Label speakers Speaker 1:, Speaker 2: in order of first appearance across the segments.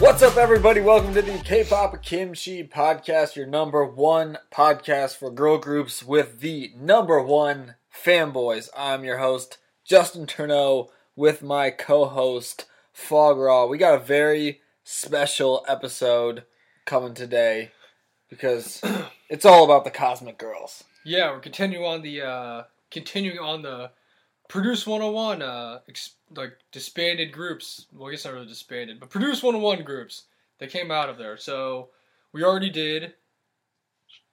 Speaker 1: What's up, everybody? Welcome to the K-pop Kimchi podcast, your number one podcast for girl groups with the number one fanboys. I'm your host Justin Turneau with my co-host Fog Raw. We got a very special episode coming today because it's all about the Cosmic Girls.
Speaker 2: Yeah, we're continuing on the uh, continuing on the Produce 101 uh, ex- like disbanded groups. Well, I guess not really disbanded, but Produce 101 groups that came out of there. So we already did.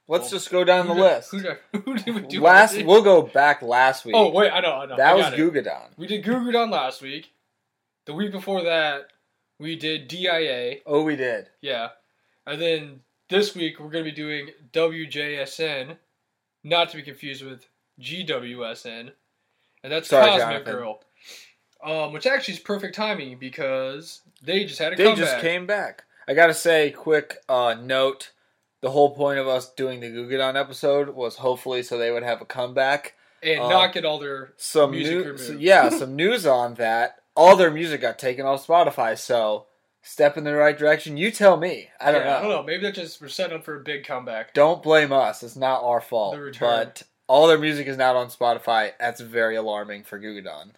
Speaker 1: Let's
Speaker 2: Well,
Speaker 1: just go down the
Speaker 2: who did-
Speaker 1: list.
Speaker 2: Who did, who did we do?
Speaker 1: Last, we'll go back last week.
Speaker 2: oh wait, I know, I know.
Speaker 1: that
Speaker 2: I
Speaker 1: was
Speaker 2: got it.
Speaker 1: Gugadon.
Speaker 2: We did Goo Don last week. The week before that, we did DIA.
Speaker 1: Oh, we did.
Speaker 2: Yeah. And then this week we're going to be doing WJSN, not to be confused with GWSN. And that's
Speaker 1: Sorry,
Speaker 2: Cosmic
Speaker 1: Jonathan.
Speaker 2: Girl. Um, which actually is perfect timing because they just had a
Speaker 1: They
Speaker 2: comeback.
Speaker 1: just came back. I gotta say, quick uh, note: the whole point of us doing the Gugadon episode was hopefully so they would have a comeback.
Speaker 2: and
Speaker 1: uh,
Speaker 2: not get all their
Speaker 1: Some
Speaker 2: Music
Speaker 1: news,
Speaker 2: removed.
Speaker 1: yeah, some news on that. All their music got taken off Spotify, so step in the right direction. You tell me. I don't
Speaker 2: Yeah,
Speaker 1: know.
Speaker 2: I don't know. Maybe they're just we're setting up for a big comeback.
Speaker 1: Don't blame us. It's not our fault.
Speaker 2: The return.
Speaker 1: But all their music is not on Spotify. That's very alarming for Gugadon.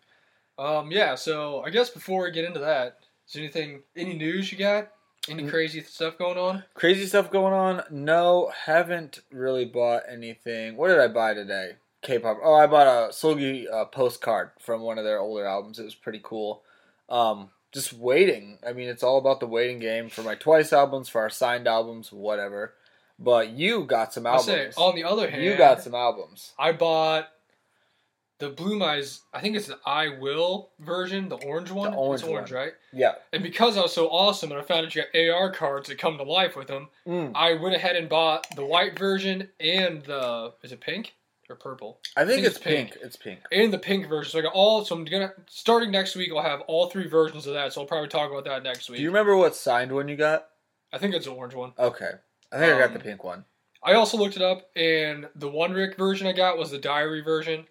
Speaker 2: Um, yeah, so I guess before we get into that, is there anything any news you got? Any
Speaker 1: Mm.
Speaker 2: crazy stuff going on?
Speaker 1: Crazy stuff going on? No, haven't really bought anything. What did I buy today? K-pop. Oh, I bought a Solgi uh, postcard from one of their older albums. It was pretty cool. Um, just waiting. I mean, it's all about the waiting game for my Twice albums, for our signed albums, whatever. But you got some
Speaker 2: I say,
Speaker 1: albums.
Speaker 2: on the other hand,
Speaker 1: you got some albums.
Speaker 2: I bought the Bloom Eyes. I think it's the I Will version, the orange one.
Speaker 1: orange
Speaker 2: it's orange,
Speaker 1: one.
Speaker 2: right?
Speaker 1: Yeah.
Speaker 2: And because I was so awesome, and I found out you got AR cards that come to life with them,
Speaker 1: Mm.
Speaker 2: I went ahead and bought the white version and the is it pink or purple?
Speaker 1: I think
Speaker 2: think
Speaker 1: it's
Speaker 2: it's pink.
Speaker 1: pink. It's pink.
Speaker 2: And the pink version. So I got all. So I'm gonna starting next week. I'll have all three versions of that. So I'll probably talk about that next
Speaker 1: Do
Speaker 2: week.
Speaker 1: you remember what signed one you got?
Speaker 2: I think it's the orange one.
Speaker 1: Okay. I think I got
Speaker 2: Um,
Speaker 1: the pink one.
Speaker 2: I also looked it up, and the one Rick version I got was the diary version.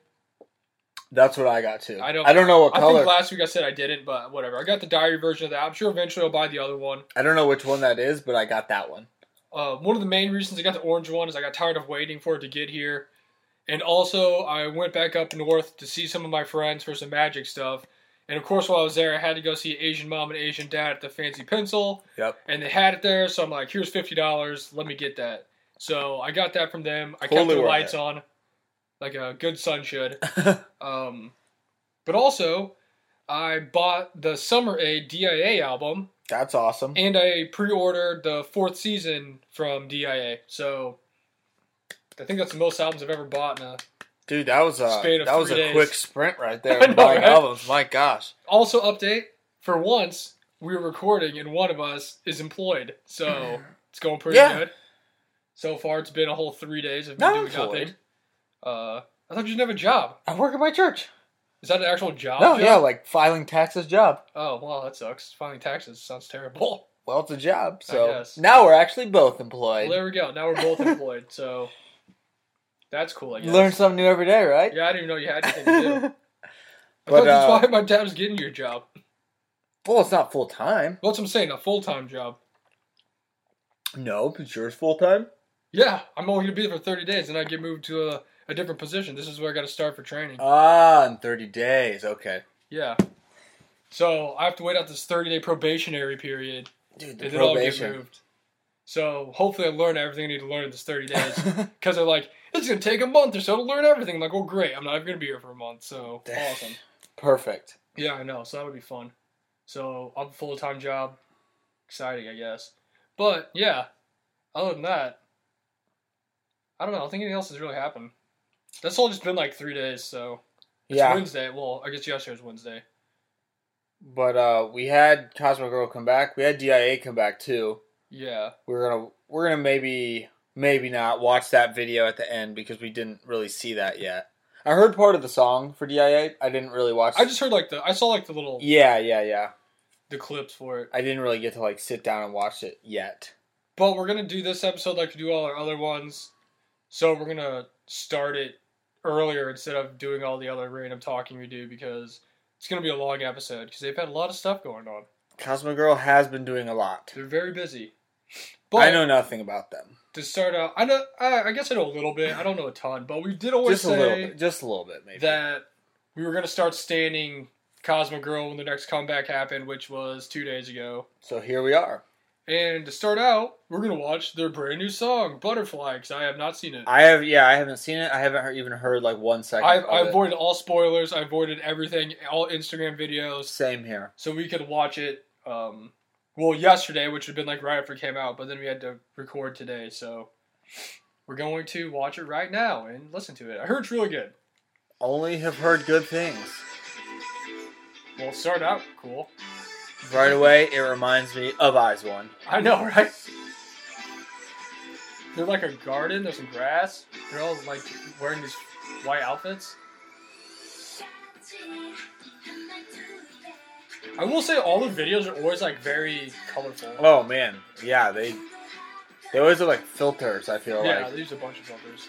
Speaker 1: That's what I got too.
Speaker 2: I don't-
Speaker 1: I don't know what
Speaker 2: I
Speaker 1: color.
Speaker 2: think last week I said I didn't, but whatever. I got the diary version of that. I'm sure eventually I'll buy the other one.
Speaker 1: I don't know which one that is, but I got that one.
Speaker 2: Uh, one of the main reasons I got the orange one is I got tired of waiting for it to get here. And also, I went back up north to see some of my friends for some magic stuff. And of course, while I was there, I had to go see Asian Mom and Asian Dad at the Fancy Pencil.
Speaker 1: Yep.
Speaker 2: And they had it there, so I'm like, here's $50. Let me get that. So I got that from them. I
Speaker 1: Totally
Speaker 2: kept the
Speaker 1: worth
Speaker 2: lights
Speaker 1: it.
Speaker 2: on, like a good son should. Um, but also, I bought the Summer Aid DIA album,
Speaker 1: That's awesome.
Speaker 2: and I pre-ordered the fourth season from DIA. So I think that's the most albums I've ever bought. uh, In a...
Speaker 1: Dude, that was a
Speaker 2: Span of
Speaker 1: that was a
Speaker 2: three days.
Speaker 1: quick sprint right
Speaker 2: I
Speaker 1: there.
Speaker 2: know,
Speaker 1: buying
Speaker 2: right?
Speaker 1: albums. My gosh.
Speaker 2: Also, update for once we we're recording, and one of us is employed, so it's going pretty
Speaker 1: Yeah.
Speaker 2: good. So far, it's been a whole three days of me
Speaker 1: Not
Speaker 2: doing
Speaker 1: employed.
Speaker 2: nothing. Uh, I thought you didn't have a job.
Speaker 1: I work at my church.
Speaker 2: Is that an actual job?
Speaker 1: No,
Speaker 2: job?
Speaker 1: yeah, like filing taxes job.
Speaker 2: Oh, well, that sucks. Filing taxes sounds terrible.
Speaker 1: Well, it's a job. So
Speaker 2: guess.
Speaker 1: now we're actually both
Speaker 2: Well,
Speaker 1: employed.
Speaker 2: there we go. Now we're both employed, so that's cool. I
Speaker 1: you
Speaker 2: guess.
Speaker 1: learn something new every day, right?
Speaker 2: Yeah, I didn't even know you had anything to do. I
Speaker 1: But,
Speaker 2: thought that's
Speaker 1: uh,
Speaker 2: why my dad's getting you a job.
Speaker 1: well, it's not full time.
Speaker 2: Well, that's what I'm saying, a full time job.
Speaker 1: No, but yours full time.
Speaker 2: Yeah, I'm only gonna be there for 30 days, and I get moved to a, a different position. This is where I got to start for training.
Speaker 1: Ah, in thirty days. Okay.
Speaker 2: yeah. So I have to wait out this 30 day probationary period,
Speaker 1: Dude, the
Speaker 2: and then I'll get
Speaker 1: probation.
Speaker 2: moved. So hopefully I learn everything I need to learn in this 30 days. Because they're like, it's gonna take a month or so to learn everything. I'm like, well, great. I'm not even gonna be here for a month, so awesome.
Speaker 1: Perfect.
Speaker 2: Yeah, I know. So that would be fun. So I'm full time job. Exciting, I guess. But yeah, other than that, I don't know. I don't think anything else has really happened. That's all just been like three days. So it's
Speaker 1: yeah.
Speaker 2: Wednesday. Well, I guess yesterday was Wednesday.
Speaker 1: But uh, we had Cosmo Girl come back. We had DIA come back too.
Speaker 2: Yeah.
Speaker 1: we're gonna we're gonna maybe maybe not watch that video at the end because we didn't really see that yet. I heard part of the song for DIA. I didn't really watch.
Speaker 2: I just heard like the I saw like the little
Speaker 1: yeah yeah yeah.
Speaker 2: the clips for it.
Speaker 1: I didn't really get to like sit down and watch it yet.
Speaker 2: But we're gonna do this episode like we do all our other ones. So we're gonna start it earlier instead of doing all the other random talking we do because it's gonna be a long episode because they've had a lot of stuff going on.
Speaker 1: Cosmo Girl has been doing a lot.
Speaker 2: They're very busy. But
Speaker 1: I know nothing about them.
Speaker 2: to start out, I know I, I guess I know a little bit. I don't know a ton, but we did always
Speaker 1: Just a little
Speaker 2: say
Speaker 1: bit. Just a little bit, maybe.
Speaker 2: that we were gonna start standing Cosmo Girl when the next comeback happened, which was two days ago.
Speaker 1: so here we are.
Speaker 2: And to start out, we're gonna watch their brand new song "Butterfly" because I have not seen it.
Speaker 1: I have, yeah, I haven't seen it. I haven't heard, even heard like one second.
Speaker 2: I,
Speaker 1: of
Speaker 2: I
Speaker 1: it.
Speaker 2: avoided all spoilers. I avoided everything, all Instagram videos,
Speaker 1: Same here.
Speaker 2: so we could watch it. Um, well, yesterday, which would have been like right after it came out, but then we had to record today, so we're going to watch it right now and listen to it. I heard it's really good.
Speaker 1: Only have heard good things.
Speaker 2: Well, it started out cool.
Speaker 1: Right away, it reminds me of Eyes One.
Speaker 2: I know, right? They're like a garden. There's some grass. They're all like wearing these white outfits. I will say all the videos are always like very colorful.
Speaker 1: Oh man, yeah, they they always look like filters. I feel
Speaker 2: Yeah,
Speaker 1: like
Speaker 2: they use a bunch of filters.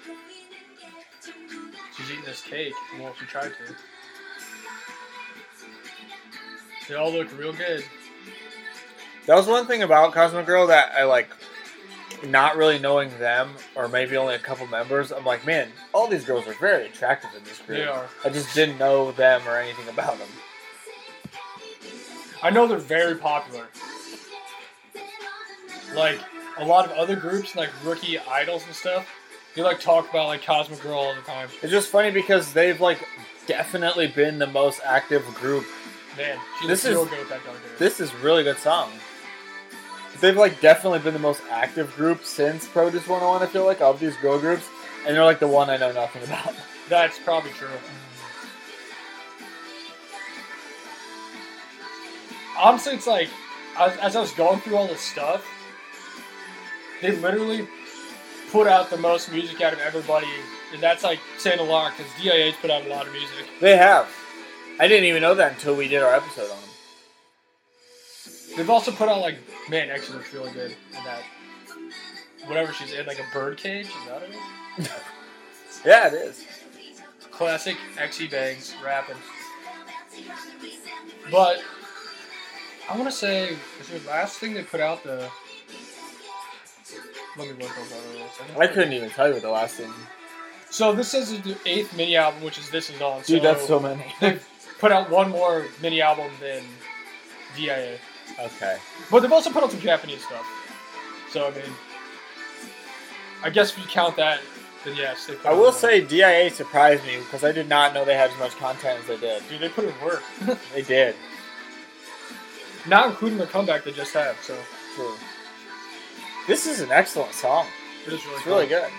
Speaker 2: She's eating this cake. Well, she tried to. They all look real good.
Speaker 1: that was one thing about Cosmo Girl that I like. Not really knowing them, or maybe only a couple members, I'm like, man, all these girls are very attractive in this group.
Speaker 2: They are.
Speaker 1: I just didn't know them or anything about them.
Speaker 2: I know they're very popular. Like a lot of other groups, like rookie idols and stuff, they like talk about like Cosmic Girl all the time.
Speaker 1: It's just funny because they've like definitely been the most active group.
Speaker 2: Man, she
Speaker 1: This
Speaker 2: looks real
Speaker 1: is-
Speaker 2: good with that dark hair.
Speaker 1: This is really good song. They've like definitely been the most active group since Produce 101. I feel like of these girl groups, and they're like the one I know nothing about.
Speaker 2: That's probably true. Honestly, it's like as, as I was going through all this stuff, they literally put out the most music out of everybody, and that's like saying a lot because DIH put out a lot of music.
Speaker 1: They have. I didn't even know that until we did our episode on them.
Speaker 2: They've also put out like man, X looks really good in that whatever she's in, like a bird cage. Is that it?
Speaker 1: Yeah, it is.
Speaker 2: Classic Xy bangs rapping. But I want to say, was their last thing they put out the? Let me look up what it was. think-
Speaker 1: I couldn't even tell you what the last thing.
Speaker 2: So this is the eighth mini album, which is this is on.
Speaker 1: Dude, that's so many.
Speaker 2: They've put out one more mini album than DIA,
Speaker 1: okay.
Speaker 2: but they've also put out some Japanese stuff. So I mean, I guess if you count that, then yes. They put
Speaker 1: I
Speaker 2: out
Speaker 1: will
Speaker 2: more.
Speaker 1: say DIA surprised me because I did not know they had as much content as they did.
Speaker 2: dude, they put in work,
Speaker 1: They did.
Speaker 2: not including the comeback they just had. So
Speaker 1: True. This is an excellent song.
Speaker 2: it is really
Speaker 1: It's really
Speaker 2: cool.
Speaker 1: good.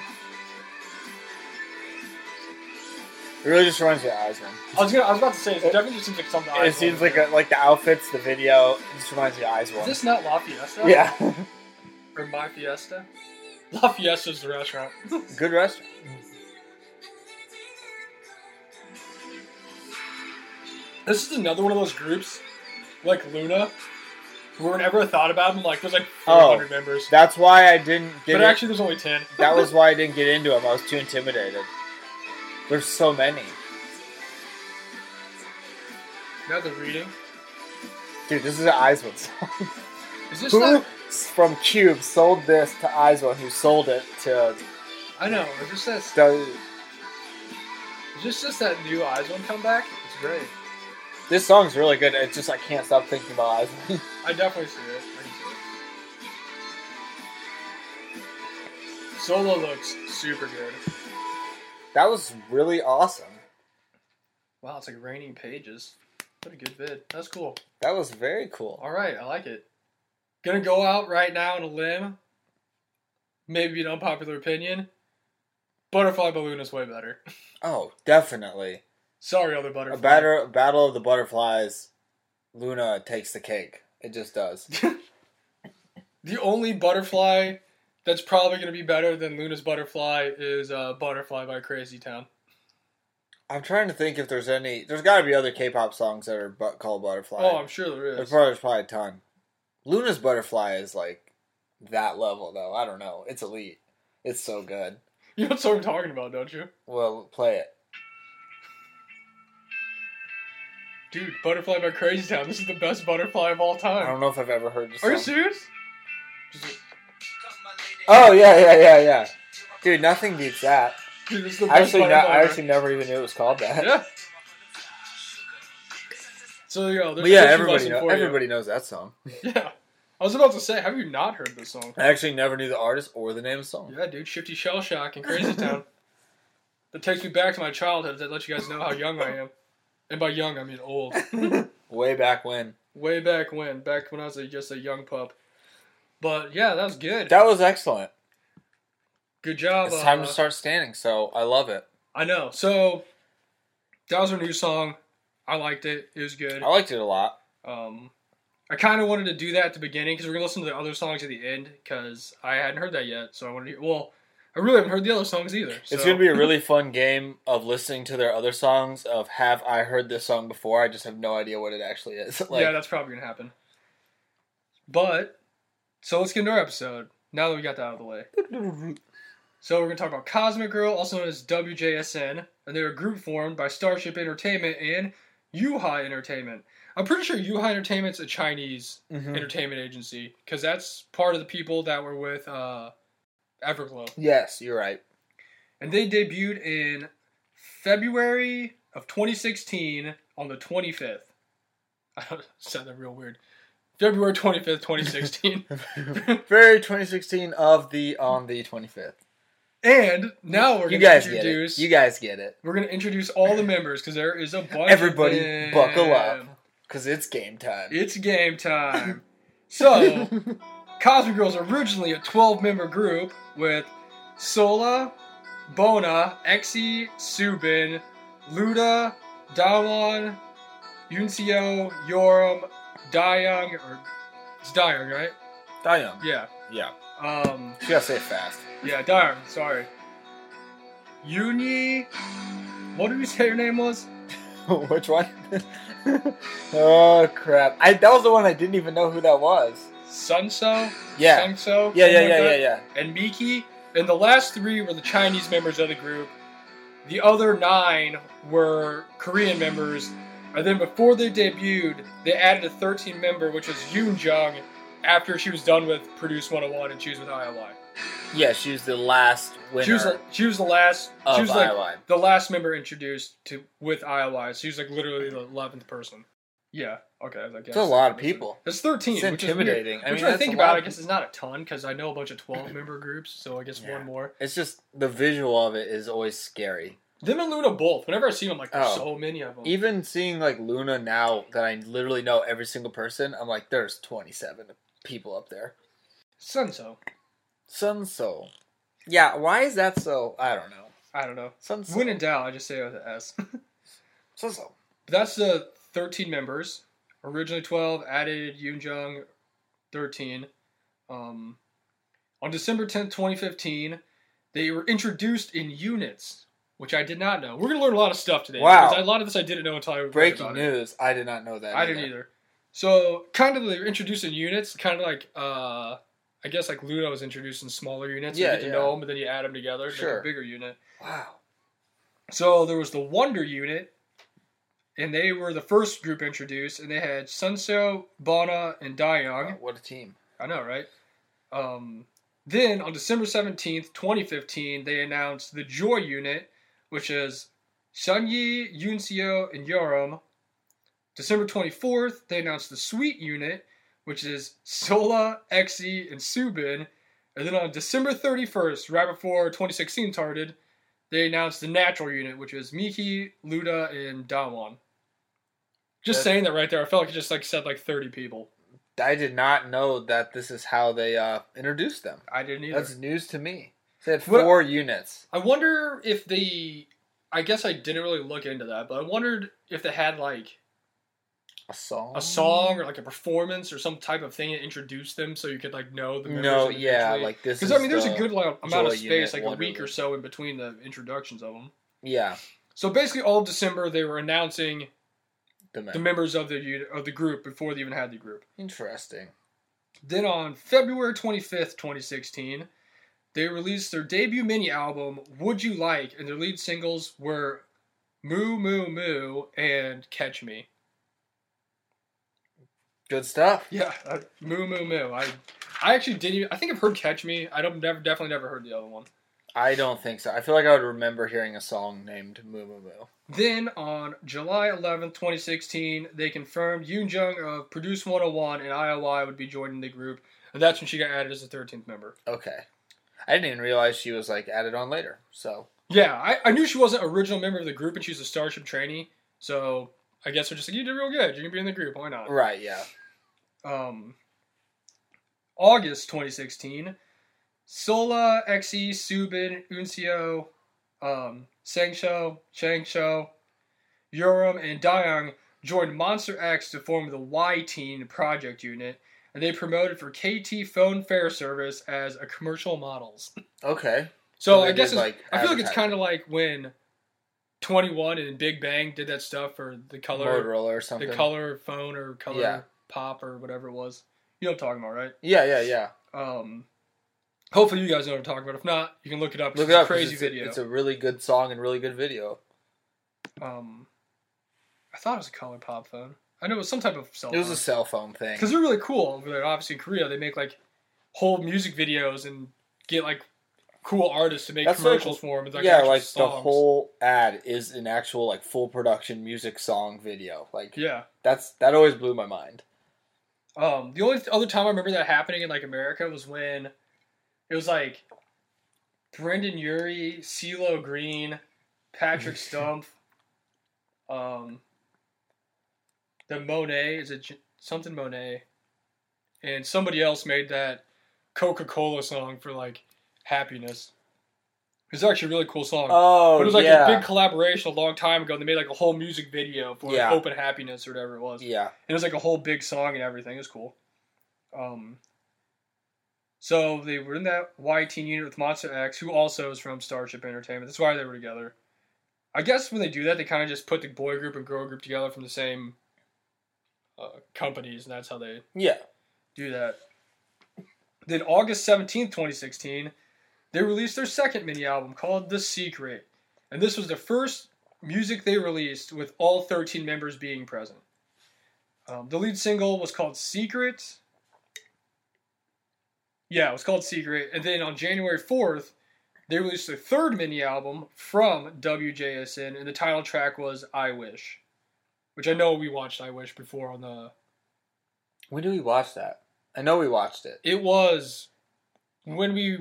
Speaker 1: It really just reminds me of Eyes
Speaker 2: I was gonna, I was about to say, it definitely seems like something. I
Speaker 1: It seems
Speaker 2: wanna
Speaker 1: like
Speaker 2: do.
Speaker 1: a, like the outfits, the video, it just reminds me of Eyes
Speaker 2: Is
Speaker 1: One.
Speaker 2: this not La Fiesta?
Speaker 1: Yeah.
Speaker 2: Or My Fiesta? La Fiesta's the restaurant.
Speaker 1: good restaurant.
Speaker 2: This is another one of those groups, like Luna, where whenever I thought about them, like there's like
Speaker 1: Oh.
Speaker 2: 400 members.
Speaker 1: That's why I didn't get
Speaker 2: But
Speaker 1: it.
Speaker 2: actually, there's only 10.
Speaker 1: That was why I didn't get into them. I was too intimidated. There's so many.
Speaker 2: Now they're reading.
Speaker 1: Dude, this is an Eisman song.
Speaker 2: Is this
Speaker 1: Who
Speaker 2: that?
Speaker 1: from Cube sold this to Eisman, who sold it to.
Speaker 2: I know. Is this that?
Speaker 1: to-
Speaker 2: Is this just that new Eyes One comeback? It's great.
Speaker 1: This song's really good. It's just I can't stop thinking about Eisman.
Speaker 2: I definitely see it. I can see it. Solo looks super good.
Speaker 1: that was really awesome.
Speaker 2: Wow, it's like raining pages. What a good vid. That's cool.
Speaker 1: That was very cool.
Speaker 2: All right, I like it. Gonna go out right now on a limb. Maybe an unpopular opinion. Butterfly balloon is way better.
Speaker 1: Oh, definitely.
Speaker 2: Sorry, other
Speaker 1: A
Speaker 2: butterfly.
Speaker 1: batter, battle of the butterflies. Luna takes the cake. It just does.
Speaker 2: The only butterfly that's probably gonna be better than Luna's butterfly is uh, Butterfly by Crazy Town.
Speaker 1: I'm trying to think if there's any. There's got to be other K-pop songs that are but called butterfly.
Speaker 2: Oh, I'm sure there
Speaker 1: There's
Speaker 2: is.
Speaker 1: probably, there's probably a ton. Luna's butterfly is like that level though. I don't know. It's elite. It's so good.
Speaker 2: You know what I'm talking about, don't you?
Speaker 1: Well, play it.
Speaker 2: Dude, Butterfly by Crazy Town. This is the best butterfly of all
Speaker 1: I
Speaker 2: time.
Speaker 1: don't know if I've ever heard this
Speaker 2: Are you
Speaker 1: song.
Speaker 2: serious? Just like,
Speaker 1: Oh yeah, yeah, yeah, yeah. Dude, nothing beats that.
Speaker 2: Dude, this is the
Speaker 1: I
Speaker 2: best
Speaker 1: actually, no,
Speaker 2: butterfly
Speaker 1: I
Speaker 2: ever.
Speaker 1: actually never even knew it was called that.
Speaker 2: Yeah. So there you go. There's
Speaker 1: But yeah,
Speaker 2: a history
Speaker 1: everybody,
Speaker 2: lesson
Speaker 1: know,
Speaker 2: for you.
Speaker 1: everybody knows that song.
Speaker 2: Yeah. I was about to say, have you not heard this song?
Speaker 1: I actually never knew the artist or the name of the song.
Speaker 2: Yeah, dude, Shifty Shell Shock and Crazy Town. that takes me back to my childhood to let you guys know how young I am. And by young, I mean old.
Speaker 1: Way back when.
Speaker 2: Way back when, back when I was a, just a young pup. But yeah, that was good.
Speaker 1: That was excellent.
Speaker 2: good job.
Speaker 1: It's time
Speaker 2: uh,
Speaker 1: to start standing, so I love it.
Speaker 2: I know. So that was our new song. I liked it. It was good.
Speaker 1: I liked it a lot.
Speaker 2: Um, I kind of wanted to do that at the beginning because we're gonna listen to the other songs at the end because I hadn't heard that yet. So I wanted to. Well, I really haven't heard the other songs either. So.
Speaker 1: It's gonna be a really fun game of listening to their other songs. Of have I heard this song before? I just have no idea what it actually is. Like,
Speaker 2: yeah, that's probably gonna happen. But so let's get into our episode now that we got that out of the way. So we're gonna talk about Cosmic Girl, also known as WJSN, and they're a group formed by Starship Entertainment and Yuhai Entertainment. I'm pretty sure Yuhai Entertainment's a Chinese
Speaker 1: Mhm.
Speaker 2: entertainment agency because that's part of the people that were with uh, Everglow,
Speaker 1: Yes, you're right.
Speaker 2: and they debuted in February of 2016 on the 25th. I don't said that real weird. February 25th, 2016,
Speaker 1: February 2016 of the on the 25th.
Speaker 2: and now we're
Speaker 1: You
Speaker 2: gonna
Speaker 1: guys get it.
Speaker 2: introduce
Speaker 1: You guys get it.
Speaker 2: we're gonna introduce all the members because there is a bunch.
Speaker 1: Everybody
Speaker 2: of them.
Speaker 1: buckle up. Cause it's game time.
Speaker 2: It's game time. So, Cosmic Girls are originally a 12-member group with Sola, Bona, Exi, Subin, Luda, Dawan, Yunseo, Yoram, Dayang, or it's Dayang, right?
Speaker 1: Diane.
Speaker 2: Yeah.
Speaker 1: Yeah.
Speaker 2: Um.
Speaker 1: You gotta say it fast.
Speaker 2: Yeah, Dayang. Sorry. Yuni. What did we say your name was?
Speaker 1: Which one? oh crap! I that was the one I didn't even know who that was.
Speaker 2: Sunso.
Speaker 1: Yeah.
Speaker 2: Sunso.
Speaker 1: Yeah, yeah,
Speaker 2: something like
Speaker 1: yeah,
Speaker 2: that?
Speaker 1: yeah, yeah.
Speaker 2: and Miki, and the last three were the Chinese members of the group. The other nine were Korean members, and then before they debuted, they added a 13 member, which was Yoon Jung, after she was done with Produce 101 and she was with IOI.
Speaker 1: Yeah, she was the last winner
Speaker 2: She was, she was the last. She
Speaker 1: of
Speaker 2: was like
Speaker 1: IOI.
Speaker 2: the last member introduced to with IOI. She was like literally the 11th person. Yeah. Okay. I guess
Speaker 1: It's a lot of people.
Speaker 2: It's 13.
Speaker 1: It's
Speaker 2: which is weird.
Speaker 1: intimidating. I
Speaker 2: Which
Speaker 1: mean,
Speaker 2: when I
Speaker 1: that's
Speaker 2: think
Speaker 1: a lot
Speaker 2: about, it, I
Speaker 1: of
Speaker 2: guess it's not a ton because I know a bunch of 12 member groups, so I guess
Speaker 1: Yeah.
Speaker 2: one more.
Speaker 1: It's just the visual of it is always scary.
Speaker 2: Them and Luna both. Whenever I see them, I'm like, there's
Speaker 1: Oh.
Speaker 2: so many of them.
Speaker 1: Even seeing like Luna now that I literally know every single person, I'm like, there's 27 people up there.
Speaker 2: Sunso.
Speaker 1: Sun Soul. Yeah, why is that so? I don't know.
Speaker 2: I don't know.
Speaker 1: Sun Soul.
Speaker 2: When in doubt, I just say it with an S. But
Speaker 1: Sun Soul.
Speaker 2: That's the 13 members. Originally 12, added Yoon Jung, 13. Um, on December 10th, 2015, they were introduced in units, which I did not know. We're going to learn a lot of stuff today.
Speaker 1: Wow.
Speaker 2: because A lot of this I didn't know until I read
Speaker 1: Breaking
Speaker 2: about it.
Speaker 1: news. I did not know that.
Speaker 2: I didn't either. So kind of they were introduced in units, kind of like uh, I guess like Ludo was introduced in smaller units.
Speaker 1: Yeah,
Speaker 2: you get to
Speaker 1: yeah.
Speaker 2: know them, but then you add them together to make
Speaker 1: Sure.
Speaker 2: a bigger unit.
Speaker 1: Wow.
Speaker 2: So there was the Wonder Unit, and they were the first group introduced, and they had Sunso, Bana, and Dayang.
Speaker 1: What a team.
Speaker 2: I know, right? Um, then on December seventeenth, twenty fifteen, they announced the Joy Unit, which is Sunyi, Yunseo, and Yoram. December twenty fourth, they announced the Sweet Unit, which is Sola, Exi, and Subin. And then on December thirty first, right before twenty sixteen started, they announced the Natural Unit, which is Miki, Luda, and Dawan. Just
Speaker 1: That's-
Speaker 2: saying that right there, I felt like it just like said like thirty people.
Speaker 1: I did not know that this is how they uh, introduced them.
Speaker 2: I didn't either.
Speaker 1: That's news to me. They had
Speaker 2: What-
Speaker 1: four units.
Speaker 2: I wonder if they. I guess I didn't really look into that, but I wondered if they had like
Speaker 1: A song.
Speaker 2: a song or like a performance or some type of thing to introduce them, so you could like know the members
Speaker 1: No, yeah, like this.
Speaker 2: because
Speaker 1: is
Speaker 2: I mean, there's
Speaker 1: the-
Speaker 2: a good lo- amount
Speaker 1: Joy
Speaker 2: of
Speaker 1: Unit
Speaker 2: space, like a
Speaker 1: Wonder
Speaker 2: week or
Speaker 1: Woman.
Speaker 2: so in between the introductions of them.
Speaker 1: yeah.
Speaker 2: So basically, all of December they were announcing
Speaker 1: The men.
Speaker 2: the members of the unit, of the group before they even had the group.
Speaker 1: Interesting.
Speaker 2: Then on February 25th, 2016, they released their debut mini album, Would You Like? And their lead singles were Moo Moo Moo and Catch Me.
Speaker 1: Good stuff.
Speaker 2: Yeah, uh, moo moo moo. I, I actually didn't. Even, I think I've heard Catch Me. I don't never definitely never heard the other one.
Speaker 1: I don't think so. I feel like I would remember hearing a song named Moo Moo Moo.
Speaker 2: Then on July 11th, 2016, they confirmed Yoon Jung of Produce 101 and IOI would be joining the group, and that's when she got added as the 13th member.
Speaker 1: Okay. I didn't even realize she was like added on later. So
Speaker 2: Yeah, I, I knew she wasn't original member of the group, and she was a Starship trainee, so I guess they're just like, you did real good. You can be in the group. Why not?
Speaker 1: right, yeah.
Speaker 2: um, August 2016, Sola, Xe, Subin, Uncio, um, Sangsho, Changsho, Yoram, and Dayang joined Monster X to form the Y Teen project unit, and they promoted for KT Phone Fair Service as a commercial models.
Speaker 1: Okay.
Speaker 2: So,
Speaker 1: So
Speaker 2: I
Speaker 1: they
Speaker 2: guess
Speaker 1: did,
Speaker 2: it's,
Speaker 1: like,
Speaker 2: I feel like it's
Speaker 1: advertising.
Speaker 2: kind of like when 21 and Big Bang did that stuff for the color
Speaker 1: Motorola or something.
Speaker 2: the color phone or color
Speaker 1: Yeah.
Speaker 2: pop or whatever it was. You know what I'm talking about, right?
Speaker 1: Yeah, yeah, yeah.
Speaker 2: Um, hopefully you guys know what I'm talking about. If not, you can look it up.
Speaker 1: Look
Speaker 2: it's
Speaker 1: it
Speaker 2: a
Speaker 1: up. 'cause
Speaker 2: crazy
Speaker 1: it's a-
Speaker 2: video.
Speaker 1: it's a really good song and really good video.
Speaker 2: um, I thought it was a color pop phone. I know it was some type of cell
Speaker 1: It was a
Speaker 2: phone.
Speaker 1: cell phone thing.
Speaker 2: Because they're really cool over there. Obviously in Korea, they make like whole music videos and get like cool artists to make
Speaker 1: That's so
Speaker 2: commercials for 'em for them.
Speaker 1: yeah, like the whole ad is an actual like full production music song video. Like
Speaker 2: yeah.
Speaker 1: that's that always blew my mind.
Speaker 2: Um, the only th- other time I remember that happening in like America was when it was like Brendan Urie, CeeLo Green, Patrick Stump, um, the Monet is it J- something Monet, and somebody else made that Coca Cola song for like happiness. It's actually a really cool song.
Speaker 1: Oh,
Speaker 2: But it was like
Speaker 1: yeah.
Speaker 2: a big collaboration a long time ago. And they made like a whole music video for like,
Speaker 1: Yeah.
Speaker 2: Open Happiness or whatever it was.
Speaker 1: yeah.
Speaker 2: And it was like a whole big song and everything. It was cool. Um, so they were in that Y teen unit with Monster X, who also is from Starship Entertainment. That's why they were together. I guess when they do that, they kind of just put the boy group and girl group together from the same uh, companies, and that's how they
Speaker 1: Yeah.
Speaker 2: do that. Then August 17th, 2016, they released their second mini album called The Secret. And this was the first music they released with all 13 members being present. Um, the lead single was called Secret. Yeah, it was called Secret. And then on January 4th, they released their third mini album from WJSN, and the title track was I Wish, which I know we watched I Wish before on the
Speaker 1: When did we watch that? I know we watched it.
Speaker 2: It was when we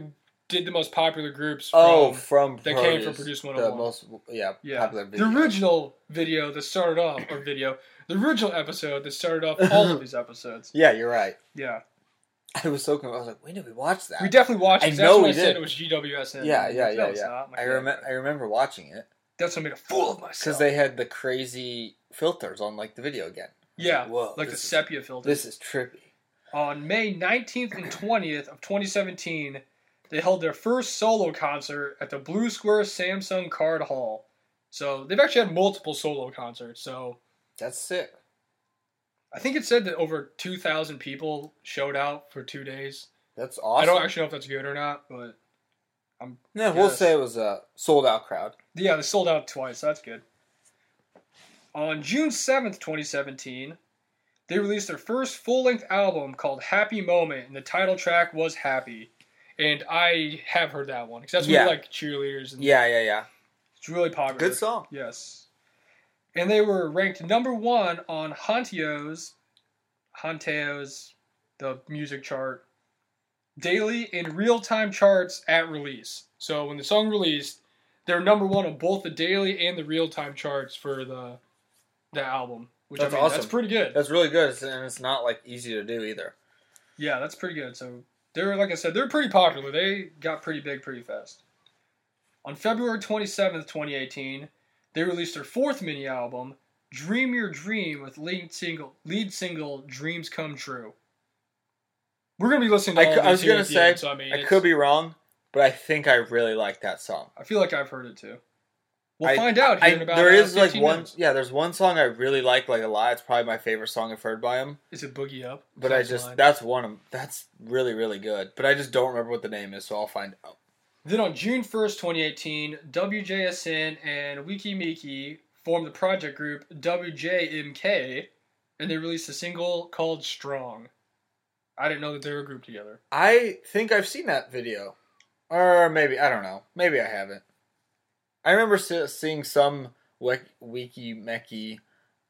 Speaker 2: did the most popular groups.
Speaker 1: oh,
Speaker 2: from
Speaker 1: from
Speaker 2: that came from
Speaker 1: Produce,
Speaker 2: Produce
Speaker 1: The
Speaker 2: 101.
Speaker 1: most yeah,
Speaker 2: yeah,
Speaker 1: popular
Speaker 2: the
Speaker 1: video.
Speaker 2: original video that started off, or video, the original episode that started off all of these episodes.
Speaker 1: Yeah, you're right.
Speaker 2: Yeah,
Speaker 1: I was so confused. I was like, when did we watch that?
Speaker 2: we definitely watched.
Speaker 1: I
Speaker 2: it. 'cause
Speaker 1: know
Speaker 2: that's when
Speaker 1: we
Speaker 2: I said
Speaker 1: did.
Speaker 2: it was GWSN.
Speaker 1: yeah, yeah,
Speaker 2: No,
Speaker 1: yeah,
Speaker 2: it's
Speaker 1: yeah.
Speaker 2: not. My
Speaker 1: I
Speaker 2: God.
Speaker 1: remember. I remember watching it
Speaker 2: That's what made a fool of
Speaker 1: because
Speaker 2: myself.
Speaker 1: they had the crazy filters on like the video again.
Speaker 2: yeah,
Speaker 1: Whoa,
Speaker 2: like the
Speaker 1: this is-
Speaker 2: sepia filter.
Speaker 1: This is trippy.
Speaker 2: On May 19th and 20th of 2017, they held their first solo concert at the Blue Square Samsung Card Hall. So they've actually had multiple solo concerts. So
Speaker 1: That's sick.
Speaker 2: I think it said that over 2,000 people showed out for two days.
Speaker 1: That's awesome.
Speaker 2: I don't actually know if that's good or not, but
Speaker 1: No, we'll
Speaker 2: Yes.
Speaker 1: say it was a sold out crowd.
Speaker 2: yeah, they sold out twice. So that's good. On June 7th, 2017, they released their first full length album called Happy Moment, and the title track was Happy. And I have heard that one because that's when
Speaker 1: Yeah.
Speaker 2: we like cheerleaders and
Speaker 1: Yeah, yeah, yeah.
Speaker 2: It's really popular.
Speaker 1: Good song.
Speaker 2: Yes. And they were ranked number one on Honteo's, Honteo's, the music chart, daily and real time charts at release. So when the song released, they're number one on both the daily and the real time charts for the the album, which
Speaker 1: That's
Speaker 2: I mean, that's
Speaker 1: awesome.
Speaker 2: pretty good.
Speaker 1: That's really good, it's- and it's not like easy to do either.
Speaker 2: Yeah, that's pretty good. So they're like I said, they're pretty popular. They got pretty big pretty fast. On February 27th, 2018, they released their fourth mini album, Dream Your Dream with lead single lead single Dreams Come True. We're going to be listening to
Speaker 1: I
Speaker 2: all
Speaker 1: cou-
Speaker 2: of
Speaker 1: I
Speaker 2: these
Speaker 1: was
Speaker 2: here
Speaker 1: gonna
Speaker 2: at the
Speaker 1: say,
Speaker 2: end, so I mean,
Speaker 1: I
Speaker 2: it's-
Speaker 1: could be wrong, but I think I really like that song.
Speaker 2: I feel like I've heard it too. We'll
Speaker 1: I-
Speaker 2: find out
Speaker 1: I,
Speaker 2: here in about
Speaker 1: there
Speaker 2: uh,
Speaker 1: is like
Speaker 2: 15
Speaker 1: one,
Speaker 2: minutes.
Speaker 1: yeah. There's one song I really like like a lot. It's probably my favorite song I've heard by him.
Speaker 2: Is it Boogie Up?
Speaker 1: But I just
Speaker 2: Line.
Speaker 1: that's one of that's really really good. But I just don't remember what the name is, so I'll find out.
Speaker 2: Then on June 1st, 2018, WJSN and Wikimiki formed the project group WJMK, and they released a single called Strong. I didn't know that they were grouped together.
Speaker 1: I think I've seen that video, or maybe I don't know. Maybe I haven't. I remember se- seeing some wik- wiki mecky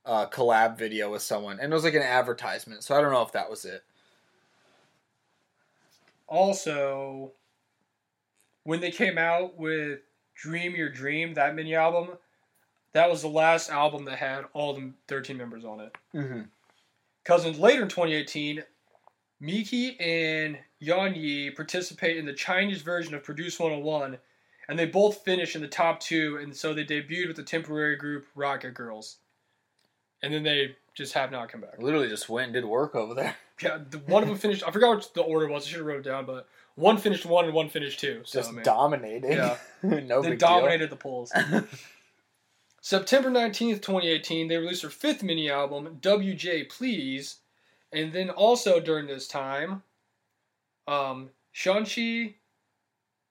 Speaker 1: uh, collab video with someone, and it was like an advertisement. So I don't know if that was it.
Speaker 2: Also, when they came out with Dream Your Dream, that mini album, that was the last album that had all the 13 members on it.
Speaker 1: Mm-hmm.
Speaker 2: Because in later in 2018, Miki and Yan Yi participate in the Chinese version of Produce 101, and they both finish in the top two, and so they debuted with the temporary group Rocket Girls. And then they just have not come back.
Speaker 1: Literally just went and did work over there.
Speaker 2: Yeah, the, one of them finished, I forgot what the order was, I should have wrote it down, but one finished one and one finished two. So,
Speaker 1: Just
Speaker 2: man,
Speaker 1: dominating.
Speaker 2: Yeah.
Speaker 1: no
Speaker 2: they
Speaker 1: big
Speaker 2: dominated the polls.
Speaker 1: deal.
Speaker 2: September 19th, 2018, they released their fifth mini album, WJ Please. And then also during this time, um, Shanxi,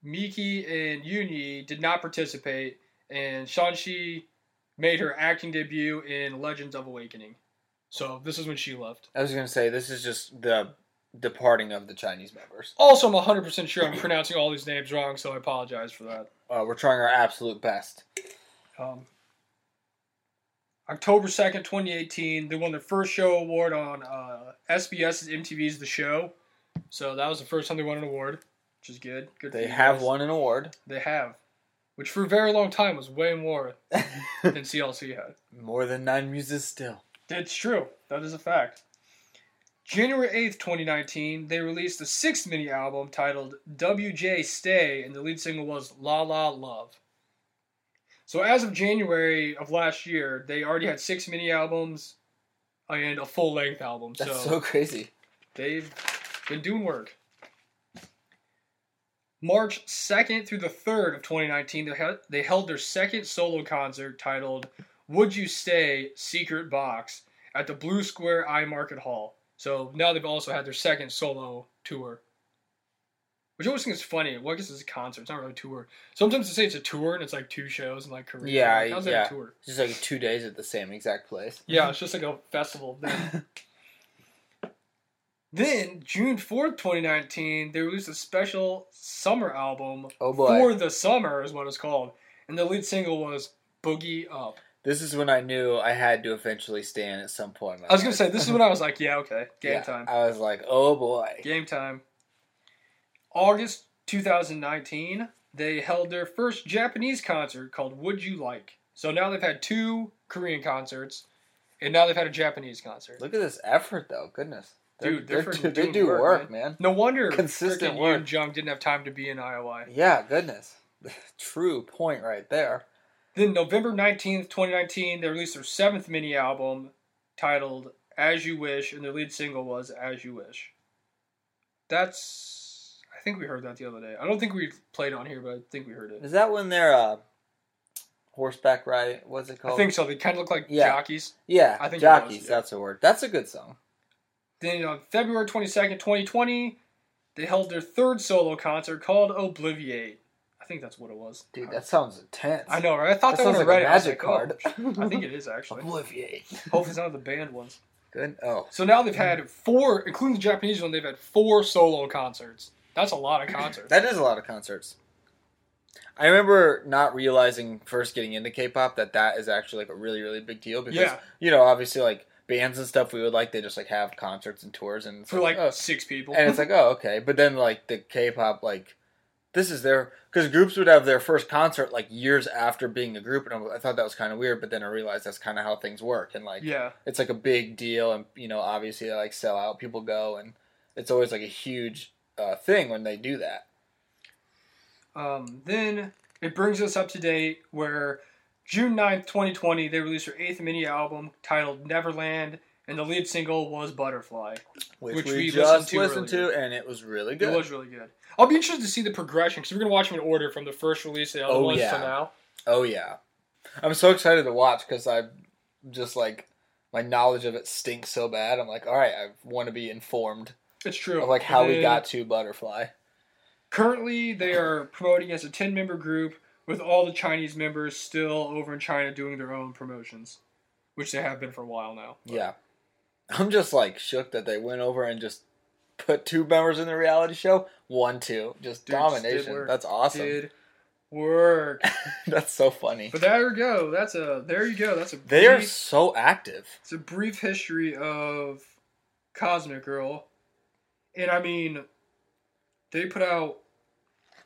Speaker 2: Miki, and Yuni did not participate. And Shanxi made her acting debut in Legends of Awakening. So this is when she left.
Speaker 1: I was gonna say this is just the departing of the Chinese members.
Speaker 2: Also, I'm 100% sure I'm pronouncing all these names wrong, so I apologize for that.
Speaker 1: Uh, we're trying our absolute best.
Speaker 2: Um, October 2nd, 2018, they won their first show award on uh, SBS's MTV's The Show. So that was the first time they won an award, which is good. good for
Speaker 1: They
Speaker 2: you
Speaker 1: have
Speaker 2: guys.
Speaker 1: won an award.
Speaker 2: They have. Which for a very long time was way more than CLC had.
Speaker 1: More than nine muses still.
Speaker 2: That's true. That is a fact. January 8th, 2019, they released the sixth mini album titled WJ Stay, and the lead single was La La Love. So, as of January of last year, they already had six mini albums and a full length album.
Speaker 1: That's
Speaker 2: so
Speaker 1: so, crazy.
Speaker 2: They've been doing work. March 2nd through the 3rd of 2019, they held, they held their second solo concert titled Would You Stay Secret Box at the Blue Square I Market Hall. So now they've also had their second solo tour. Which I always think is funny. Well, I guess it's a concert. It's not really a tour. Sometimes they say it's a tour and it's like two shows in like Korea.
Speaker 1: Yeah,
Speaker 2: Like, how's that
Speaker 1: yeah.
Speaker 2: a tour?
Speaker 1: Just like two days at the same exact place.
Speaker 2: Yeah, it's just like a festival thing. Then, June 4th, 2019, they released a special summer album
Speaker 1: Oh boy.
Speaker 2: for the summer, is what it's called. And the lead single was Boogie Up.
Speaker 1: This is when I knew I had to eventually stand at some point. in my
Speaker 2: I was going
Speaker 1: life.
Speaker 2: to say, this is when I was like, yeah, okay, game
Speaker 1: Yeah,
Speaker 2: time.
Speaker 1: I was like, oh boy.
Speaker 2: Game time. August 2019, they held their first Japanese concert called Would You Like? So now they've had two Korean concerts, and now they've had a Japanese concert.
Speaker 1: Look at this effort, though. Goodness,
Speaker 2: Dude, they're freaking
Speaker 1: they
Speaker 2: doing
Speaker 1: do
Speaker 2: work,
Speaker 1: work, man.
Speaker 2: No wonder
Speaker 1: Consistent
Speaker 2: freaking
Speaker 1: work.
Speaker 2: Yoon Jung didn't have time to be in IOI.
Speaker 1: Yeah, goodness. True point right there.
Speaker 2: Then November 19th, 2019, they released their seventh mini album titled As You Wish, and their lead single was As You Wish. That's. I think we heard that the other day. I don't think we played it on here, but I think we heard it.
Speaker 1: Is that when they're uh, horseback ride? What's it called?
Speaker 2: I think so. They kind of look like
Speaker 1: Yeah.
Speaker 2: jockeys.
Speaker 1: yeah,
Speaker 2: I think it
Speaker 1: jockeys.
Speaker 2: was, yeah.
Speaker 1: That's a word. That's a good song.
Speaker 2: Then on February 22nd, 2020, they held their third solo concert called Obliviate. I think that's what it was.
Speaker 1: Dude, that sounds intense.
Speaker 2: Uh-huh. I know, right? I thought
Speaker 1: That
Speaker 2: that, when
Speaker 1: sounds like
Speaker 2: I read
Speaker 1: a
Speaker 2: it, I was
Speaker 1: magic
Speaker 2: like, oh,
Speaker 1: card.
Speaker 2: I think it is actually.
Speaker 1: Obliviate.
Speaker 2: Hopefully, it's none of the band ones.
Speaker 1: Good. Oh,
Speaker 2: So now they've had four, including the Japanese one, they've had four solo concerts. That's a lot of concerts.
Speaker 1: that is a lot of concerts. I remember not realizing first getting into K-pop that that is actually like a really really big deal because
Speaker 2: yeah,
Speaker 1: you know obviously like bands and stuff we would like they just like have concerts and tours and it's
Speaker 2: for like
Speaker 1: oh,
Speaker 2: six people.
Speaker 1: and it's like oh okay but then like the k-pop like this is their because groups would have their first concert like years after being a group and i thought that was kind of weird but then i realized that's kind of how things work and like
Speaker 2: yeah,
Speaker 1: it's like a big deal and you know obviously they like sell out people go and it's always like a huge uh, thing when they do that
Speaker 2: Um, then it brings us up to date where June 9th, 2020, they released their eighth mini album titled Neverland, and the lead single was Butterfly.
Speaker 1: which,
Speaker 2: Which
Speaker 1: we,
Speaker 2: we
Speaker 1: just
Speaker 2: listened
Speaker 1: listened
Speaker 2: to
Speaker 1: to, and it was really
Speaker 2: It
Speaker 1: good
Speaker 2: was really good. I'll be interested to see the progression because we're going to watch them in order from the first release to the other
Speaker 1: Oh,
Speaker 2: ones
Speaker 1: yeah.
Speaker 2: to now.
Speaker 1: oh yeah i'm so excited to watch because i'm just like my knowledge of it stinks so bad i'm like all right i want to be informed
Speaker 2: It's true.
Speaker 1: of like how we
Speaker 2: Then-
Speaker 1: got to butterfly
Speaker 2: Currently, they are promoting as a 10 member group with all the Chinese members still over in China doing their own promotions, which they have been for a while now.
Speaker 1: Yeah. I'm just like shook that they went over and just put two members in the reality show. One, two, just
Speaker 2: Dude, just did
Speaker 1: domination.
Speaker 2: work.
Speaker 1: That's awesome.
Speaker 2: Did work.
Speaker 1: That's so funny.
Speaker 2: But there you go. That's a there you go. That's a
Speaker 1: They are
Speaker 2: brief-
Speaker 1: so active.
Speaker 2: it's a brief history of Cosmic Girl, and I mean, they put out.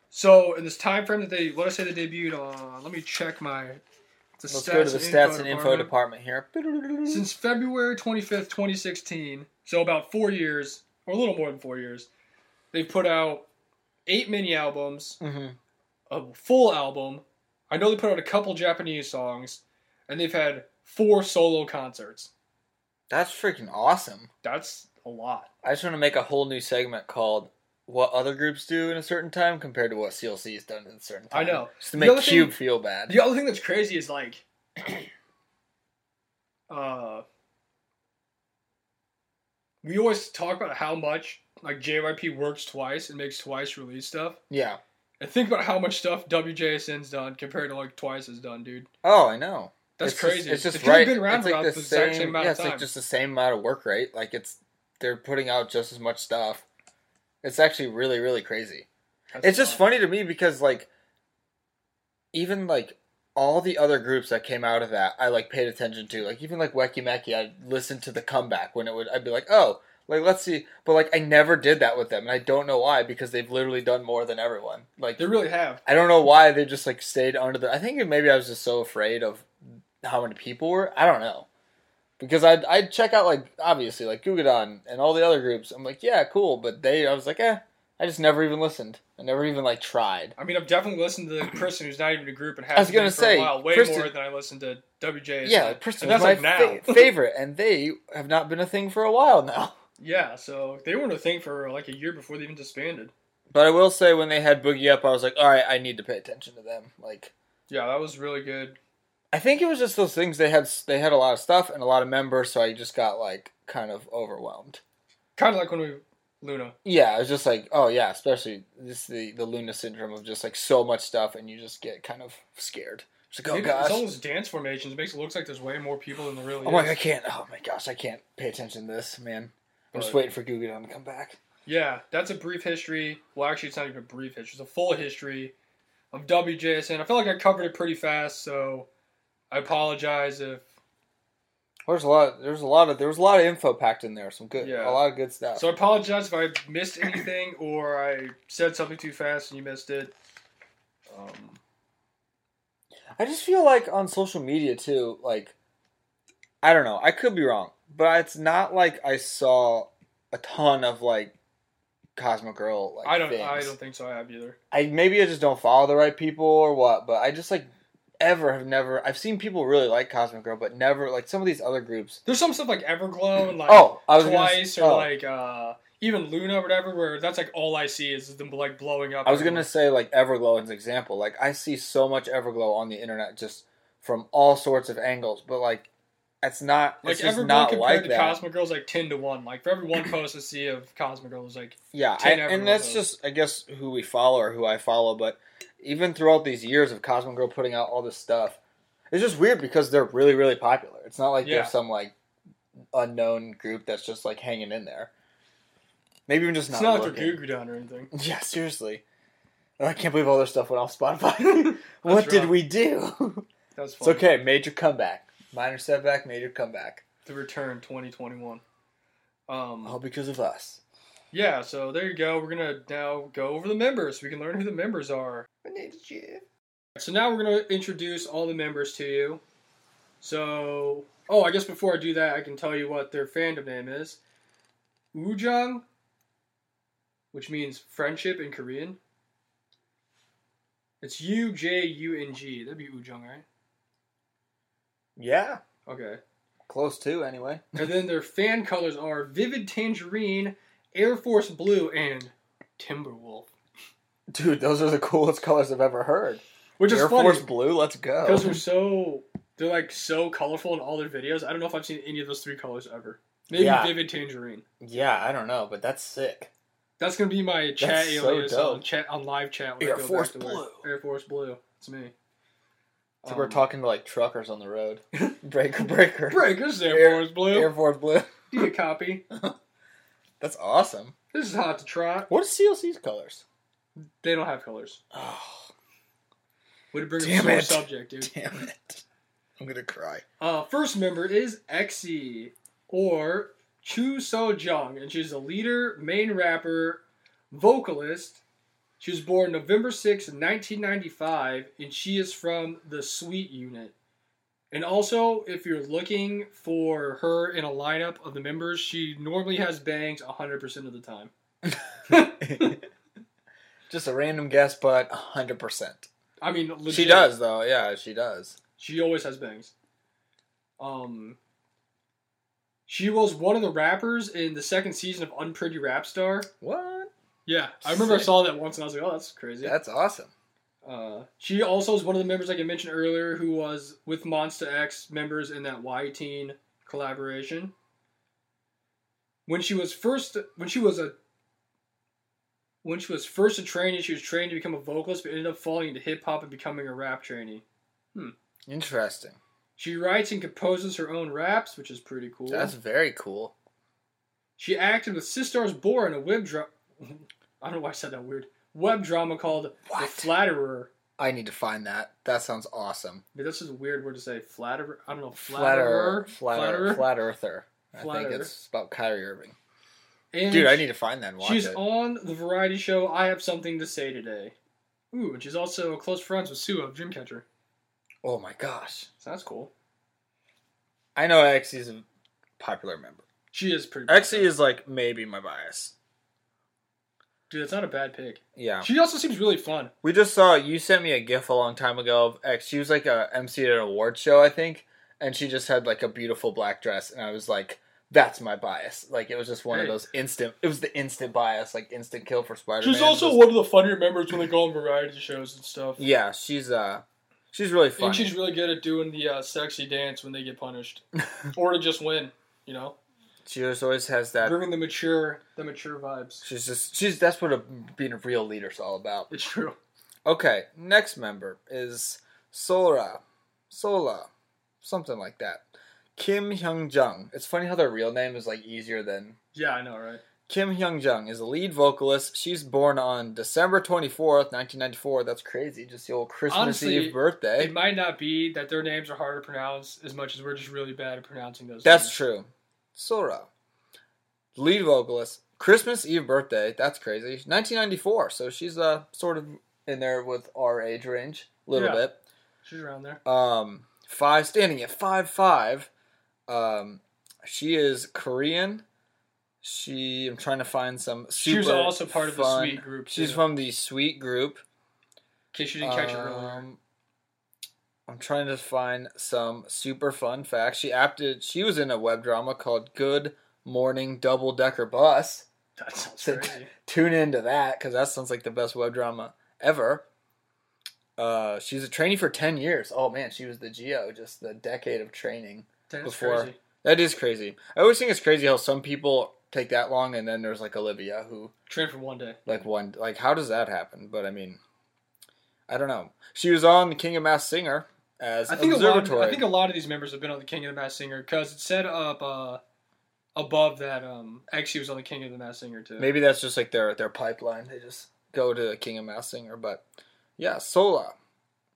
Speaker 2: So in this time frame that they let us say they debuted on, let me check my. The
Speaker 1: Let's go to the stats and info department here.
Speaker 2: Since February 25th, 2016, so about four years, or a little more than four years, they've put out eight mini albums,
Speaker 1: hmm
Speaker 2: a full album. I know they put out a couple Japanese songs, and they've had four solo concerts.
Speaker 1: That's freaking awesome.
Speaker 2: That's a lot.
Speaker 1: I just want to make a whole new segment called "What Other Groups Do in a Certain Time" compared to what CLC has done in a certain
Speaker 2: I
Speaker 1: time.
Speaker 2: know.
Speaker 1: Just to
Speaker 2: The
Speaker 1: make
Speaker 2: other thing-
Speaker 1: Cube feel bad.
Speaker 2: The other thing that's crazy is like, uh, we always talk about how much like JYP works twice and makes twice release stuff,
Speaker 1: Yeah.
Speaker 2: and think about how much stuff WJSN's done compared to like twice has done, dude.
Speaker 1: Oh, I know.
Speaker 2: That's
Speaker 1: It's just-
Speaker 2: crazy.
Speaker 1: it's just
Speaker 2: If
Speaker 1: right.
Speaker 2: You've been around
Speaker 1: it's
Speaker 2: for
Speaker 1: like
Speaker 2: about
Speaker 1: the
Speaker 2: the exact
Speaker 1: same.
Speaker 2: same amount
Speaker 1: yeah,
Speaker 2: of
Speaker 1: it's
Speaker 2: time.
Speaker 1: like just the same amount of work rate. Like it's they're putting out just as much stuff. It's actually really really crazy.
Speaker 2: That's
Speaker 1: it's
Speaker 2: a
Speaker 1: just
Speaker 2: lot.
Speaker 1: funny to me because like even like all the other groups that came out of that I like paid attention to. Like even like Wacky Macky, I listened to the comeback when it would I'd be like, "Oh, like let's see." But like I never did that with them and I don't know why because they've literally done more than everyone. Like
Speaker 2: They really have.
Speaker 1: I don't know why they just like stayed under the. I think maybe I was just so afraid of how many people were. I don't know because I'd I'd check out like obviously like Gugadon and all the other groups. I'm like yeah cool, but they I was like eh. I just never even listened. I never even like tried.
Speaker 2: I mean, I've definitely listened to the person who's not even a group and has
Speaker 1: I was
Speaker 2: been
Speaker 1: gonna
Speaker 2: for
Speaker 1: say,
Speaker 2: a while way
Speaker 1: Kristen-
Speaker 2: more than I listened to WJSN.
Speaker 1: yeah, Princeton
Speaker 2: and
Speaker 1: was
Speaker 2: that's
Speaker 1: my
Speaker 2: like now.
Speaker 1: fa- favorite, and they have not been a thing for a while now.
Speaker 2: Yeah, so they weren't a thing for like a year before they even disbanded.
Speaker 1: But I will say when they had Boogie Up, I was like, all right, I need to pay attention to them. Like
Speaker 2: Yeah, that was really good.
Speaker 1: I think it was just those things they had. They had a lot of stuff and a lot of members, so I just got like kind of overwhelmed.
Speaker 2: Kind of like when we Luna.
Speaker 1: Yeah, I was just like, oh yeah, especially this the the Luna syndrome of just like so much stuff, and you just get kind of scared. Just like, oh
Speaker 2: Dude,
Speaker 1: gosh,
Speaker 2: It's all those dance formations. It makes it look like there's way more people than there really
Speaker 1: oh
Speaker 2: is.
Speaker 1: my, I can't. Oh my gosh, I can't pay attention to this, man. I'm just
Speaker 2: But-
Speaker 1: waiting for Gugan to come back.
Speaker 2: Yeah, that's a brief history. Well, actually, it's not even a brief history. It's a full history of WJSN. I feel like I covered it pretty fast, so I apologize if
Speaker 1: There's a lot. There's a lot of there was a lot of info packed in there. Some good,
Speaker 2: Yeah.
Speaker 1: a lot of good stuff.
Speaker 2: So I apologize if I missed anything or I said something too fast and you missed it. Um,
Speaker 1: I just feel like on social media too, like I don't know, I could be wrong, but it's not like I saw a ton of like Cosmo Girl like
Speaker 2: I don't.
Speaker 1: things.
Speaker 2: I don't think so. I have either.
Speaker 1: I maybe I just don't follow the right people or what, but I just like ever have never I've seen people really like Cosmic Girl, but never like some of these other groups.
Speaker 2: There's some stuff like Everglow and like
Speaker 1: Oh, I was gonna s-
Speaker 2: Twice
Speaker 1: oh.
Speaker 2: or like uh, even Luna or whatever. Where that's like all I see is them like blowing up.
Speaker 1: I was gonna say like Everglow as an example. Like I see so much Everglow on the internet just from all sorts of angles, but like it's not
Speaker 2: like
Speaker 1: it's just
Speaker 2: Everglow
Speaker 1: not
Speaker 2: compared
Speaker 1: like
Speaker 2: to
Speaker 1: that.
Speaker 2: Cosmo Girl's like ten to one. Like for every one post I see of Cosmo Girl is like
Speaker 1: Yeah, I,
Speaker 2: Ten
Speaker 1: and
Speaker 2: Everglow
Speaker 1: that's
Speaker 2: votes.
Speaker 1: just I guess who we follow or who I follow. But even throughout these years of Cosmo Girl putting out all this stuff, it's just weird because they're really really popular. It's not like
Speaker 2: Yeah.
Speaker 1: they're some like unknown group that's just like hanging in there. Maybe even just
Speaker 2: it's
Speaker 1: not.
Speaker 2: not like
Speaker 1: looking.
Speaker 2: they're goo down or anything.
Speaker 1: Yeah, seriously. I can't believe all their stuff went off Spotify. what
Speaker 2: That's
Speaker 1: did
Speaker 2: rough.
Speaker 1: we do?
Speaker 2: That's
Speaker 1: it's
Speaker 2: funny.
Speaker 1: okay. Major comeback, minor setback, major comeback.
Speaker 2: The return 2021. Um,
Speaker 1: All because of us.
Speaker 2: Yeah, so there you go. We're gonna now go over the members. We can learn who the members are.
Speaker 1: I needed you.
Speaker 2: So now we're gonna introduce all the members to you. So, oh, I guess before I do that, I can tell you what their fandom name is. Ujang, which means friendship in Korean. It's U J U N G. That'd be Ujang, right?
Speaker 1: Yeah,
Speaker 2: Okay.
Speaker 1: close to anyway.
Speaker 2: And then their fan colors are Vivid Tangerine, Air Force Blue, and Timberwolf.
Speaker 1: Dude, those are the coolest colors I've ever heard.
Speaker 2: Which is
Speaker 1: Air
Speaker 2: funny.
Speaker 1: Force Blue, let's
Speaker 2: Those
Speaker 1: go.
Speaker 2: are so they're like so colorful in all their videos. I don't know if I've seen any of those three colors ever. Maybe
Speaker 1: Yeah.
Speaker 2: vivid tangerine.
Speaker 1: Yeah, I don't know, but that's sick.
Speaker 2: That's gonna be my chat
Speaker 1: so
Speaker 2: alias
Speaker 1: dope.
Speaker 2: on chat on live chat. When
Speaker 1: Air
Speaker 2: I go
Speaker 1: Force
Speaker 2: back to work. Air Force Blue. It's me.
Speaker 1: So we're
Speaker 2: Um,
Speaker 1: talking to like truckers on the road. Breaker, breaker.
Speaker 2: Breakers Air,
Speaker 1: Air-
Speaker 2: Force Blue.
Speaker 1: Air Force Blue.
Speaker 2: Give me a copy.
Speaker 1: That's awesome.
Speaker 2: This is hot to trot.
Speaker 1: What is CLC's colors?
Speaker 2: They don't have colors.
Speaker 1: Oh,
Speaker 2: Way to bring
Speaker 1: Damn
Speaker 2: up a
Speaker 1: it.
Speaker 2: sore subject, dude.
Speaker 1: damn it. I'm going to cry.
Speaker 2: Uh, first member is Exy, or Chu So Jung, and she's a leader, main rapper, vocalist. She was born November 6, 1995, and she is from the Sweet Unit. And also, if you're looking for her in a lineup of the members, she normally has bangs 100% of the time.
Speaker 1: Just a random guess, but 100%.
Speaker 2: I mean, legit,
Speaker 1: She does, though. Yeah, she does.
Speaker 2: She always has bangs. Um, she was one of the rappers in the second season of Unpretty Rap Star.
Speaker 1: What?
Speaker 2: Yeah, I remember I
Speaker 1: Sick.
Speaker 2: saw that once and I was like, oh, that's crazy.
Speaker 1: That's awesome.
Speaker 2: Uh, she also is one of the members, like I mentioned earlier, who was with Monsta X members in that Y Teen collaboration. When she was first, when she was a, when she was first a trainee, she was trained to become a vocalist, but ended up falling into hip hop and becoming a rap trainee.
Speaker 1: Interesting.
Speaker 2: She writes and composes her own raps, which is pretty cool.
Speaker 1: That's very cool.
Speaker 2: She acted with Sistar's Bore in a web drama. I don't know why I said that weird web drama called The
Speaker 1: What?
Speaker 2: Flatterer.
Speaker 1: I need to find that. That sounds awesome.
Speaker 2: Dude, this is a weird word to say. Flatterer. I don't know. Flatterer.
Speaker 1: Flatter, flatter, flat earther. I
Speaker 2: Flat
Speaker 1: think
Speaker 2: Earth.
Speaker 1: it's about Kyrie Irving.
Speaker 2: And
Speaker 1: Dude, I need to find that and watch
Speaker 2: She's
Speaker 1: it.
Speaker 2: on the variety show. I have something to say today. Ooh, and she's also close friends with Sue of Dreamcatcher.
Speaker 1: oh my gosh.
Speaker 2: So that's cool.
Speaker 1: I know Exy's a popular member.
Speaker 2: She is pretty.
Speaker 1: Exy is like maybe my bias.
Speaker 2: Dude, that's not a bad pick.
Speaker 1: Yeah.
Speaker 2: She also seems really fun.
Speaker 1: We just saw you sent me a gif a long time ago of X. She was like a MC at an award show, I think, and she just had like a beautiful black dress, and I was like, "That's my bias." Like it was just one of
Speaker 2: Hey.
Speaker 1: those instant. It was the instant bias, like instant kill for Spider.
Speaker 2: She's also one of the funnier members when they go on variety shows and stuff.
Speaker 1: yeah, she's uh, she's really funny.
Speaker 2: And she's really good at doing the uh, sexy dance when they get punished, or to just win. You know,
Speaker 1: she just always has that.
Speaker 2: bringing the mature, the mature vibes.
Speaker 1: She's just she's that's what a, being a real leader's all about.
Speaker 2: It's true.
Speaker 1: Okay, next member is Sora, Sola, something like that. Kim Hyung Jung. It's funny how their real name is like easier than
Speaker 2: Yeah, I know, right?
Speaker 1: Kim Hyung Jung is a lead vocalist. She's born on December 24th, 1994. That's crazy. Just the old Christmas
Speaker 2: Honestly,
Speaker 1: Eve birthday.
Speaker 2: It might not be that their names are hard to pronounce as much as we're just really bad at pronouncing those.
Speaker 1: That's
Speaker 2: names.
Speaker 1: true. Sora. Lead vocalist. Christmas Eve birthday. That's crazy. 1994. So she's uh, sort of in there with our age range a little
Speaker 2: Yeah.
Speaker 1: bit.
Speaker 2: She's around there.
Speaker 1: Um, five standing at five five. Um, she is Korean. She. I'm trying to find some.
Speaker 2: She was
Speaker 1: super
Speaker 2: also part of the
Speaker 1: fun-
Speaker 2: Sweet group.
Speaker 1: She's
Speaker 2: too,
Speaker 1: from the Sweet Group.
Speaker 2: In case you didn't catch it earlier.
Speaker 1: Um, I'm trying to find some super fun facts. She acted. She was in a web drama called Good Morning Double Decker Bus.
Speaker 2: That sounds
Speaker 1: so-
Speaker 2: crazy.
Speaker 1: Tune into that because that sounds like the best web drama ever. Uh, she was a trainee for ten years. Oh man, she was the geo, just the decade of training.
Speaker 2: That's
Speaker 1: before-
Speaker 2: crazy.
Speaker 1: That is crazy. I always think it's crazy how some people take that long, and then there's like Olivia who
Speaker 2: Trained for one day.
Speaker 1: like one like how does that happen? But I mean, I don't know. She was on The King of Mass Singer as
Speaker 2: I think a lot. Of,
Speaker 1: observatory.
Speaker 2: I think a lot of these members have been on the King of the Mass Singer because it said up uh, above that um, actually was on the King of the Mass Singer too.
Speaker 1: Maybe that's just like their their pipeline. They just go to The King of Mass Singer. But yeah, Sola,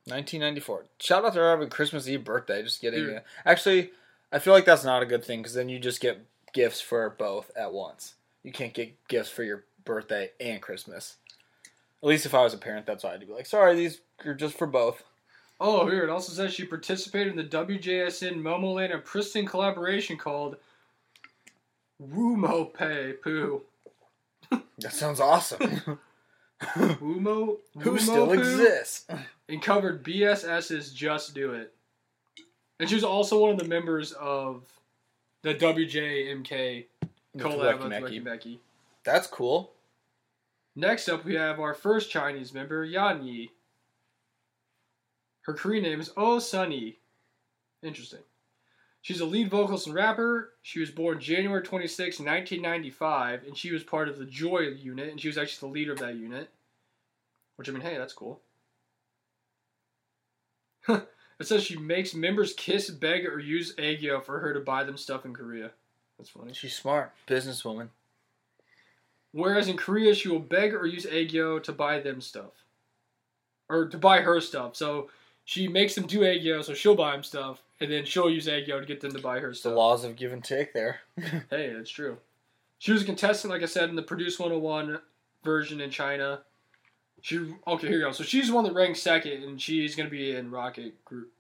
Speaker 1: 1994. Shout out to her having Christmas Eve birthday. Just getting
Speaker 2: Dude.
Speaker 1: uh, actually, I feel like that's not a good thing because then you just get gifts for both at once. You can't get gifts for your birthday and Christmas. At least if I was a parent, that's why I'd be like, sorry, these are just for both.
Speaker 2: Oh, here it also says she participated in the WJSN Momoland and Princeton collaboration called Wumo Pay Poo.
Speaker 1: That sounds awesome.
Speaker 2: Wumo
Speaker 1: Who
Speaker 2: Wumo
Speaker 1: still
Speaker 2: Poo?
Speaker 1: exists?
Speaker 2: And covered BSS's Just Do It. And she was also one of the members of the WJMK collab
Speaker 1: Wacky
Speaker 2: with Becky.
Speaker 1: Macky.
Speaker 2: Becky.
Speaker 1: That's cool.
Speaker 2: Next up, we have our first Chinese member, Yan Yi. Her Korean name is Oh Sun Yi. Interesting. She's a lead vocalist and rapper. She was born January 26, 1995, and she was part of the Joy unit, and she was actually the leader of that unit. Which, I mean, hey, that's cool. it says she makes members kiss, beg, or use Agyo for her to buy them stuff in Korea. That's funny.
Speaker 1: She's smart, businesswoman.
Speaker 2: Whereas in Korea, she will beg or use Aegyo to buy them stuff. Or to buy her stuff. So she makes them do Aegyo, so she'll buy them stuff, and then she'll use Aegyo to get them to buy her
Speaker 1: It's the
Speaker 2: stuff.
Speaker 1: laws of give and take there.
Speaker 2: Hey, that's true. She was a contestant, like I said, in the Produce 101 version in China. She okay, here you go. So she's the one that ranked second, and she's gonna be in Rocket Group.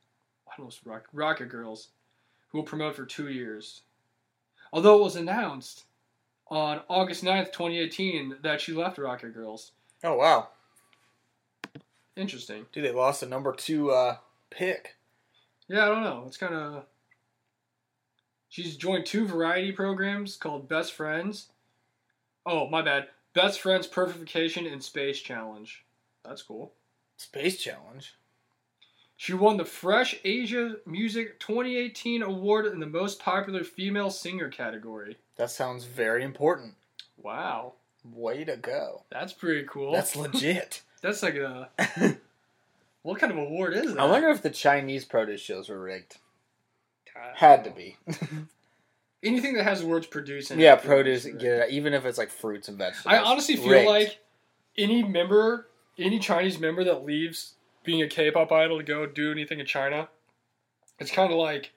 Speaker 2: I don't know, it's Rock, Rocket Girls, who will promote for two years. Although it was announced on August 9th, 2018, that she left Rocket Girls.
Speaker 1: Oh wow,
Speaker 2: Interesting.
Speaker 1: dude, they lost the number two uh, pick.
Speaker 2: Yeah, I don't know. It's kind of. She's joined two variety programs called Best Friends. Oh, my bad. Best Friends Perfection and Space Challenge. That's cool.
Speaker 1: Space challenge.
Speaker 2: She won the Fresh Asia Music 2018 award in the most popular female singer category.
Speaker 1: That sounds very important.
Speaker 2: Wow,
Speaker 1: Way to go.
Speaker 2: that's pretty cool.
Speaker 1: That's legit.
Speaker 2: That's like a
Speaker 1: I
Speaker 2: what kind of award is that?
Speaker 1: wonder if the Chinese produce shows were rigged.
Speaker 2: God.
Speaker 1: Had to be.
Speaker 2: anything that has the words produce. In it
Speaker 1: yeah,
Speaker 2: pretty much
Speaker 1: produce.
Speaker 2: is
Speaker 1: Get
Speaker 2: it.
Speaker 1: it, out, even if it's like fruits and vegetables.
Speaker 2: I honestly feel
Speaker 1: Rigged.
Speaker 2: like any member, any Chinese member that leaves being a K-pop idol to go do anything in China, it's kind of like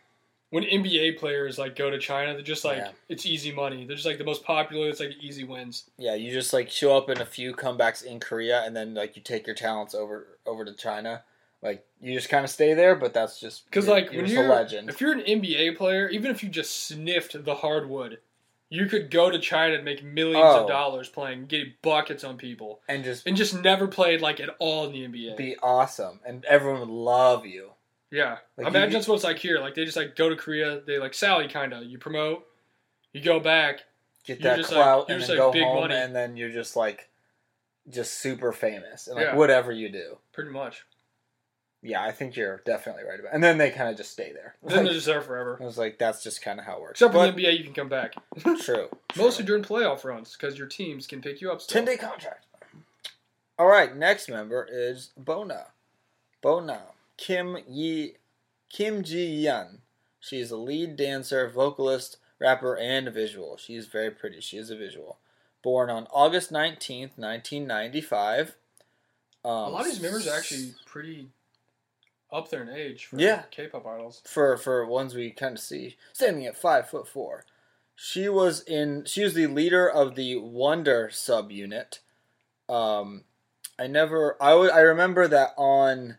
Speaker 2: when NBA players like go to China. They're just like
Speaker 1: Yeah.
Speaker 2: it's easy money. They're just like the most popular. It's like easy wins.
Speaker 1: Yeah, you just like show up in a few comebacks in Korea, and then like you take your talents over over to China. Like you just kind of stay there, but that's just
Speaker 2: Because
Speaker 1: you're-
Speaker 2: like
Speaker 1: you're
Speaker 2: when
Speaker 1: just
Speaker 2: you're
Speaker 1: a legend.
Speaker 2: if you're an NBA player, even if you just sniffed the hardwood. You could go to China and make millions
Speaker 1: Oh.
Speaker 2: of dollars playing, getting buckets on people,
Speaker 1: and just
Speaker 2: and just never played like at all in the NBA.
Speaker 1: be awesome, and everyone would love you.
Speaker 2: Yeah,
Speaker 1: Like,
Speaker 2: imagine
Speaker 1: you-
Speaker 2: that's what it's like here. Like they just like go to Korea. They like Sally kind of. You promote, you go back.
Speaker 1: Get
Speaker 2: You're
Speaker 1: that
Speaker 2: just, like-
Speaker 1: clout,
Speaker 2: you're
Speaker 1: and
Speaker 2: just,
Speaker 1: then
Speaker 2: like,
Speaker 1: go
Speaker 2: big
Speaker 1: home,
Speaker 2: money.
Speaker 1: and then you're just like just super famous, and like
Speaker 2: Yeah.
Speaker 1: whatever you do.
Speaker 2: Pretty much.
Speaker 1: Yeah, I think you're definitely right about. And then they kind of just stay there.
Speaker 2: Then they're
Speaker 1: Like,
Speaker 2: just there forever.
Speaker 1: I was like, that's just kind of how it works.
Speaker 2: Except for
Speaker 1: But-
Speaker 2: the NBA, you can come back
Speaker 1: true.
Speaker 2: mostly
Speaker 1: true.
Speaker 2: during playoff runs because your teams can pick you up. Still.
Speaker 1: ten day contract. All right, next member is Bona. Bona Kim Yi Kim Ji Yeon. She is a lead dancer, vocalist, rapper, and visual. She is very pretty. She is a visual. Born on August nineteenth, nineteen ninety five. Um,
Speaker 2: A lot of these members are actually pretty up there in age. For
Speaker 1: Yeah.
Speaker 2: K-pop idols.
Speaker 1: for for ones we kind of see standing at five foot four. She was in. She was the leader of the Wonder subunit. Um, I never. I wa- I remember that on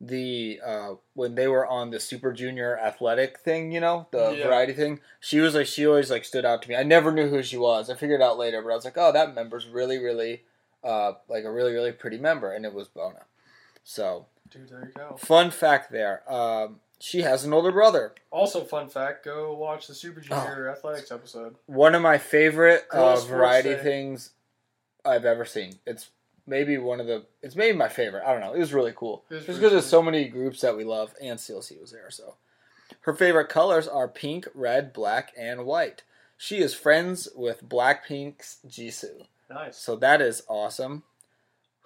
Speaker 1: the uh when they were on the Super Junior athletic thing, you know, the
Speaker 2: Yeah.
Speaker 1: variety thing. She was like she always like stood out to me. I never knew who she was. I figured it out later, but I was like, oh, that member's really really uh like a really really pretty member, and it was Bona. So
Speaker 2: Dude, there you go.
Speaker 1: Fun fact there. Um, she has an older brother.
Speaker 2: Also, fun fact: go watch the
Speaker 1: Oh.
Speaker 2: Super Junior athletics episode.
Speaker 1: One of my favorite
Speaker 2: Girl
Speaker 1: uh,
Speaker 2: Sports
Speaker 1: variety
Speaker 2: Day.
Speaker 1: things I've ever seen. It's maybe one of the. It's maybe my favorite. I don't know. It was really cool.
Speaker 2: It
Speaker 1: Just
Speaker 2: was
Speaker 1: because
Speaker 2: pretty
Speaker 1: there's
Speaker 2: sweet.
Speaker 1: so many groups that we love, and CLC was there. So, her favorite colors are pink, red, black, and white. She is friends with Blackpink's Jisoo.
Speaker 2: Nice.
Speaker 1: So that is awesome.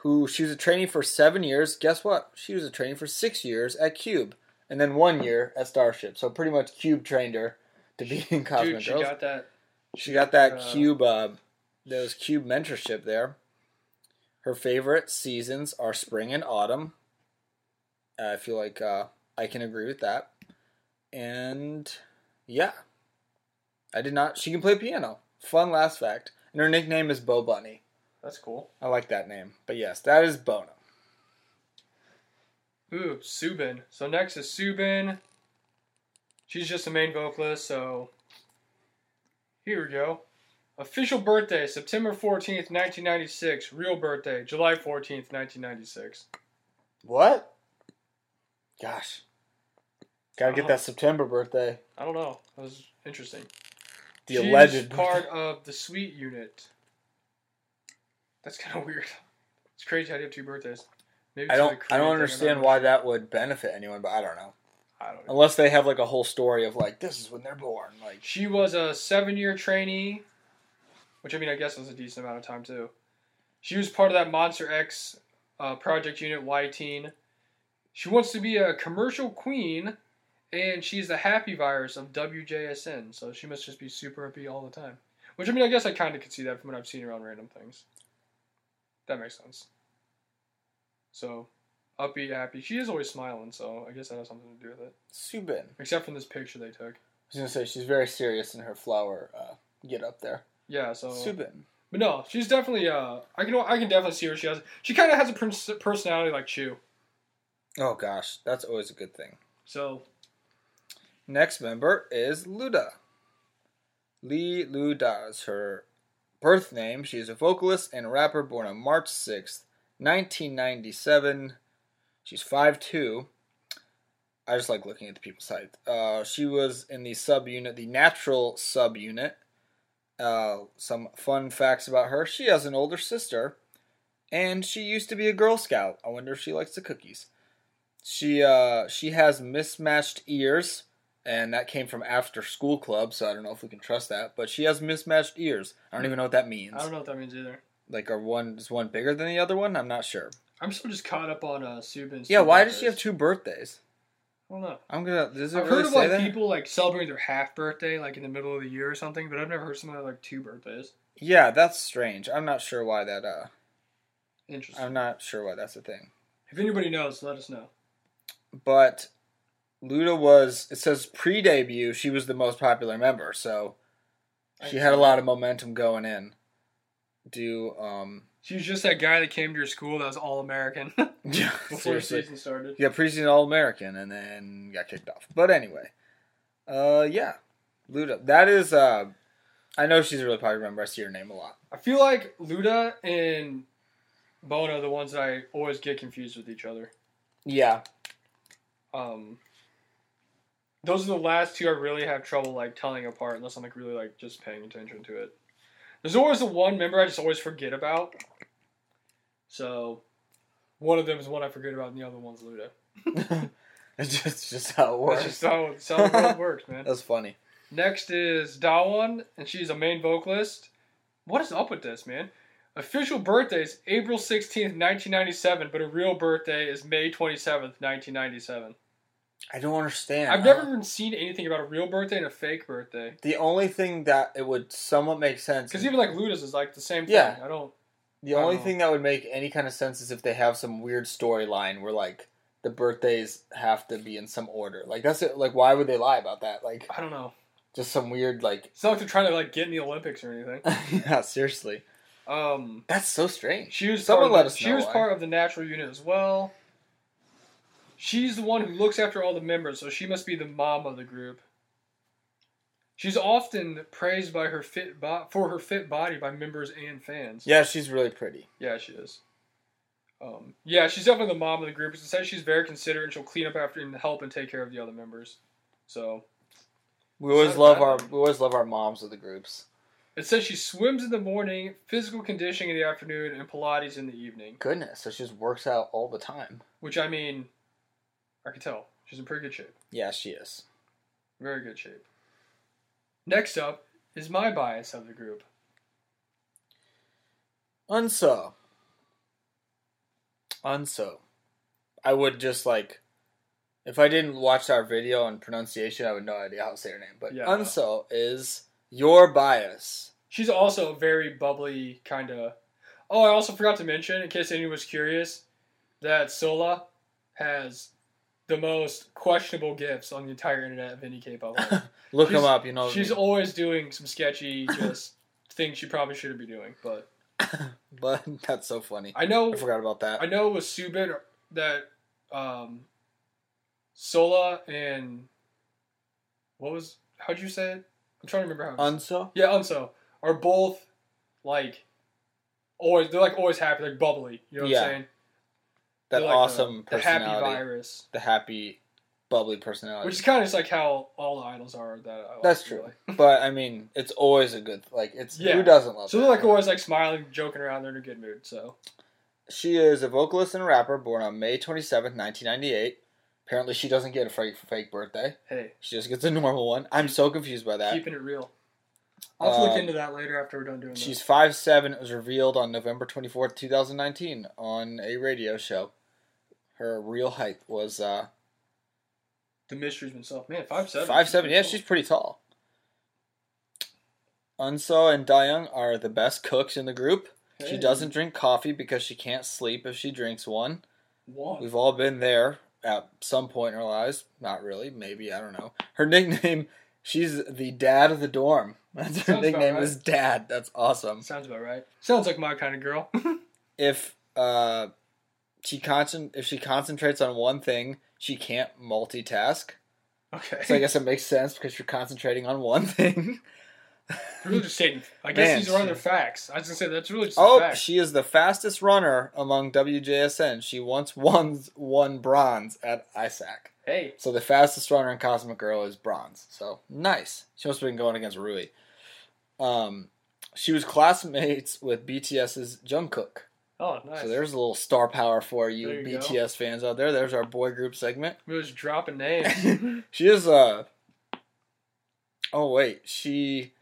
Speaker 1: Who she was a trainee for seven years. Guess what? She was a trainee for six years at Cube, and then one year at Starship. So pretty much Cube trained her to be in Cosmic
Speaker 2: Dude, she
Speaker 1: Girls.
Speaker 2: got that.
Speaker 1: she got that
Speaker 2: uh,
Speaker 1: Cube. Uh, those Cube mentorship there. Her favorite seasons are spring and autumn. I feel like uh, I can agree with that. And yeah, I did not. She can play piano. Fun last fact. And her nickname is Bow Bunny.
Speaker 2: That's cool.
Speaker 1: I like that name. But yes, that is Bono.
Speaker 2: Ooh, Subin. So next is Subin. She's just a main vocalist, so here we go. Official birthday, September 14th, 1996. Real birthday, July 14th, 1996.
Speaker 1: What? Gosh. Gotta get that September birthday.
Speaker 2: I don't know. That was interesting.
Speaker 1: The
Speaker 2: She's
Speaker 1: alleged
Speaker 2: part of the Sweet Unit. That's kind of weird. It's crazy how you have two birthdays. Maybe
Speaker 1: I
Speaker 2: it's
Speaker 1: don't
Speaker 2: a
Speaker 1: I
Speaker 2: Korean
Speaker 1: don't
Speaker 2: thing,
Speaker 1: understand
Speaker 2: not-
Speaker 1: why that would benefit anyone, but I don't know.
Speaker 2: I don't know.
Speaker 1: Unless they have like a whole story of like this is when they're born. Like
Speaker 2: She was a seven year trainee, which I mean, I guess was a decent amount of time too. She was part of that Monster X uh, project unit Y Teen. She wants to be a commercial queen and she's the happy virus of WJSN, so she must just be super happy all the time. Which I mean, I guess I kind of could see that from what I've seen her on random things. That makes sense. So, upbeat, happy. She is always smiling, so I guess that has something to do with it.
Speaker 1: Subin. I
Speaker 2: Except from this picture they took.
Speaker 1: was gonna say she's very serious in her flower uh, get up there.
Speaker 2: Yeah, so.
Speaker 1: Subin.
Speaker 2: But no, she's definitely. Uh, I can I can definitely see her. She has. She kind of has a pers- personality like Chew.
Speaker 1: Oh gosh, that's always a good thing.
Speaker 2: So
Speaker 1: Next member is Luda. Lee Luda is her birth name. She is a vocalist and rapper born on March 6th, 1997. She's 5'2. I just like looking at the people's height. Uh, she was in the subunit, the natural subunit. Uh, some fun facts about her she has an older sister, and she used to be a Girl Scout. I wonder if she likes the cookies. She uh, she has mismatched ears, and that came from after school club, so I don't know if we can trust that. But she has mismatched ears. I don't even know what that means.
Speaker 2: I don't know what that means either.
Speaker 1: Like, are one is one bigger than the other one? I'm not sure.
Speaker 2: I'm still just caught up on uh, Subin's.
Speaker 1: Yeah,
Speaker 2: two
Speaker 1: why does she have
Speaker 2: birthdays.
Speaker 1: two birthdays?
Speaker 2: I don't know.
Speaker 1: I'm gonna. Does it
Speaker 2: I've
Speaker 1: really
Speaker 2: heard of
Speaker 1: say
Speaker 2: like
Speaker 1: that?
Speaker 2: people like celebrating their half birthday like in the middle of the year or something, but I've never heard someone have like two birthdays.
Speaker 1: Yeah, that's strange. I'm not sure why that. Uh,
Speaker 2: Interesting.
Speaker 1: I'm not sure why that's a thing.
Speaker 2: if anybody knows, let us know.
Speaker 1: But Luda was. It says pre-debut. She was the most popular member, so she
Speaker 2: I-
Speaker 1: had a lot of momentum going in. Do um.
Speaker 2: She was just that guy that came to your school that was all American
Speaker 1: Yeah,
Speaker 2: before the
Speaker 1: seriously.
Speaker 2: season started.
Speaker 1: He got preseason All American and then got kicked off. But anyway, uh, yeah, Luda. That is. Uh, I know she's a really popular member. I see her name a lot.
Speaker 2: I feel like Luda and Bono are the ones that I always get confused with each other.
Speaker 1: Yeah,
Speaker 2: Um, those are the last two I really have trouble like telling apart unless I'm like really like just paying attention to it. There's always the one member I just always forget about. So, one of them is one I forget about, and the other one's Luda.
Speaker 1: it's just it's just how it works.
Speaker 2: That's just how, that's how the world works, man.
Speaker 1: That's funny.
Speaker 2: Next is Dawan, and she's a main vocalist. What is up with this, man? Official birthday is April 16th, 1997, but her real birthday is May 27th, 1997.
Speaker 1: I don't understand.
Speaker 2: I've never even seen anything about a real birthday and a fake birthday.
Speaker 1: The only thing that it would somewhat make sense.
Speaker 2: Because even Oh. like Luda's is like the same thing.
Speaker 1: Yeah.
Speaker 2: I don't.
Speaker 1: the
Speaker 2: I don't
Speaker 1: only
Speaker 2: know.
Speaker 1: thing that would make any kind of sense is if they have some weird storyline where like the birthdays have to be in some order. Like that's it. Like why would they lie about that? Like
Speaker 2: I don't know.
Speaker 1: just some weird like.
Speaker 2: It's not like they're trying to like get in the Olympics or anything.
Speaker 1: yeah, seriously.
Speaker 2: Um,
Speaker 1: That's so strange.
Speaker 2: she was
Speaker 1: Someone
Speaker 2: part of
Speaker 1: let
Speaker 2: the-
Speaker 1: us
Speaker 2: She
Speaker 1: know
Speaker 2: was
Speaker 1: why.
Speaker 2: part of the natural unit as well. She's the one who looks after all the members, so she must be the mom of the group. She's often praised by her fit bo- for her fit body by members and fans.
Speaker 1: Yeah, she's really pretty.
Speaker 2: Yeah, she is. Um, yeah, she's definitely the mom of the group. It says she's very considerate and she'll clean up after and help and take care of the other members. So
Speaker 1: We always
Speaker 2: Sounds
Speaker 1: love
Speaker 2: bad.
Speaker 1: our we always love our moms of the groups.
Speaker 2: it says she swims in the morning, physical conditioning in the afternoon, and Pilates in the evening.
Speaker 1: Goodness, so she just works out all the time.
Speaker 2: Which I mean, I can tell she's in pretty good shape.
Speaker 1: Yeah, she is.
Speaker 2: Very good shape. Next up is my bias of the group.
Speaker 1: Unso. Unso. I would just like if I didn't watch our video on pronunciation, I would no idea how to say her name. But
Speaker 2: Yeah.
Speaker 1: Unso is your bias.
Speaker 2: She's also a very bubbly kind of. Oh, I also forgot to mention, in case anyone was curious, that Sola has the most questionable gifts on the entire internet of any K-pop. idol.
Speaker 1: Look
Speaker 2: She's-
Speaker 1: him up, you know. what I
Speaker 2: She's
Speaker 1: mean.
Speaker 2: always doing some sketchy, just things she probably shouldn't be doing. But
Speaker 1: but that's so funny.
Speaker 2: I know
Speaker 1: I forgot about that.
Speaker 2: I know with Subin that um, Sola and what was how'd you say it? I'm trying to remember how. it was-
Speaker 1: Unso?
Speaker 2: yeah, Unso are both like always they're like always happy, like bubbly. You know what
Speaker 1: Yeah.
Speaker 2: I'm saying?
Speaker 1: That
Speaker 2: They're like the-
Speaker 1: awesome
Speaker 2: the,
Speaker 1: personality.
Speaker 2: happy virus,
Speaker 1: the happy, bubbly personality.
Speaker 2: which is kind of just like how all idols are. That I like,
Speaker 1: That's true.
Speaker 2: really.
Speaker 1: but I mean, it's always a good like it's
Speaker 2: Yeah.
Speaker 1: who doesn't love.
Speaker 2: So
Speaker 1: that?
Speaker 2: they're like always like smiling, joking around. They're in a good mood. So
Speaker 1: She is a vocalist and rapper born on May 27th, 1998. Apparently, she doesn't get a fake, fake birthday.
Speaker 2: hey,
Speaker 1: She just gets a normal one. I'm so confused by that.
Speaker 2: keeping it real. I'll have to look
Speaker 1: Um,
Speaker 2: into that later after we're done doing
Speaker 1: She's
Speaker 2: this.
Speaker 1: 5'7. It was revealed on November 24th, 2019, on a radio show. Her real height was uh,
Speaker 2: the mystery's been solved. Man, five seven.
Speaker 1: Five seven. Yeah, she's pretty tall. Unso and Dayoung are the best cooks in the group. She
Speaker 2: Hey.
Speaker 1: doesn't drink coffee because she can't sleep if she drinks one.
Speaker 2: one.
Speaker 1: We've all been there at some point in our lives. Not really, maybe, I don't know. Her nickname, she's the dad of the dorm. That's her
Speaker 2: Sounds about
Speaker 1: nickname
Speaker 2: right.
Speaker 1: is Dad. That's awesome.
Speaker 2: Sounds about right. Sounds like my kind of girl.
Speaker 1: If uh she concent- if she concentrates on one thing, she can't multitask.
Speaker 2: okay.
Speaker 1: So I guess it makes sense because you're concentrating on one thing.
Speaker 2: They're really just stating. I guess
Speaker 1: Man,
Speaker 2: these are
Speaker 1: she-
Speaker 2: other facts. I was gonna say that's really just a
Speaker 1: Oh,
Speaker 2: fact.
Speaker 1: she is the fastest runner among WJSN. She once won won bronze at ISAC.
Speaker 2: hey,
Speaker 1: So the fastest runner in Cosmic Girl is bronze. So nice. She must have been going against Rui. Um, she was classmates with BTS's Jungkook.
Speaker 2: oh nice.
Speaker 1: So there's a little star power for you,
Speaker 2: There you go.
Speaker 1: BTS fans out there. There's our boy group segment.
Speaker 2: we were just dropping names.
Speaker 1: She is uh Oh wait, she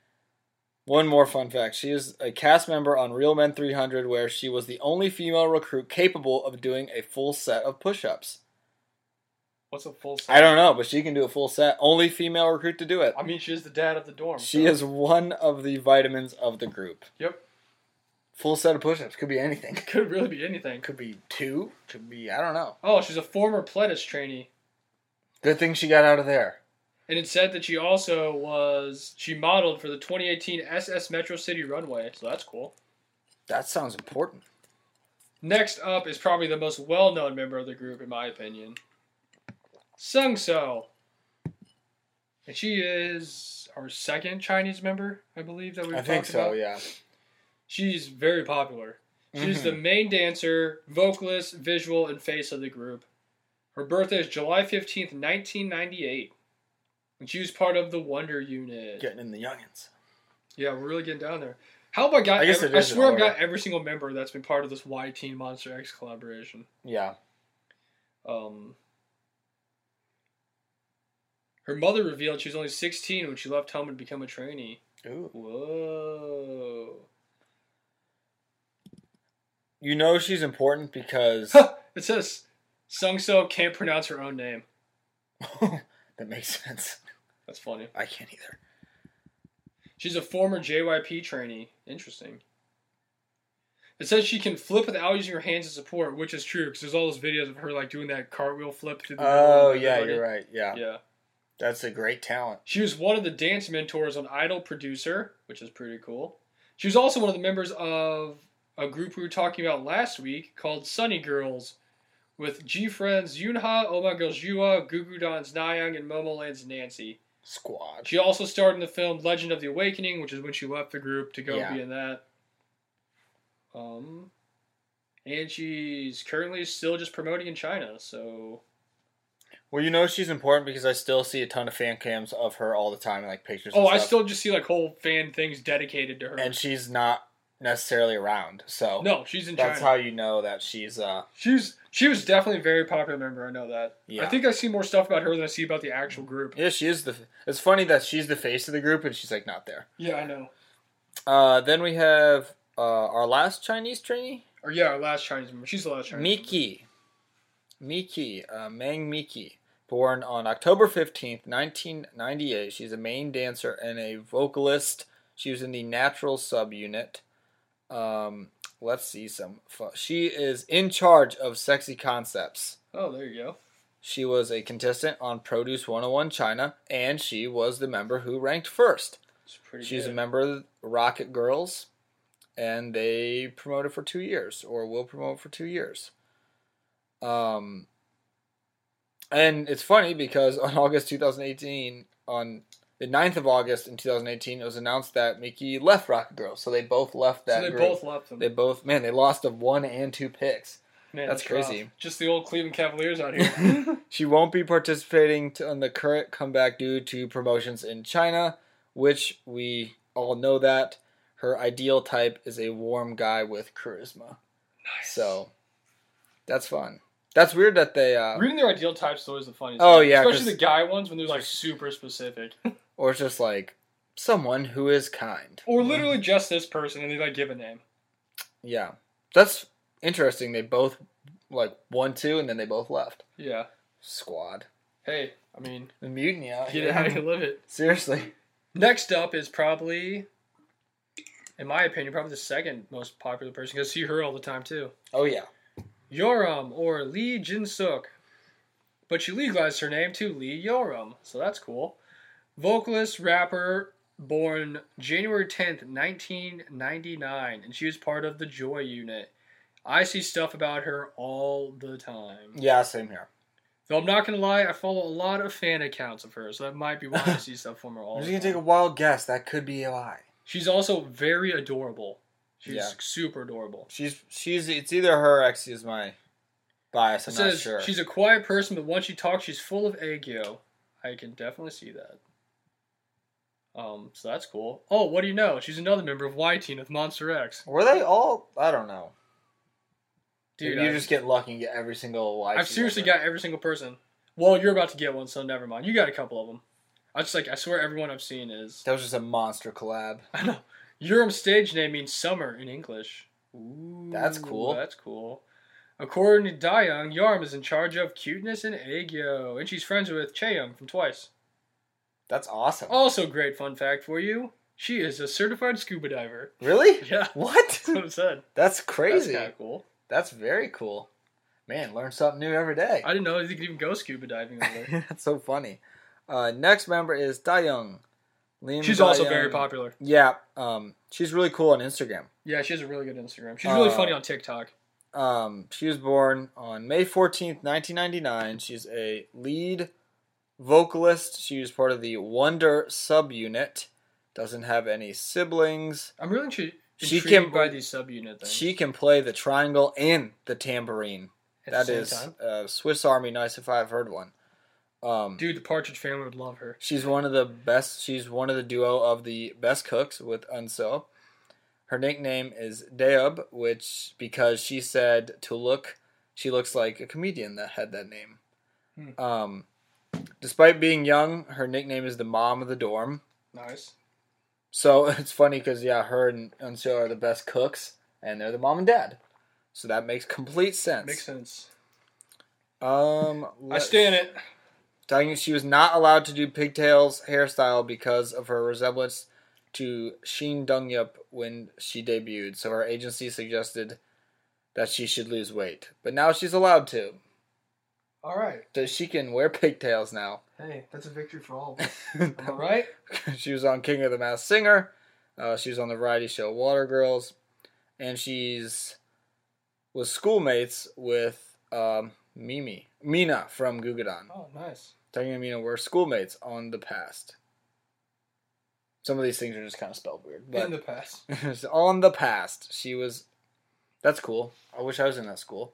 Speaker 1: one more fun fact. She is a cast member on Real Men 300 where she was the only female recruit capable of doing a full set of push-ups.
Speaker 2: What's a full?
Speaker 1: I don't know, but she can do a full set. Only female recruit to do it.
Speaker 2: I mean, she is the dad of the dorm.
Speaker 1: She
Speaker 2: so-
Speaker 1: is one of the vitamins of the group.
Speaker 2: Yep.
Speaker 1: Full set of push-ups could be anything.
Speaker 2: Could really be anything.
Speaker 1: Could be two. Could be I don't know.
Speaker 2: Oh, she's a former Pledis trainee,
Speaker 1: Good thing she got out of there.
Speaker 2: and it said that she also was she modeled for the 2018 SS Metro City runway. So that's cool.
Speaker 1: That sounds important.
Speaker 2: Next up is probably the most well-known member of the group, in my opinion, Sung So. And she is our second Chinese member, I believe that we.
Speaker 1: I think
Speaker 2: talked
Speaker 1: so.
Speaker 2: about.
Speaker 1: Yeah.
Speaker 2: She's very popular. She's
Speaker 1: Mm-hmm.
Speaker 2: the main dancer, vocalist, visual, and face of the group. Her birthday is July 15th, 1998. And she was part of the Wonder Unit. Yeah,
Speaker 1: getting in the youngins.
Speaker 2: we're really getting down there. How have I got
Speaker 1: I guess
Speaker 2: every-
Speaker 1: it
Speaker 2: I
Speaker 1: is in
Speaker 2: swear I've
Speaker 1: order.
Speaker 2: got every single member that's been part of this Y Teen Monster X collaboration.
Speaker 1: Yeah.
Speaker 2: Um, her mother revealed she was only 16 when she left home and became a trainee.
Speaker 1: Ooh.
Speaker 2: Whoa.
Speaker 1: You know she's important because
Speaker 2: It says Sung So can't pronounce her own name.
Speaker 1: that makes sense.
Speaker 2: That's funny.
Speaker 1: I can't either.
Speaker 2: She's a former JYP trainee. Interesting. It says she can flip without using her hands to support, which is true because there's all those videos of her like doing that cartwheel flip. To the
Speaker 1: Oh yeah, you're right. Yeah.
Speaker 2: Yeah,
Speaker 1: that's a great talent.
Speaker 2: she was one of the dance mentors on Idol Producer, which is pretty cool. She was also one of the members of a group we were talking about last week called Sunny Girls, with G Friends Oh Yunha, Omagojiwa, Gugu Don's Nayoung, and Momoland's Nancy.
Speaker 1: Squad.
Speaker 2: She also starred in the film Legend of the Awakening, which is when she left the group to go
Speaker 1: Yeah.
Speaker 2: be in that. Um, and she's currently still just promoting in China. So
Speaker 1: Well, you know she's important because I still see a ton of fan cams of her all the time, and like pictures.
Speaker 2: oh,
Speaker 1: and
Speaker 2: I
Speaker 1: stuff.
Speaker 2: still just see like whole fan things dedicated to her.
Speaker 1: And she's not necessarily around, so
Speaker 2: no, she's in
Speaker 1: that's
Speaker 2: China.
Speaker 1: how you know that she's. uh
Speaker 2: she's she was definitely a very popular member. I know that.
Speaker 1: Yeah.
Speaker 2: I think I see more stuff about her than I see about the actual group.
Speaker 1: Yeah, she is the. It's funny that she's the face of the group and she's like not there.
Speaker 2: Yeah, I know.
Speaker 1: Uh, then we have uh, our last Chinese trainee.
Speaker 2: Or yeah, our last Chinese member. She's the last Chinese. member.
Speaker 1: Miki. Miki, uh, Mang Miki, born on October 15th, 1998. She's a main dancer and a vocalist. She was in the natural subunit. Um, let's see some. Fun. She is in charge of sexy concepts.
Speaker 2: Oh, there you go.
Speaker 1: She was a contestant on Produce 101 China, and she was the member who ranked first.
Speaker 2: It's pretty.
Speaker 1: She's
Speaker 2: good.
Speaker 1: a member of Rocket Girls, and they promoted for two years, or will promote for two years. Um, and it's funny because on August 2018, on the 9th of August in 2018, it was announced that Mickey left Rocket Girls, so they both left that
Speaker 2: So they
Speaker 1: group.
Speaker 2: both left them.
Speaker 1: they both, man, they lost of one and two picks.
Speaker 2: Man,
Speaker 1: that's
Speaker 2: rough.
Speaker 1: crazy.
Speaker 2: Just the old Cleveland Cavaliers out here.
Speaker 1: She won't be participating to, on the current comeback due to promotions in China, which we all know that. Her ideal type is a warm guy with charisma. So that's fun. That's weird that they uh
Speaker 2: Reading their ideal types is always the funniest.
Speaker 1: Oh,
Speaker 2: thing.
Speaker 1: yeah, 'cause-
Speaker 2: especially the guy ones when they're like super specific,
Speaker 1: or it's just like someone who is kind.
Speaker 2: or literally just this person, and they like give a name.
Speaker 1: Yeah. That's interesting. They both like one two and then they both left.
Speaker 2: Yeah.
Speaker 1: Squad.
Speaker 2: Hey, I mean,
Speaker 1: The mutiny out
Speaker 2: get
Speaker 1: here.
Speaker 2: it how you live it.
Speaker 1: Seriously.
Speaker 2: Next up is probably, in my opinion, probably the second most popular person because I see her all the time too.
Speaker 1: Oh yeah.
Speaker 2: Yoram or Lee Jin Suk. But she legalized her name to Lee Yoram, so that's cool. Vocalist, rapper, born January 10th, 1999, and she was part of the Joy Unit. I see stuff about her all the time.
Speaker 1: Yeah, same here.
Speaker 2: Though I'm not gonna lie, I follow a lot of fan accounts of her, so that might be why I see stuff from her all
Speaker 1: I'm
Speaker 2: the
Speaker 1: just
Speaker 2: time.
Speaker 1: gonna take a wild guess. That could be a lie.
Speaker 2: She's also very adorable. She's
Speaker 1: Yeah.
Speaker 2: super adorable.
Speaker 1: She's she's it's either her or X E is my bias.
Speaker 2: It
Speaker 1: I'm
Speaker 2: says
Speaker 1: not sure.
Speaker 2: she's a quiet person, but once she talks, she's full of agio. I can definitely see that. Um, so that's cool. Oh, what do you know? She's another member of Y Teen with Monster X.
Speaker 1: Were they all? I don't know.
Speaker 2: Dude,
Speaker 1: Maybe you
Speaker 2: I,
Speaker 1: just get lucky and get every single life.
Speaker 2: I've seriously got every single person. Well, you're about to get one, so never mind. You got a couple of them. I just like I swear everyone I've seen is.
Speaker 1: That was just a monster collab.
Speaker 2: I know. Urim's stage name means summer in English. Ooh,
Speaker 1: That's cool.
Speaker 2: That's cool. According to Dayoung, Yarm is in charge of cuteness and agio, and she's friends with Chaeyoung from Twice.
Speaker 1: That's awesome.
Speaker 2: Also, great fun fact for you: she is a certified scuba diver.
Speaker 1: Really?
Speaker 2: Yeah,
Speaker 1: What?
Speaker 2: that's what I said.
Speaker 1: That's crazy.
Speaker 2: That's
Speaker 1: That's,
Speaker 2: kind of cool.
Speaker 1: very cool. Man, learn something new every day.
Speaker 2: I didn't know you could even go scuba diving over there.
Speaker 1: That's so funny. Uh, next member is Dayoung. Lim
Speaker 2: she's also very
Speaker 1: Dayoung.
Speaker 2: popular.
Speaker 1: Yeah, um, she's really cool on Instagram.
Speaker 2: Yeah, she has a really good Instagram. She's really
Speaker 1: Uh,
Speaker 2: funny on TikTok.
Speaker 1: Um, she was born on May 14th, 1999. She's a lead vocalist. She was part of the Wonder subunit. Doesn't have any siblings.
Speaker 2: I'm really intri-
Speaker 1: she
Speaker 2: intrigued
Speaker 1: can-
Speaker 2: by these subunit things.
Speaker 1: She can play the triangle and the tambourine.
Speaker 2: at
Speaker 1: That
Speaker 2: the same
Speaker 1: is
Speaker 2: time.
Speaker 1: uh, Swiss Army knife if I've heard one. Um,
Speaker 2: dude. The Partridge Family would love her.
Speaker 1: she's one of the best. She's one of the duo of the best cooks with Unso. Her nickname is Deub, which because she said to look, she looks like a comedian that had that name.
Speaker 2: Hmm.
Speaker 1: Um, despite being young, her nickname is the mom of the dorm.
Speaker 2: Nice.
Speaker 1: So it's funny because yeah, her and Unso are the best cooks, and they're the mom and dad. So that makes complete sense.
Speaker 2: Makes sense.
Speaker 1: Um,
Speaker 2: I
Speaker 1: let's-
Speaker 2: stay in it.
Speaker 1: Dying, she was not allowed to do pigtails hairstyle because of her resemblance to Sheen Dungyup when she debuted. So her agency suggested that she should lose weight, but now she's allowed to.
Speaker 2: All right.
Speaker 1: So she can wear pigtails now.
Speaker 2: Hey, that's a victory for all. all right.
Speaker 1: she was on King of the Masked Singer. Uh, she was on the variety show Water Girls, and she's was schoolmates with um, Mimi Mina from Gugadon.
Speaker 2: Oh, nice.
Speaker 1: Tanya and Mina were schoolmates on the past. Some of these things are just kind of spelled weird,
Speaker 2: in
Speaker 1: but
Speaker 2: the past.
Speaker 1: on the past, she was. That's cool. I wish I was in that school.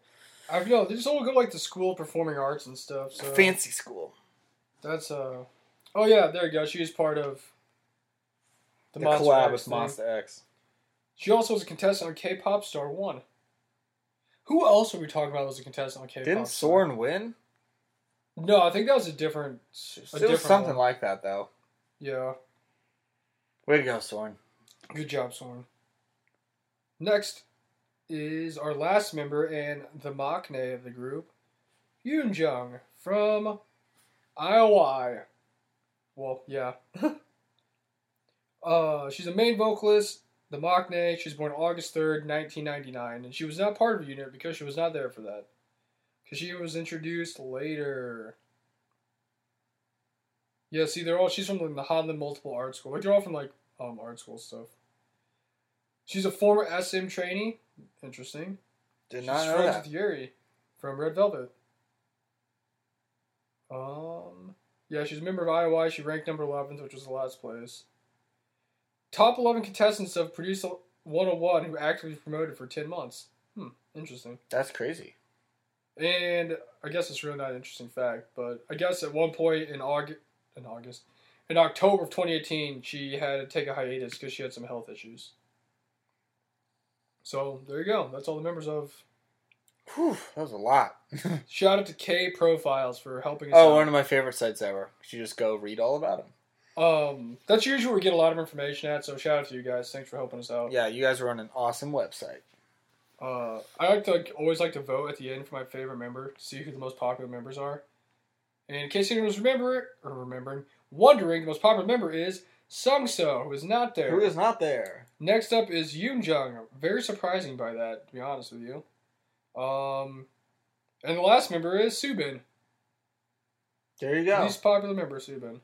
Speaker 2: I know they just all go like to school performing arts and stuff. So
Speaker 1: Fancy school.
Speaker 2: That's uh Oh yeah, there you go. She was part of
Speaker 1: The, collab
Speaker 2: X
Speaker 1: with
Speaker 2: thing.
Speaker 1: Monster X.
Speaker 2: She also was a contestant on K-pop Star One. Who else were we talking about was a contestant on K-pop?
Speaker 1: Didn't
Speaker 2: Star?
Speaker 1: Soren win?
Speaker 2: No, I think that was a different. A
Speaker 1: It was
Speaker 2: different
Speaker 1: something
Speaker 2: one.
Speaker 1: like that, though.
Speaker 2: Yeah.
Speaker 1: Way to go, Soren.
Speaker 2: Good job, Soren. Next is our last member and the Machne of the group, Yoon Jung from IOI. Well, yeah. uh, she's a main vocalist, the Machne. She was born August 3rd, 1999, and she was not part of the unit because she was not there for that. Because she was introduced later. Yeah, see, they're all. She's from like, the Hanlon Multiple Art School. Like, they're all from like um, art school stuff. She's a former SM trainee. Interesting.
Speaker 1: Did
Speaker 2: She's
Speaker 1: not know
Speaker 2: friends
Speaker 1: that.
Speaker 2: with Yuri from Red Velvet. Um, yeah, she's a member of IOI. She ranked number 11, which was the last place. Top 11 contestants of Produce 101 who actively promoted for 10 months. Hmm, interesting.
Speaker 1: That's crazy.
Speaker 2: And I guess it's really not an interesting fact, but I guess at one point in August, in August, in October of 2018, she had to take a hiatus because she had some health issues. So there you go. That's all the members of.
Speaker 1: Whew, that was a lot.
Speaker 2: Shout out to K Profiles for helping us.
Speaker 1: oh,
Speaker 2: out.
Speaker 1: one of my favorite sites ever. You should just go read all about them.
Speaker 2: Um, that's usually where we get a lot of information at. So shout out to you guys. Thanks for helping us out.
Speaker 1: Yeah, you guys run an awesome website.
Speaker 2: Uh, I like to like, always like to vote at the end for my favorite member, see who the most popular members are. And in case anyone was remembering or remembering, wondering, the most popular member is Sungso, who is not there.
Speaker 1: Who is not there?
Speaker 2: Next up is Yoon Jung. Very surprising by that, to be honest with you. Um, and the last member is Subin.
Speaker 1: There you
Speaker 2: The
Speaker 1: go.
Speaker 2: Least popular member, Subin.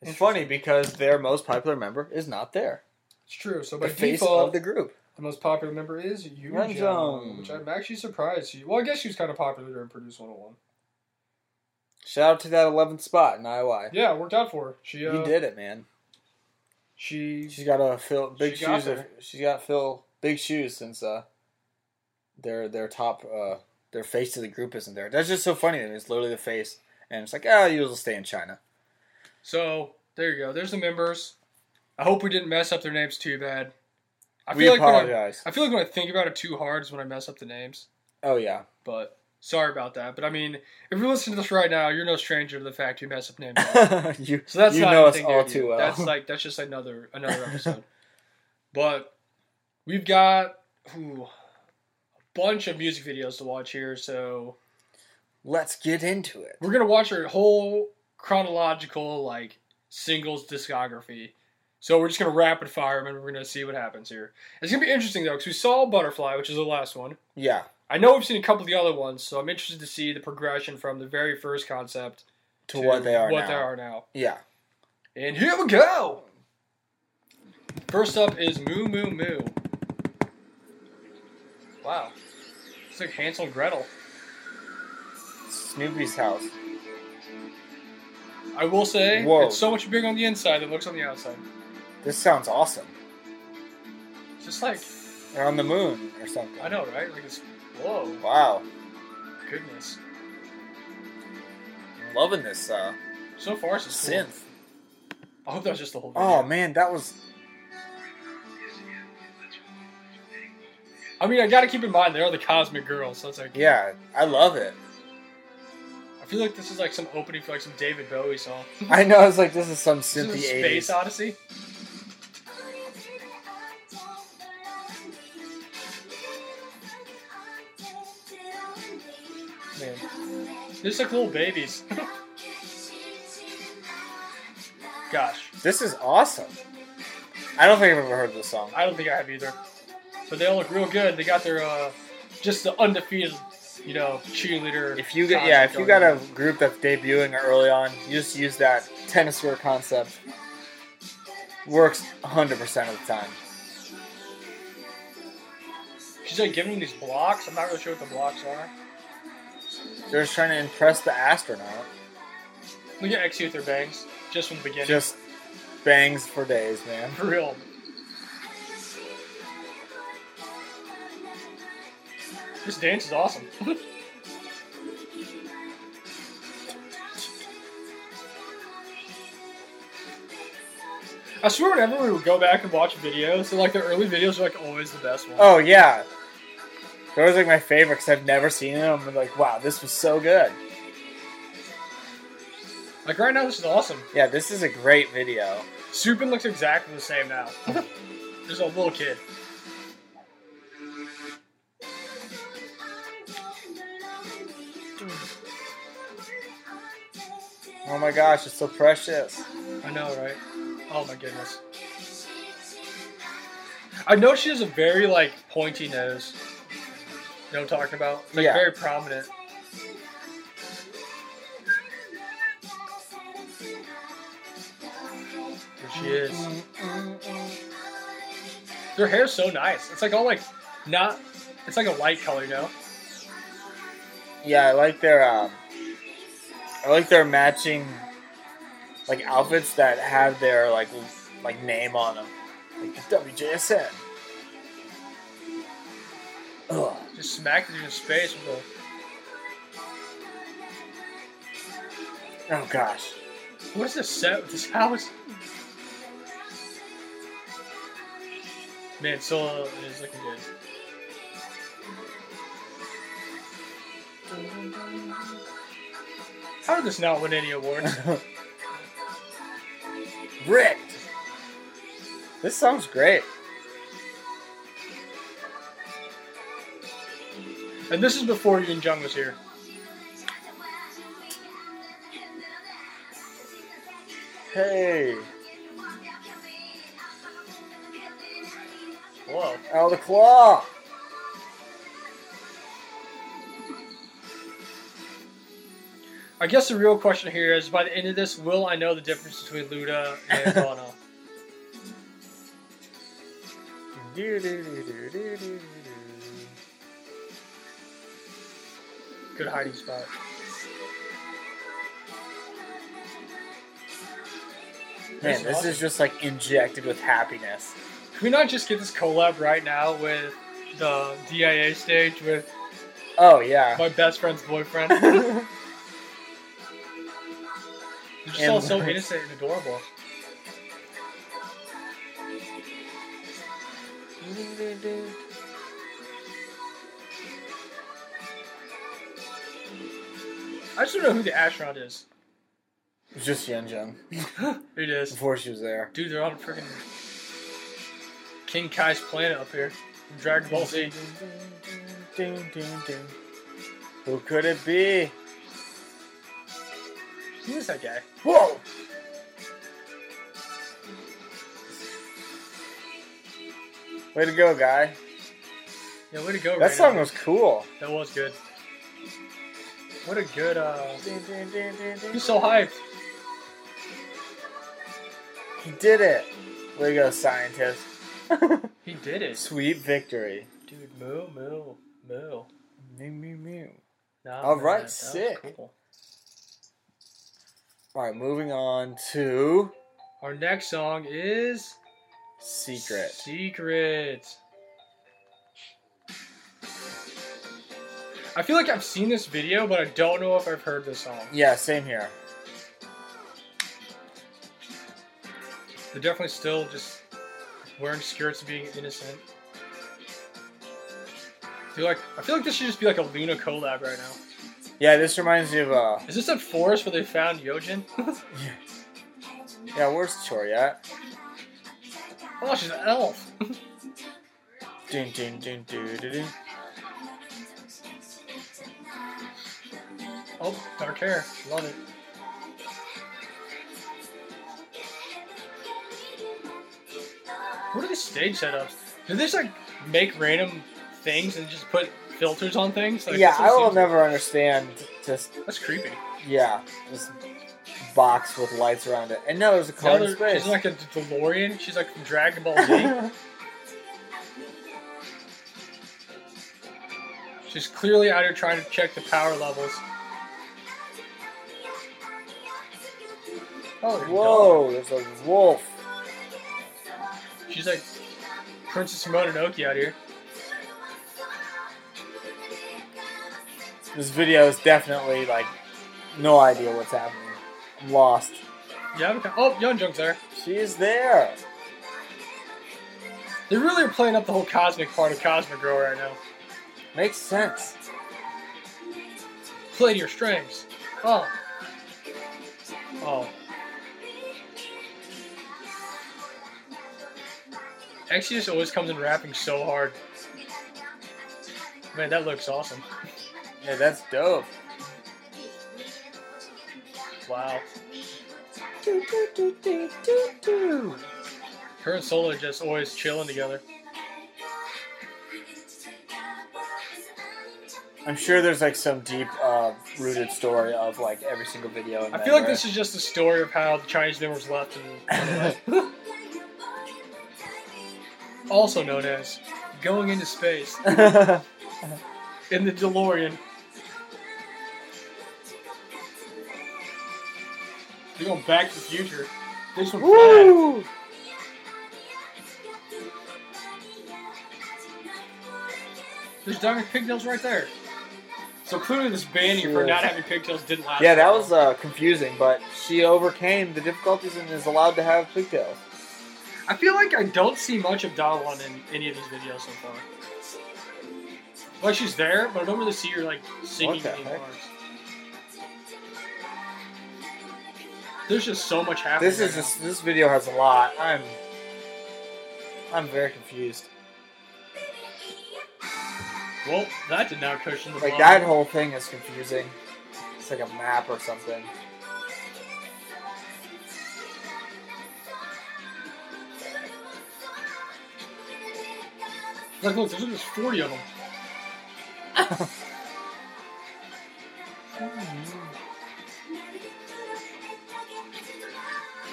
Speaker 1: It's funny because their most popular member is not there.
Speaker 2: It's true. So by
Speaker 1: The face
Speaker 2: default,
Speaker 1: of the group.
Speaker 2: The most popular member is Yoon
Speaker 1: Yoon
Speaker 2: Jung,
Speaker 1: Jung.
Speaker 2: which I'm actually surprised she. Well, I guess she was kind of popular during Produce 101.
Speaker 1: Shout out to that 11th spot in IY.
Speaker 2: Yeah, it worked out for her. She uh,
Speaker 1: You did it, man.
Speaker 2: She
Speaker 1: She's got to fill big
Speaker 2: She got
Speaker 1: shoes. If,
Speaker 2: there.
Speaker 1: she's got to fill big shoes since uh, their their top uh, their face of the group isn't there. That's just so funny. That it's literally the face, and it's like, ah, you'll stay in China.
Speaker 2: so there you go. There's the members. I hope we didn't mess up their names too bad. I
Speaker 1: we
Speaker 2: feel like when I,
Speaker 1: apologize.
Speaker 2: I feel like when I think about it too hard is when I mess up the names.
Speaker 1: oh yeah,
Speaker 2: But sorry about that. But I mean, if you're listening to this right now, you're no stranger to the fact you mess up names.
Speaker 1: you
Speaker 2: So that's
Speaker 1: you
Speaker 2: not
Speaker 1: know us
Speaker 2: anything new
Speaker 1: all
Speaker 2: to
Speaker 1: too
Speaker 2: you.
Speaker 1: well.
Speaker 2: That's like that's just another another episode. but we've got ooh, a bunch of music videos to watch here, so
Speaker 1: Let's get into it.
Speaker 2: we're gonna watch our whole chronological like singles discography. So we're just gonna rapid fire 'em and we're gonna see what happens here. It's gonna be interesting though, because we saw Butterfly, which is the last one.
Speaker 1: Yeah,
Speaker 2: I know we've seen a couple of the other ones, so I'm interested to see the progression from the very first concept
Speaker 1: to, what they are
Speaker 2: What
Speaker 1: now.
Speaker 2: they are now.
Speaker 1: Yeah,
Speaker 2: And here we go. First up is Moo Moo Moo. Wow. It's like Hansel and Gretel.
Speaker 1: Snoopy's house.
Speaker 2: I will say,
Speaker 1: Whoa.
Speaker 2: it's so much bigger on the inside than it looks on the outside.
Speaker 1: This sounds awesome.
Speaker 2: It's just like,
Speaker 1: They're on the moon or something.
Speaker 2: I know, right? Like it's, whoa,
Speaker 1: Wow,
Speaker 2: goodness.
Speaker 1: loving this uh,
Speaker 2: So far, it's just cool.
Speaker 1: synth.
Speaker 2: I hope that was just the whole video.
Speaker 1: Oh man, that was
Speaker 2: I mean, I gotta keep in mind, they are the Cosmic Girls, so it's like,
Speaker 1: yeah. I love it.
Speaker 2: I feel like this is like some opening for like some David Bowie song.
Speaker 1: I know. It's like this is some
Speaker 2: This
Speaker 1: synthy
Speaker 2: is
Speaker 1: eighties.
Speaker 2: Space Odyssey. Man. There's like little babies. Gosh.
Speaker 1: This is awesome. I don't think I've ever heard this song.
Speaker 2: I don't think I have either. But they all look real good. They got their uh, just the undefeated, you know, cheerleader.
Speaker 1: If you get
Speaker 2: concept
Speaker 1: yeah, if you
Speaker 2: going
Speaker 1: got a
Speaker 2: on.
Speaker 1: group that's debuting early on, you just use that tennis wear concept. Works 100 percent of the time.
Speaker 2: she's like giving them these blocks. I'm not really sure what the blocks are.
Speaker 1: They're just trying to impress the astronaut.
Speaker 2: Look at XU with their bangs, just from the beginning.
Speaker 1: Just bangs for days, man.
Speaker 2: for real. This dance is awesome. I swear, whenever we would go back and watch videos, so like the early videos are like always the best ones.
Speaker 1: Oh yeah, that was like my favorite because I've never seen it. I'm like, wow, this was so good.
Speaker 2: Like right now, this is awesome.
Speaker 1: Yeah, this is a great video.
Speaker 2: Supin looks exactly the same now. There's a little kid.
Speaker 1: Oh my gosh, it's so precious.
Speaker 2: I know, right? Oh my goodness. I know she has a very like pointy nose. You know what I'm talking about? Like
Speaker 1: Yeah.
Speaker 2: very prominent. There
Speaker 1: Oh
Speaker 2: she is. Their hair's so nice. It's like all like not it's like a light color, you know?
Speaker 1: Yeah, I like their um, I like their matching like outfits that have their like l- like name on them, like the WJSN. Ugh.
Speaker 2: Just smacked it in space with a
Speaker 1: Oh gosh,
Speaker 2: what is this set with this house? Man, Solo is looking good. How did this not win any awards?
Speaker 1: ripped. This sounds great.
Speaker 2: and this is before Yun Jung was here.
Speaker 1: Hey.
Speaker 2: Whoa.
Speaker 1: Out of the claw.
Speaker 2: I guess the real question here is by the end of this, will I know the difference between Luda and Bono? Good hiding spot.
Speaker 1: Man, this is just like injected with happiness.
Speaker 2: Can we not just get this collab right now with the DIA stage with
Speaker 1: Oh, yeah.
Speaker 2: my best friend's boyfriend? You
Speaker 1: That's
Speaker 2: just sound so innocent and adorable. I just don't know who the astronaut is.
Speaker 1: just Yen Jung.
Speaker 2: It is.
Speaker 1: Before she was there.
Speaker 2: Dude, they're on a freaking King Kai's planet up here. From Dragon Ball Z.
Speaker 1: Who could it be?
Speaker 2: Who is that guy?
Speaker 1: Whoa! Way to go, guy.
Speaker 2: Yeah, way to go,
Speaker 1: That
Speaker 2: Raina.
Speaker 1: song was cool.
Speaker 2: That was good. What a good, uh... He's so hyped.
Speaker 1: He did it. Way to go, scientist.
Speaker 2: He did it.
Speaker 1: Sweet victory.
Speaker 2: Dude, moo, moo, moo.
Speaker 1: Mew, mew, mew.
Speaker 2: Nah,
Speaker 1: All right,
Speaker 2: that was
Speaker 1: sick.
Speaker 2: cool.
Speaker 1: All right, moving on to
Speaker 2: Our next song is...
Speaker 1: Secret.
Speaker 2: Secret. I feel like I've seen this video, but I don't know if I've heard this song.
Speaker 1: Yeah, same here.
Speaker 2: They're definitely still just wearing skirts and being innocent. I feel like I feel like this should just be like a Luna collab right now.
Speaker 1: Yeah, this reminds me of uh.
Speaker 2: Is this that forest where they found Yojin?
Speaker 1: Yeah, where's Chori at?
Speaker 2: oh, she's an elf.
Speaker 1: Dun, dun, dun, dun, dun, dun.
Speaker 2: Oh, dark hair. Love it. What are these stage setups? Do they just like make random things and just put filters on things? Like,
Speaker 1: Yeah,
Speaker 2: that's what
Speaker 1: I
Speaker 2: it
Speaker 1: will
Speaker 2: seems-
Speaker 1: never understand. Just
Speaker 2: That's creepy.
Speaker 1: yeah, this box with lights around it, and now there's a
Speaker 2: Now
Speaker 1: card in
Speaker 2: they're-
Speaker 1: space.
Speaker 2: she's like a DeLorean. She's like from Dragon Ball Z. She's clearly out here trying to check the power levels. Oh, there's a dog.
Speaker 1: Whoa, there's a wolf.
Speaker 2: She's like Princess Mononoke out here.
Speaker 1: This video is definitely like no idea what's happening. I'm lost.
Speaker 2: Yeah, I'm kinda- oh, Yeonjung's there.
Speaker 1: She's there.
Speaker 2: They really are playing up the whole cosmic part of Cosmic Girl right now.
Speaker 1: Makes sense.
Speaker 2: Play to your strengths. Oh. Oh. Exodus always comes in rapping so hard. Man, that looks awesome.
Speaker 1: Yeah, that's dope.
Speaker 2: Wow.
Speaker 1: Do, do, do, do, do, do.
Speaker 2: Her and Solo just always chilling together.
Speaker 1: I'm sure there's like some deep uh, rooted story of like every single video. in
Speaker 2: I feel like
Speaker 1: there.
Speaker 2: this is just the story of how the Chinese man was left and also known as going into space in the DeLorean. They're going back to the future. This one flat.
Speaker 1: Woo!
Speaker 2: There's diamond pigtails right there. So clearly this banning for
Speaker 1: Sure.
Speaker 2: not having pigtails didn't last.
Speaker 1: Yeah, that
Speaker 2: long.
Speaker 1: was uh, confusing, but she overcame the difficulties and is allowed to have pigtails.
Speaker 2: I feel like I don't see much of Dawan in any of these videos so far. Like she's there, but I don't really see her like singing
Speaker 1: What the
Speaker 2: any
Speaker 1: heck?
Speaker 2: parts. There's just so much happening.
Speaker 1: This is
Speaker 2: right
Speaker 1: just this video has a lot. I'm I'm very confused.
Speaker 2: now. Well, that did not cushion the
Speaker 1: Like
Speaker 2: blow.
Speaker 1: that whole thing is confusing. It's like a map or something.
Speaker 2: Like, look, there's there's 40 of them.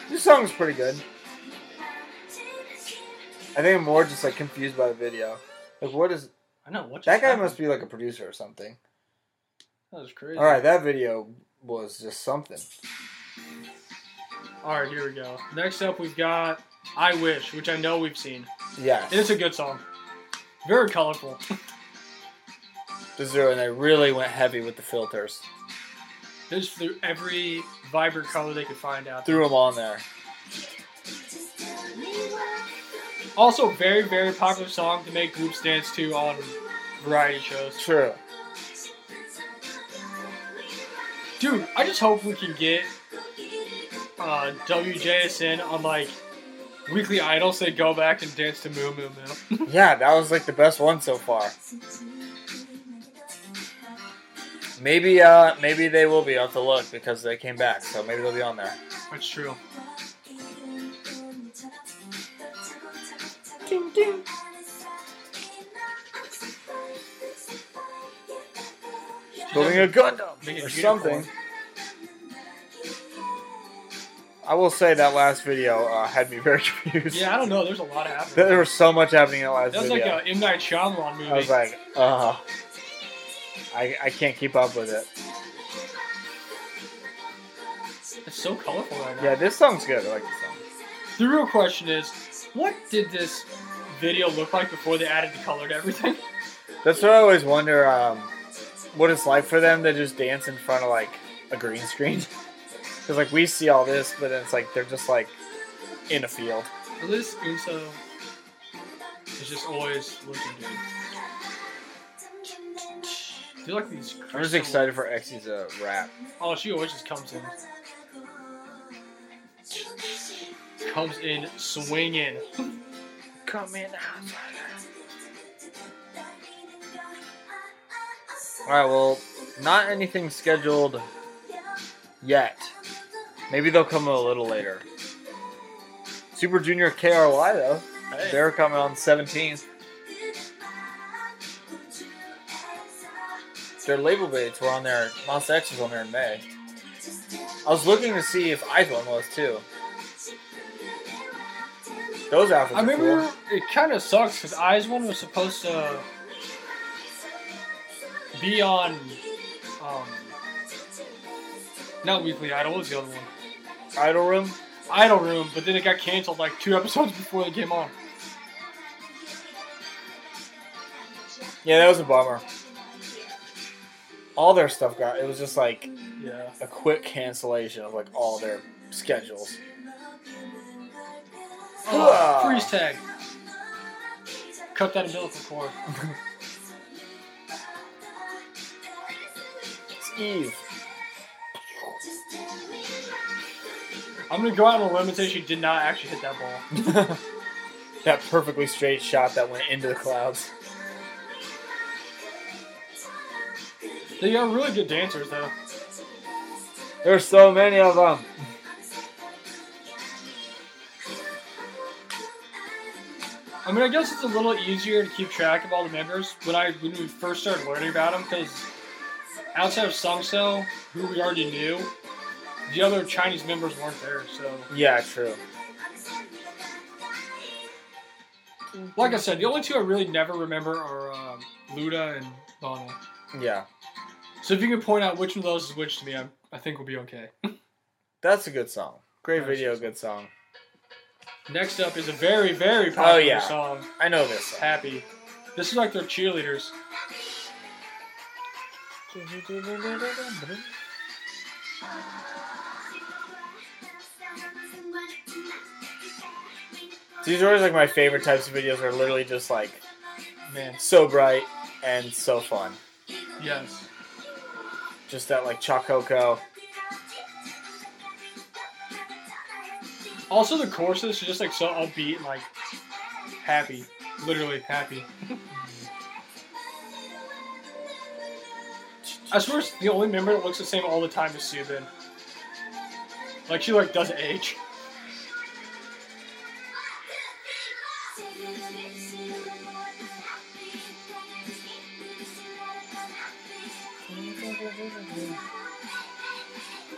Speaker 1: This song's pretty good. I think I'm more just like confused by the video. Like, what is
Speaker 2: I know what
Speaker 1: that guy? Must be like a producer or something.
Speaker 2: That was crazy.
Speaker 1: All right, that video was just something.
Speaker 2: All right, here we go. Next up, we've got "I Wish," which I know we've seen.
Speaker 1: Yes,
Speaker 2: It's a good song. Very colorful.
Speaker 1: this is and they really went heavy with the filters.
Speaker 2: They just threw every vibrant color they could find out. there.
Speaker 1: Threw them on there.
Speaker 2: Also, very very popular song to make groups dance to on variety shows.
Speaker 1: True.
Speaker 2: Dude, I just hope we can get uh, WJSN on like Weekly Idols. They go back and dance to "Moo Moo Moo."
Speaker 1: Yeah, that was like the best one so far. Maybe, uh, maybe they will be. I'll have to look because they came back, so maybe they'll be on there.
Speaker 2: That's true.
Speaker 1: Building a
Speaker 2: Make
Speaker 1: Gundam
Speaker 2: it
Speaker 1: or
Speaker 2: unicorn.
Speaker 1: something. I will say that last video uh, had me very confused.
Speaker 2: Yeah, I don't know. There's a lot happening.
Speaker 1: There was so much happening in that last
Speaker 2: That was like
Speaker 1: video.
Speaker 2: a M Night Shyamalan movie.
Speaker 1: I was like, uh, I, I can't keep up with it.
Speaker 2: it's so colorful right now.
Speaker 1: Yeah, this song's good. I like this song.
Speaker 2: The real question is, what did this video look like before they added the color to everything?
Speaker 1: That's what I always wonder um, what it's like for them to just dance in front of like a green screen. Because like we see all this, but then it's like they're just like in a field.
Speaker 2: At least Unso is just always looking good. Do you like these?
Speaker 1: I'm just
Speaker 2: crystal-
Speaker 1: excited for Exy's uh, rap.
Speaker 2: Oh, she always just comes in, comes in swinging.
Speaker 1: Come in. All right. Well, not anything scheduled yet. Maybe they'll come a little later. Super Junior KRY though.
Speaker 2: Hey.
Speaker 1: They're coming on 17th. Their label dates were on there. Monster X was on there in May. I was looking to see if Iceland was too. Those outfits.
Speaker 2: I
Speaker 1: are
Speaker 2: remember
Speaker 1: cool.
Speaker 2: it kind of sucks because Eyes One was supposed to be on, um, not Weekly Idol, what was the other one?
Speaker 1: Idol Room.
Speaker 2: Idol Room, but then it got canceled like two episodes before they came on.
Speaker 1: Yeah, that was a bummer. All their stuff got. It was just like
Speaker 2: Yeah.
Speaker 1: a quick cancellation of like all their schedules.
Speaker 2: Oh,
Speaker 1: Ah.
Speaker 2: freeze tag. Cut that umbilical cord.
Speaker 1: It's Eve.
Speaker 2: I'm gonna go out on a limb and say she did not actually hit that ball.
Speaker 1: that perfectly straight shot that went into the clouds.
Speaker 2: They are really good dancers though.
Speaker 1: There's so many of them.
Speaker 2: I mean, I guess it's a little easier to keep track of all the members when I when we first started learning about them because outside of Sungso, who we already knew, the other Chinese members weren't there. So,
Speaker 1: Yeah, true.
Speaker 2: like I said, the only two I really never remember are um, Luda and Donna.
Speaker 1: Yeah,
Speaker 2: So if you can point out which one of those is which to me, I, I think we'll be okay.
Speaker 1: that's a good song. Great
Speaker 2: Nice.
Speaker 1: video, good song.
Speaker 2: Next up is a very very popular
Speaker 1: yeah.
Speaker 2: song,
Speaker 1: I know this song.
Speaker 2: Happy. This is like their cheerleaders.
Speaker 1: These are always like my favorite types of videos. Are literally just like
Speaker 2: Man,
Speaker 1: so bright and so fun.
Speaker 2: yes.
Speaker 1: Just that like Chococo.
Speaker 2: Also, the courses are just like so upbeat and like happy, literally happy. I swear, it's the only member that looks the same all the time is Subin. Like she like doesn't age.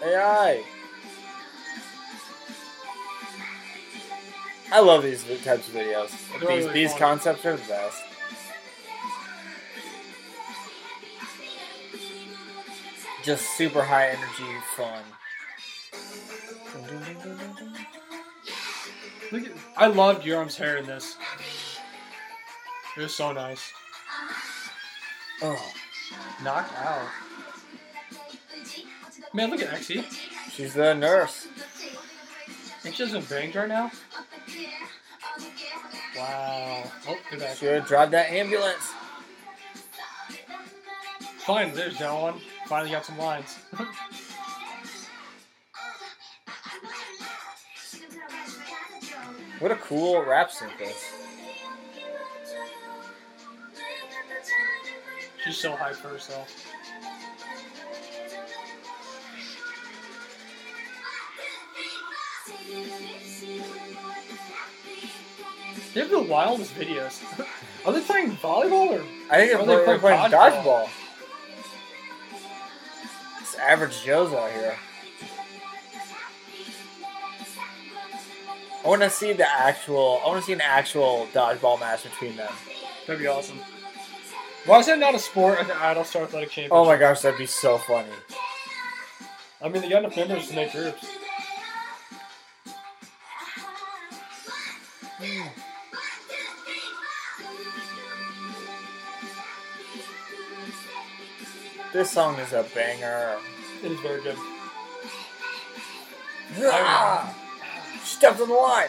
Speaker 1: AI. I love these vi- types of videos.
Speaker 2: They're
Speaker 1: these
Speaker 2: really
Speaker 1: these
Speaker 2: fun.
Speaker 1: concepts are the best. Just super high energy fun.
Speaker 2: Look at, I loved Yoram's hair in this. It was so nice.
Speaker 1: Oh,
Speaker 2: Knock out. Man, look at E. Exie.
Speaker 1: she's the nurse.
Speaker 2: Think she doesn't banged right now? Wow. Oh, good back.
Speaker 1: She would drive that ambulance.
Speaker 2: Fine, there's that one. Finally got some lines.
Speaker 1: What a cool rap synthesis.
Speaker 2: She's so hyped for herself. They have the wildest videos. Are they playing volleyball or
Speaker 1: I think
Speaker 2: Or
Speaker 1: they're,
Speaker 2: they
Speaker 1: play-
Speaker 2: play
Speaker 1: they're playing
Speaker 2: dodgeball.
Speaker 1: dodgeball. It's average Joe's out here. I want to see the actual. I want to see an actual dodgeball match between them.
Speaker 2: that'd be awesome. Why is that not a sport at the Idol Star Athletic Championship?
Speaker 1: Oh my gosh, that'd be so funny.
Speaker 2: I mean they got enough members to make groups.
Speaker 1: This song is a banger.
Speaker 2: It is very good.
Speaker 1: Ah! Stepped on the line.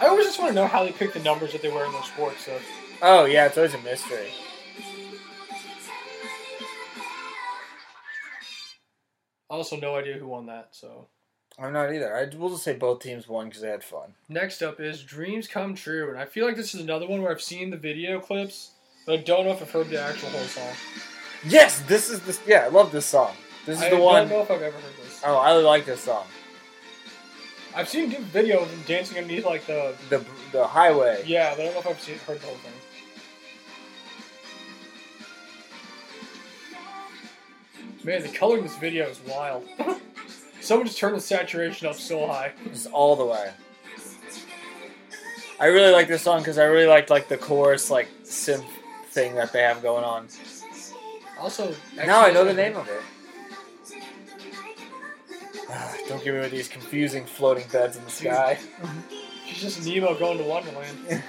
Speaker 2: I always just want to know how they pick the numbers that they wear in their sports. So
Speaker 1: Oh yeah, it's always a mystery.
Speaker 2: also no idea who won that, so
Speaker 1: I'm not either. I will just say both teams won because they had fun.
Speaker 2: Next up is Dreams Come True, and I feel like this is another one where I've seen the video clips, but I don't know if I've heard the actual whole song.
Speaker 1: Yes, this is this. Yeah, I love this song. This is
Speaker 2: I
Speaker 1: the
Speaker 2: don't
Speaker 1: one
Speaker 2: know if I've ever heard this.
Speaker 1: Oh, I like this song.
Speaker 2: I've seen a video of them dancing underneath like the
Speaker 1: The the highway.
Speaker 2: yeah, but I don't know if I've seen, heard the whole thing. Man, the color in this video is wild. Someone just turned the saturation up so high.
Speaker 1: Just all the way. I really like this song because I really liked like the chorus like synth thing that they have going on.
Speaker 2: Also,
Speaker 1: Now I know the name of it. Ah, Don't get me with these confusing floating beds in the sky.
Speaker 2: She's just Nemo going to Wonderland.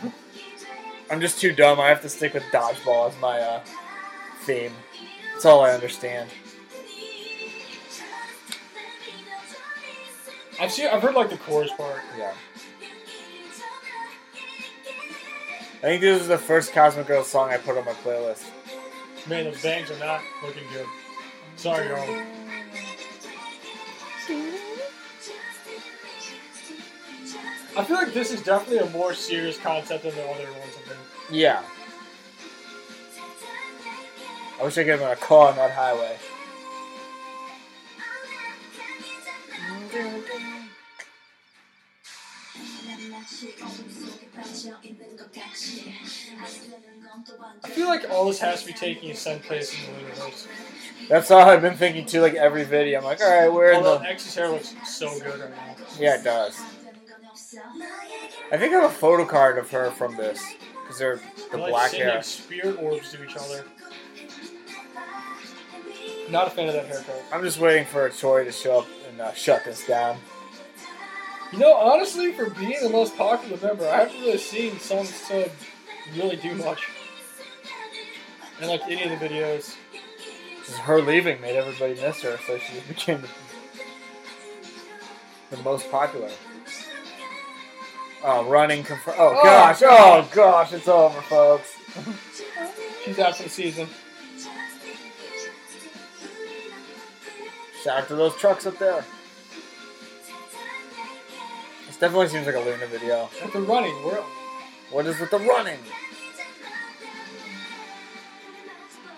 Speaker 1: I'm just too dumb. I have to stick with dodgeball as my uh, theme. That's all I understand.
Speaker 2: I've seen, I've heard like the chorus part.
Speaker 1: Yeah. I think this is the first Cosmic Girls song I put on my playlist.
Speaker 2: Man, those bangs are not looking good. Sorry, y'all. I feel like this is definitely a more serious concept than the other ones have been.
Speaker 1: Yeah. I wish I could have been a car on that highway.
Speaker 2: I feel like all this has to be taking is someplace in the universe.
Speaker 1: That's all I've been thinking too. Like every video, I'm like, all right, where in
Speaker 2: Although
Speaker 1: the?
Speaker 2: X's hair looks so good right now.
Speaker 1: Yeah, it does. I think I have a photo card of her from this because they're the
Speaker 2: They're like
Speaker 1: black
Speaker 2: sending
Speaker 1: hair.
Speaker 2: spirit orbs to each other. Not a fan of that haircut.
Speaker 1: I'm just waiting for Tori to show up and uh, shut this down.
Speaker 2: You know, honestly, for being the most popular member, I haven't really seen someone so really do much. And like any of the videos.
Speaker 1: 'Cause Her leaving made everybody miss her, so she became the, the most popular. Oh, running confirm. Oh,
Speaker 2: Oh,
Speaker 1: gosh! Oh gosh! It's over, folks.
Speaker 2: She's out for the season.
Speaker 1: Shout out to those trucks up there. This definitely seems like a Luna video.
Speaker 2: But the running, we're
Speaker 1: What is with the running?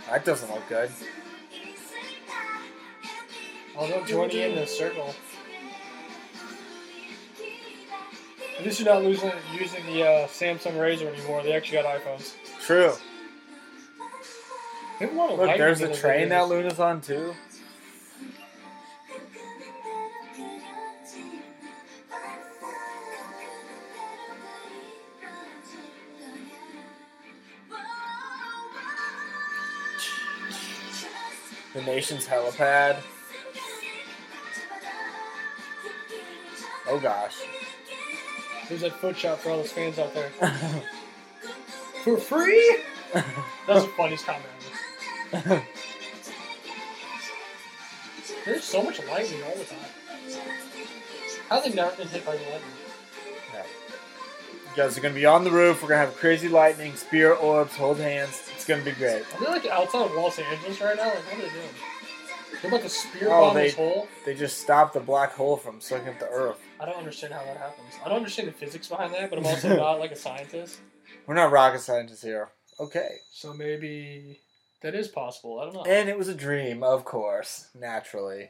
Speaker 1: That doesn't look good.
Speaker 2: although joining in the circle. At least you're not losing using the uh, Samsung Razor anymore. They actually got iPhones.
Speaker 1: True.
Speaker 2: They have a lot of
Speaker 1: Look,
Speaker 2: lightning
Speaker 1: there's
Speaker 2: in
Speaker 1: a
Speaker 2: those
Speaker 1: train that
Speaker 2: videos.
Speaker 1: Luna's on too. The nation's helipad. Oh gosh.
Speaker 2: There's that foot shop for all those fans out there. For free? That's the funniest comment ever. There's so much lightning all the time. How they never been hit by lightning?
Speaker 1: Yeah. You guys are gonna be on the roof. We're gonna have crazy lightning, spear orbs, hold hands. It's gonna be great.
Speaker 2: Are they like outside of Los Angeles right now? Like, what are they doing? They're about to spear
Speaker 1: Oh,
Speaker 2: bomb
Speaker 1: they-
Speaker 2: this hole.
Speaker 1: They just stopped the black hole from sucking up the earth.
Speaker 2: I don't understand how that happens. I don't understand the physics behind that, but I'm also not like a scientist.
Speaker 1: We're not rocket scientists here. Okay.
Speaker 2: So maybe that is possible. I don't know.
Speaker 1: And it was a dream, of course, naturally.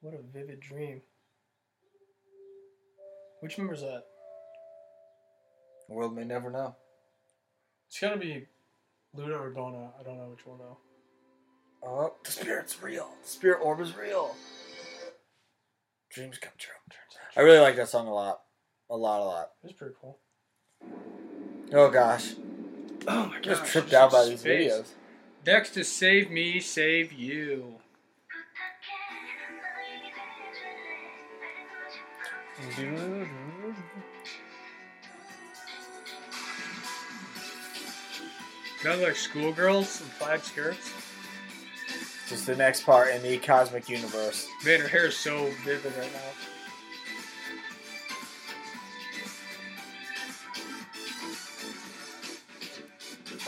Speaker 2: What a vivid dream. Which member's that?
Speaker 1: The world may never know.
Speaker 2: It's gotta be Luna or Donna. I don't know which one though.
Speaker 1: Oh, the spirit's real. The spirit orb is real. Dreams come true. I really like that song a lot. A lot, a lot.
Speaker 2: It's pretty cool.
Speaker 1: Oh gosh.
Speaker 2: Oh my
Speaker 1: Just tripped out by these videos.
Speaker 2: Dexter, save me, save you. Kind of like schoolgirls in plaid skirts.
Speaker 1: Just the next part in the cosmic universe.
Speaker 2: Man, her hair is so vivid right now.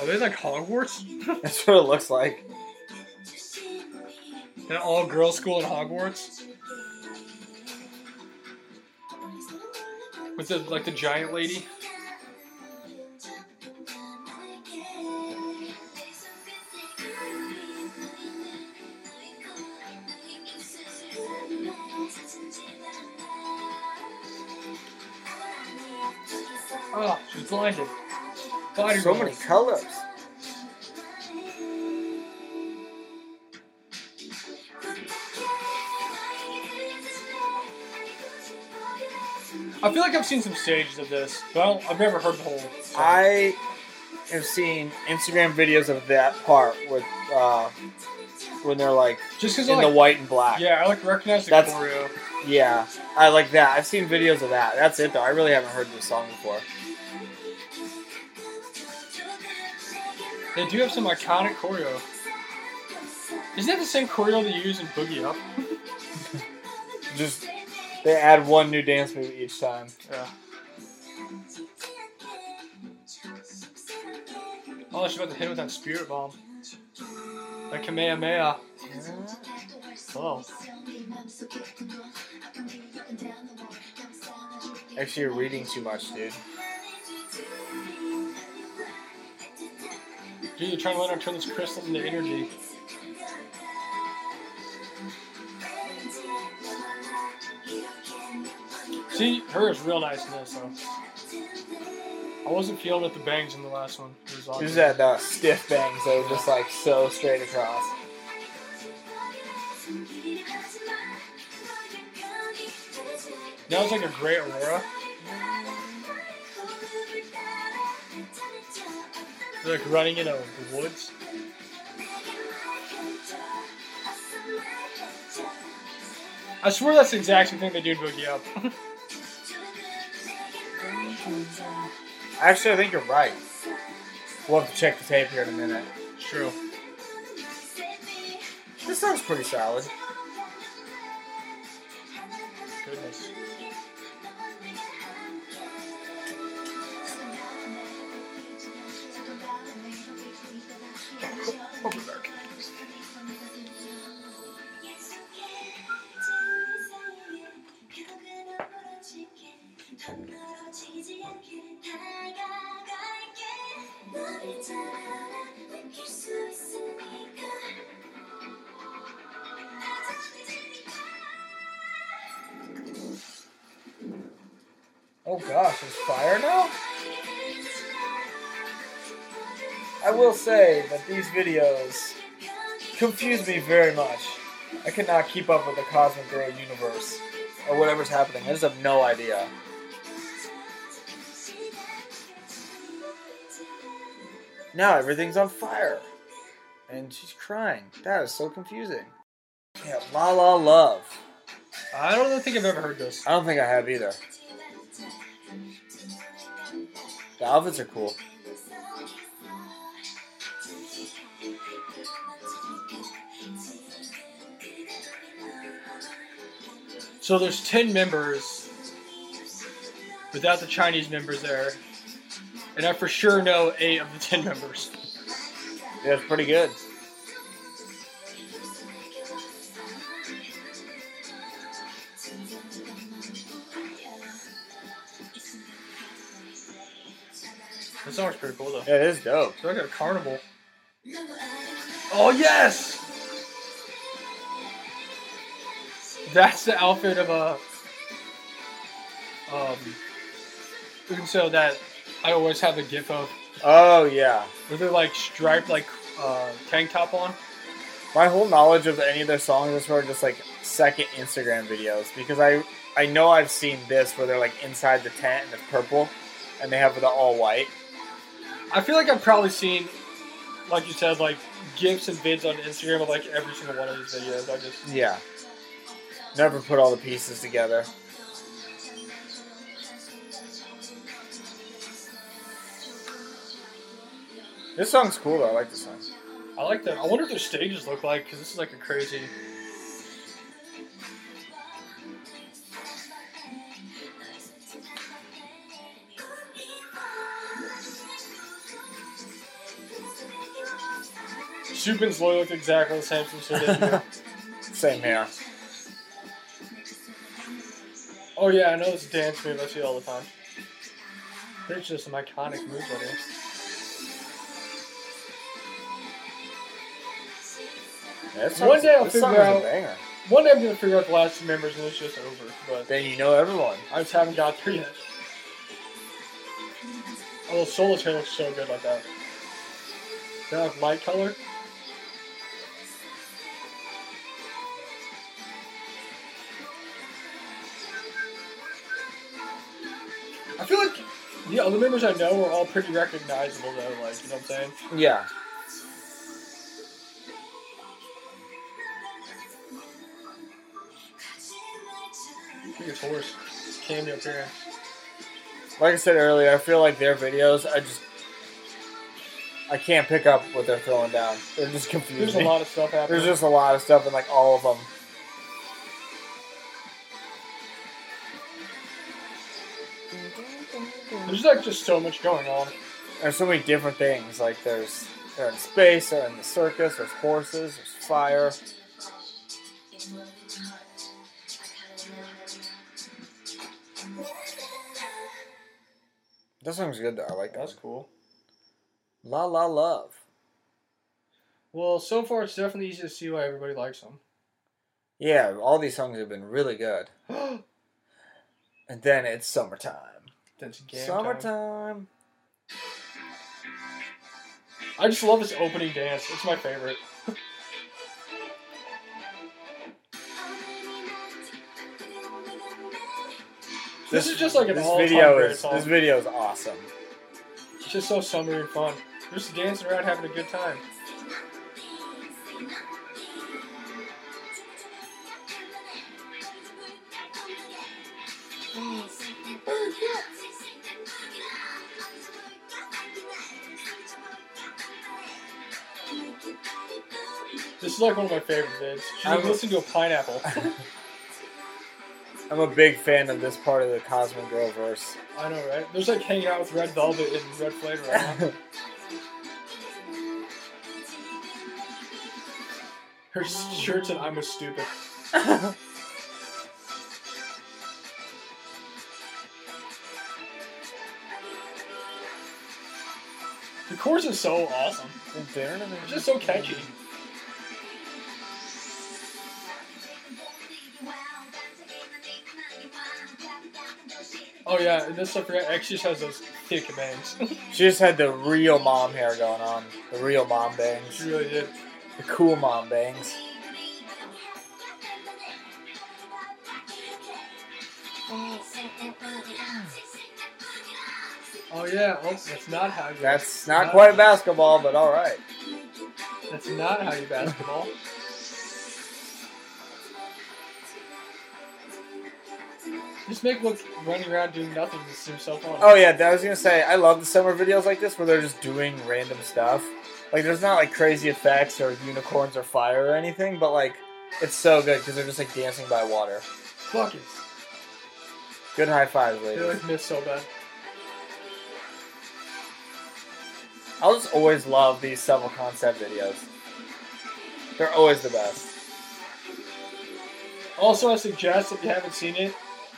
Speaker 2: Are they like Hogwarts?
Speaker 1: That's what it looks like.
Speaker 2: An all girls school in Hogwarts? With the like the giant lady? Oh, she's blinded. Body
Speaker 1: So
Speaker 2: roll.
Speaker 1: many colors.
Speaker 2: I feel like I've seen some stages of this, but I don't, I've never heard the whole. song.
Speaker 1: I have seen Instagram videos of that part with uh, when they're like
Speaker 2: just because
Speaker 1: in the white and black.
Speaker 2: yeah, I like recognize the
Speaker 1: That's-
Speaker 2: choreo.
Speaker 1: Yeah, I like that. I've seen videos of that. That's it though. I really haven't heard this song before.
Speaker 2: They do have some iconic choreo. Isn't that the same choreo they use in Boogie Up?
Speaker 1: Just they add one new dance move each time.
Speaker 2: Yeah. Oh, she's about to hit him with that spirit bomb. That Kamehameha. Oh.
Speaker 1: Actually, you're reading too much, dude.
Speaker 2: Dude, you're trying to let her turn this crystal into energy. See, her is real nice in this, though. I wasn't feeling it the bangs in the last one. It was
Speaker 1: There's
Speaker 2: awesome.
Speaker 1: that uh, stiff bangs that are just like so straight across.
Speaker 2: That was like a great Aurora. They're like running into the woods. I swear that's the exact same thing they do in Boogie Up.
Speaker 1: Actually, I think you're right. We'll have to check the tape here in a minute.
Speaker 2: It's True.
Speaker 1: This song's pretty solid.
Speaker 2: Goodness.
Speaker 1: Oh gosh, there's fire now? I will say that these videos confuse me very much. I cannot keep up with the Cosmic Girl universe or whatever's happening. I just have no idea. Now everything's on fire. And she's crying. That is so confusing. Yeah, La La Love.
Speaker 2: I don't think I've ever heard this.
Speaker 1: I don't think I have either. The outfits are cool.
Speaker 2: So there's ten members, without the Chinese members there, and I for sure know eight of the ten members.
Speaker 1: Yeah, it's pretty good.
Speaker 2: That song's pretty cool though.
Speaker 1: Yeah, it is dope.
Speaker 2: So I got a carnival. Oh yes! That's the outfit of a. Um, you can so that I always have the gif of
Speaker 1: Oh yeah.
Speaker 2: with their like striped like uh, tank top on.
Speaker 1: My whole knowledge of any of their songs is sort of just like second Instagram videos because I I know I've seen this where they're like inside the tent and it's purple and they have it all white.
Speaker 2: I feel like I've probably seen, like you said, like gifs and vids on Instagram of like every single one of these videos. I just
Speaker 1: Yeah. Never put all the pieces together. This song's cool though. I like this song.
Speaker 2: I like them. I wonder what their stages look like because this is like a crazy. Supin's look looked exactly the same since they did. here.
Speaker 1: Same here.
Speaker 2: oh yeah, I know this dance move I see all the time. There's just some iconic moves on here.
Speaker 1: Yeah, this
Speaker 2: One day I'll
Speaker 1: this
Speaker 2: figure
Speaker 1: song is a
Speaker 2: out-
Speaker 1: banger.
Speaker 2: One day I'm gonna figure out the last two members and it's just over. But
Speaker 1: Then you know everyone.
Speaker 2: I just haven't got through yet. Oh, solitaire looks so good like that. That light color. I feel like the other members I know are all pretty recognizable though. Like you know what I'm saying?
Speaker 1: Yeah.
Speaker 2: Look at his horse. His cameo appearance.
Speaker 1: like I said earlier, I feel like their videos, I just, I can't pick up what they're throwing down. They're just confusing.
Speaker 2: There's a lot of stuff happening.
Speaker 1: There's just a lot of stuff in like all of them.
Speaker 2: There's like just so much going on.
Speaker 1: There's so many different things. Like there's they're in space, they're in the circus, there's horses, there's fire. That song's good though. I like that.
Speaker 2: That's cool.
Speaker 1: La La Love.
Speaker 2: Well, so far it's definitely easy to see why everybody likes
Speaker 1: Yeah, all these songs have been really good.
Speaker 2: them.
Speaker 1: And then it's summertime.
Speaker 2: That's game
Speaker 1: summertime.
Speaker 2: time. I just love this opening dance. It's my favorite. This, is just like an
Speaker 1: this
Speaker 2: all-time
Speaker 1: video
Speaker 2: great
Speaker 1: is
Speaker 2: song.
Speaker 1: this video is awesome.
Speaker 2: It's just so summery and fun. We're just dancing around, having a good time. This is like one of my favorite vids. She's like
Speaker 1: I'm-
Speaker 2: listening to a pineapple.
Speaker 1: I'm a big fan of this part of the Cosmic Girl verse.
Speaker 2: I know, right? There's like hanging out with Red Velvet and Red Flavor right now. Her shirt's and I'm a stupid. The chorus is so awesome. It's just so catchy. Oh yeah, and this I forgot. X just has those thick bangs.
Speaker 1: She just had the real mom hair going on. The real mom bangs.
Speaker 2: she really did.
Speaker 1: The cool mom bangs.
Speaker 2: Oh yeah. Well, that's not how you.
Speaker 1: That's not quite basketball, but alright.
Speaker 2: That's not how you basketball. Just make look running around doing nothing just seem so fun.
Speaker 1: Oh, yeah, I was gonna say, I love the summer videos like this where they're just doing random stuff. Like, there's not like crazy effects or unicorns or fire or anything, but like, it's so good because they're just like dancing by water.
Speaker 2: Fuck it.
Speaker 1: Good high fives,
Speaker 2: They
Speaker 1: ladies.
Speaker 2: like miss so bad.
Speaker 1: I'll just always love these summer concept videos. They're always the best.
Speaker 2: Also, I suggest if you haven't seen it,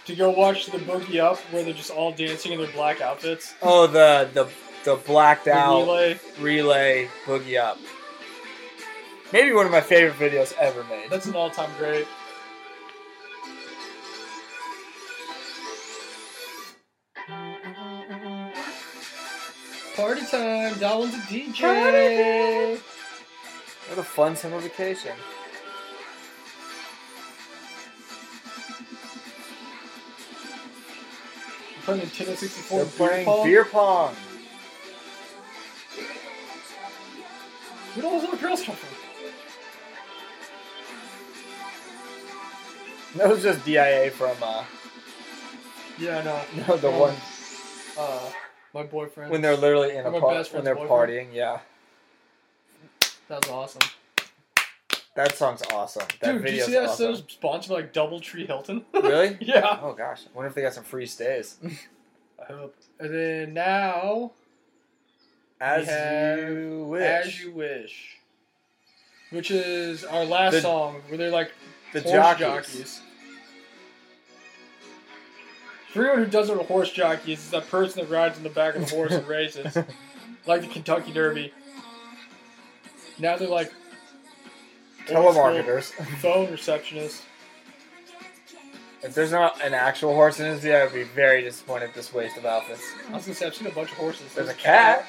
Speaker 2: to go watch the Boogie Up where they're just all dancing in their black outfits.
Speaker 1: Oh, the the the blacked
Speaker 2: The
Speaker 1: out
Speaker 2: relay.
Speaker 1: relay boogie up. Maybe one of my favorite videos ever made.
Speaker 2: That's an all-time great. Party time! Donald's a DJ.
Speaker 1: What a fun summer vacation.
Speaker 2: Playing Nintendo
Speaker 1: They're
Speaker 2: 64 Oh, beer
Speaker 1: playing
Speaker 2: pong.
Speaker 1: beer pong.
Speaker 2: Where do all those little girls come from?
Speaker 1: That was just DIA from uh,
Speaker 2: Yeah, no.
Speaker 1: no, the
Speaker 2: Um,
Speaker 1: one
Speaker 2: Uh, my boyfriend.
Speaker 1: when they're literally in a
Speaker 2: my
Speaker 1: par-
Speaker 2: best
Speaker 1: when
Speaker 2: friend's
Speaker 1: they're
Speaker 2: boyfriend.
Speaker 1: partying. Yeah,
Speaker 2: that was awesome.
Speaker 1: that song's awesome. That
Speaker 2: Dude, did you
Speaker 1: video's
Speaker 2: see that?
Speaker 1: awesome.
Speaker 2: Says sponsored by like DoubleTree Hilton.
Speaker 1: really?
Speaker 2: yeah.
Speaker 1: Oh gosh, I wonder if they got some free stays.
Speaker 2: I hope. And then now,
Speaker 1: As
Speaker 2: have
Speaker 1: you wish.
Speaker 2: as you wish, which is our last
Speaker 1: The-
Speaker 2: song where they're like
Speaker 1: the
Speaker 2: horse
Speaker 1: jockeys.
Speaker 2: For anyone who doesn't know what a horse jockey is, it's that person that rides on the back of the horse and races, like the Kentucky Derby. Now they're like old school
Speaker 1: telemarketers.
Speaker 2: phone receptionist.
Speaker 1: If there's not an actual horse in his video, I'd be very disappointed with this waste of outfits.
Speaker 2: I was gonna say I've seen a bunch of horses.
Speaker 1: There's a cat.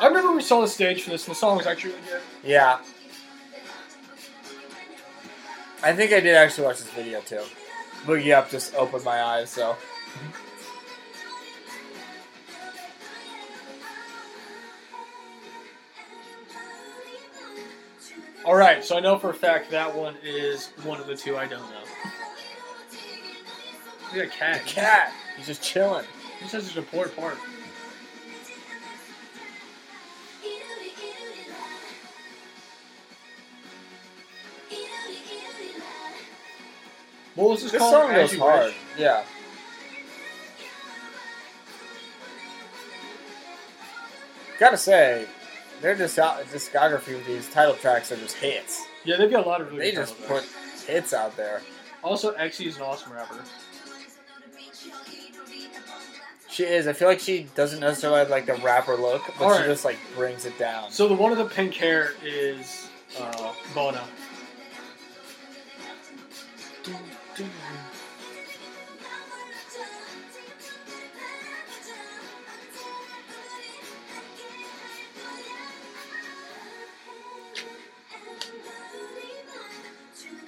Speaker 2: I remember we saw the stage for this, and the song was actually really good.
Speaker 1: Yeah. I think I did actually watch this video too. Boogie Up just opened my eyes, so.
Speaker 2: All right, so I know for a fact that one is one of the two I don't know. Look at
Speaker 1: The
Speaker 2: cat.
Speaker 1: cat! He's just chilling.
Speaker 2: He says it's an important part. What was this,
Speaker 1: This
Speaker 2: called?
Speaker 1: song
Speaker 2: As
Speaker 1: goes
Speaker 2: You
Speaker 1: hard.
Speaker 2: Wish?
Speaker 1: Yeah. Gotta say, their dis- discography with these title tracks are just hits.
Speaker 2: Yeah, they've got a lot of really
Speaker 1: They
Speaker 2: good
Speaker 1: just
Speaker 2: titles,
Speaker 1: put
Speaker 2: actually.
Speaker 1: hits out there.
Speaker 2: Also, Exy is an awesome rapper.
Speaker 1: She is. I feel like she doesn't necessarily have like the rapper look, but she
Speaker 2: Alright.
Speaker 1: just like brings it down.
Speaker 2: So the one with the pink hair is uh, Bono.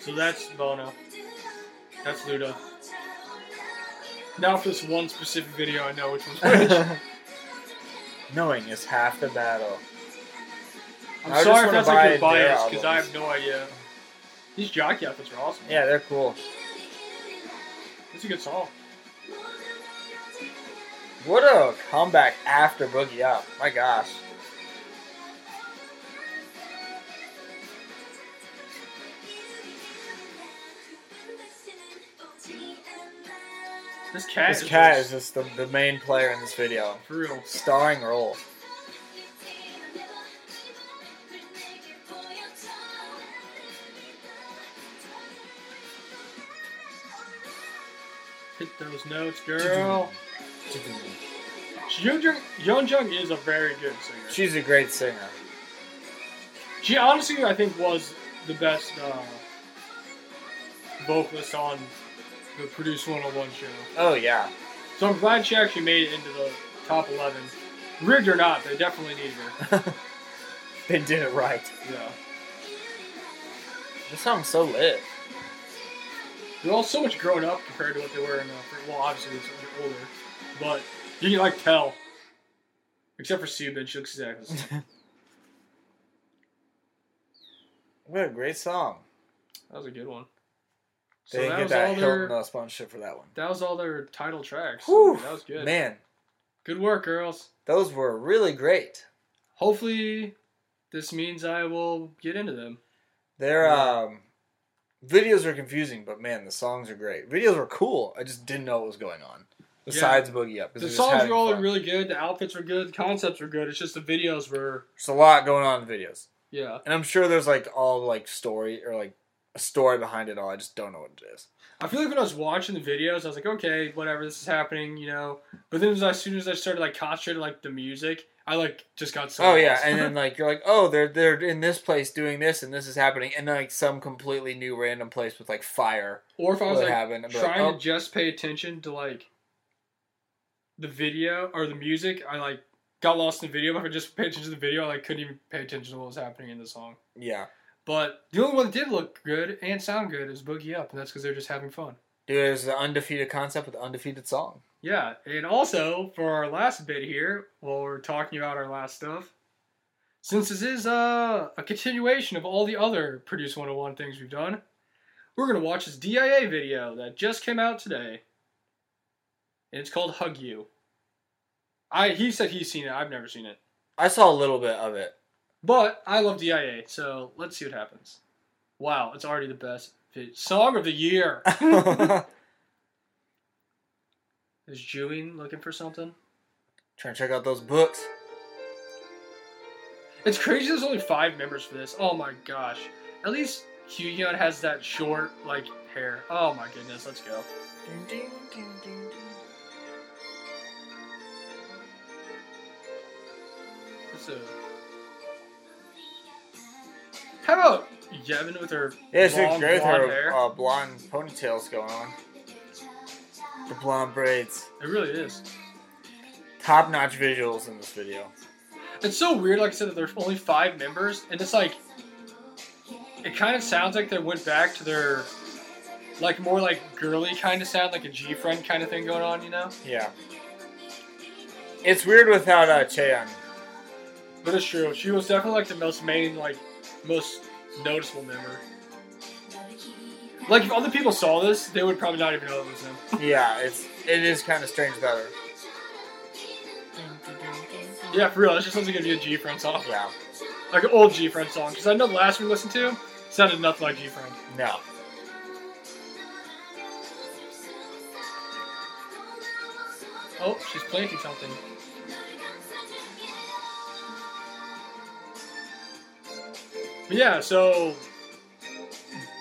Speaker 2: So that's Bono. That's Luda. Now for this one specific video, I know which one's which.
Speaker 1: Knowing is half the battle.
Speaker 2: I'm
Speaker 1: I just
Speaker 2: sorry if
Speaker 1: wanna
Speaker 2: that's like
Speaker 1: buy
Speaker 2: your
Speaker 1: their
Speaker 2: bias because I
Speaker 1: albums.
Speaker 2: have no idea. These jockey outfits are awesome.
Speaker 1: Yeah, they're cool.
Speaker 2: it's a good song.
Speaker 1: What a comeback after Boogie Up. My gosh.
Speaker 2: This cat.
Speaker 1: This
Speaker 2: is
Speaker 1: cat
Speaker 2: just-
Speaker 1: is just the, the main player in this video.
Speaker 2: for real.
Speaker 1: Starring role.
Speaker 2: Hit those notes, girl. Yeonjung Yeonjung is a very good singer. She,
Speaker 1: She's a great singer.
Speaker 2: honestly, I think, was the best uh, vocalist on the Produce 101 show.
Speaker 1: Oh yeah.
Speaker 2: So I'm glad she actually made it into the top 11. Rigged or not, they definitely needed her.
Speaker 1: They did it right.
Speaker 2: Yeah.
Speaker 1: This song's so lit.
Speaker 2: They're all so much grown up compared to what they were in the. Well, obviously, it's they're older. But you can, like, tell. Except for Subin, she looks exactly the same.
Speaker 1: What a great song.
Speaker 2: That was a good one. So
Speaker 1: They didn't
Speaker 2: that
Speaker 1: get
Speaker 2: was
Speaker 1: that
Speaker 2: all their.
Speaker 1: Hilton uh, sponsorship for that one.
Speaker 2: That was all their title tracks. So
Speaker 1: Whew,
Speaker 2: that was good.
Speaker 1: Man,
Speaker 2: Good work, girls.
Speaker 1: those were really great.
Speaker 2: Hopefully, this means I will get into them.
Speaker 1: Their
Speaker 2: Yeah.
Speaker 1: um, videos are confusing, but man, the songs are great. Videos were cool. I just didn't know what was going on. Besides Boogie Up, 'cause
Speaker 2: The
Speaker 1: they're just
Speaker 2: songs
Speaker 1: having
Speaker 2: were all
Speaker 1: fun.
Speaker 2: really good. The outfits were good. The concepts were good. It's just the videos were,
Speaker 1: There's a lot going on in videos,
Speaker 2: yeah.
Speaker 1: and I'm sure there's like all like story or like a story behind it all. I just don't know what it is.
Speaker 2: I feel like when I was watching the videos, I was like, okay, whatever, this is happening, you know. But then as, as soon as I started like concentrating like the music, I like just got so.
Speaker 1: Oh yeah,
Speaker 2: lost.
Speaker 1: and then like you're like, oh, they're they're in this place doing this, and this is happening, and then like some completely new random place with like fire
Speaker 2: or if I was
Speaker 1: would
Speaker 2: like
Speaker 1: happen. and be like,
Speaker 2: trying
Speaker 1: oh,
Speaker 2: to just pay attention to like the video or the music, I like got lost in the video. But if I just paid attention to the video, I like couldn't even pay attention to what was happening in the song.
Speaker 1: yeah,
Speaker 2: But the only one that did look good and sound good is Boogie Up, and that's because they're just having fun.
Speaker 1: dude, it was the undefeated concept with the undefeated song.
Speaker 2: Yeah, and also for our last bit here, while we're talking about our last stuff, since this is uh, a continuation of all the other Produce 101 things we've done, we're going to watch this DIA video that just came out today. And it's called Hug You. I He said he's seen it, I've never seen it.
Speaker 1: I saw a little bit of it.
Speaker 2: But I love DIA, so let's see what happens. Wow, it's already the best vi- song of the year.
Speaker 1: Trying
Speaker 2: is Jewing looking for something?
Speaker 1: to check out those books.
Speaker 2: It's crazy. There's only five members for this. Oh my gosh. At least Hyun has that short like hair. Oh my goodness. Let's go. It's a... How about Yevon with her
Speaker 1: Yeah, she looks
Speaker 2: long blonde
Speaker 1: great with her
Speaker 2: hair?
Speaker 1: uh, blonde ponytails going on. The blonde braids.
Speaker 2: It really is.
Speaker 1: Top notch visuals in this video.
Speaker 2: It's so weird. Like I said, that there's only five members, and it's like it kind of sounds like they went back to their like more like girly kind of sound, like a G friend kind of thing going on. You know.
Speaker 1: Yeah. It's weird without uh, Cheon.
Speaker 2: But it's true. She was definitely like the most main, like most noticeable member. Like if other people saw this, they would probably not even know it was him.
Speaker 1: Yeah, it's it is kind of strange about her.
Speaker 2: Yeah, for real. This just sounds like it'd be a G Friend song,
Speaker 1: Yeah.
Speaker 2: like an old G Friend song. Because I know the last we listened to sounded nothing like G Friend.
Speaker 1: No.
Speaker 2: Oh, she's planting something. But yeah, so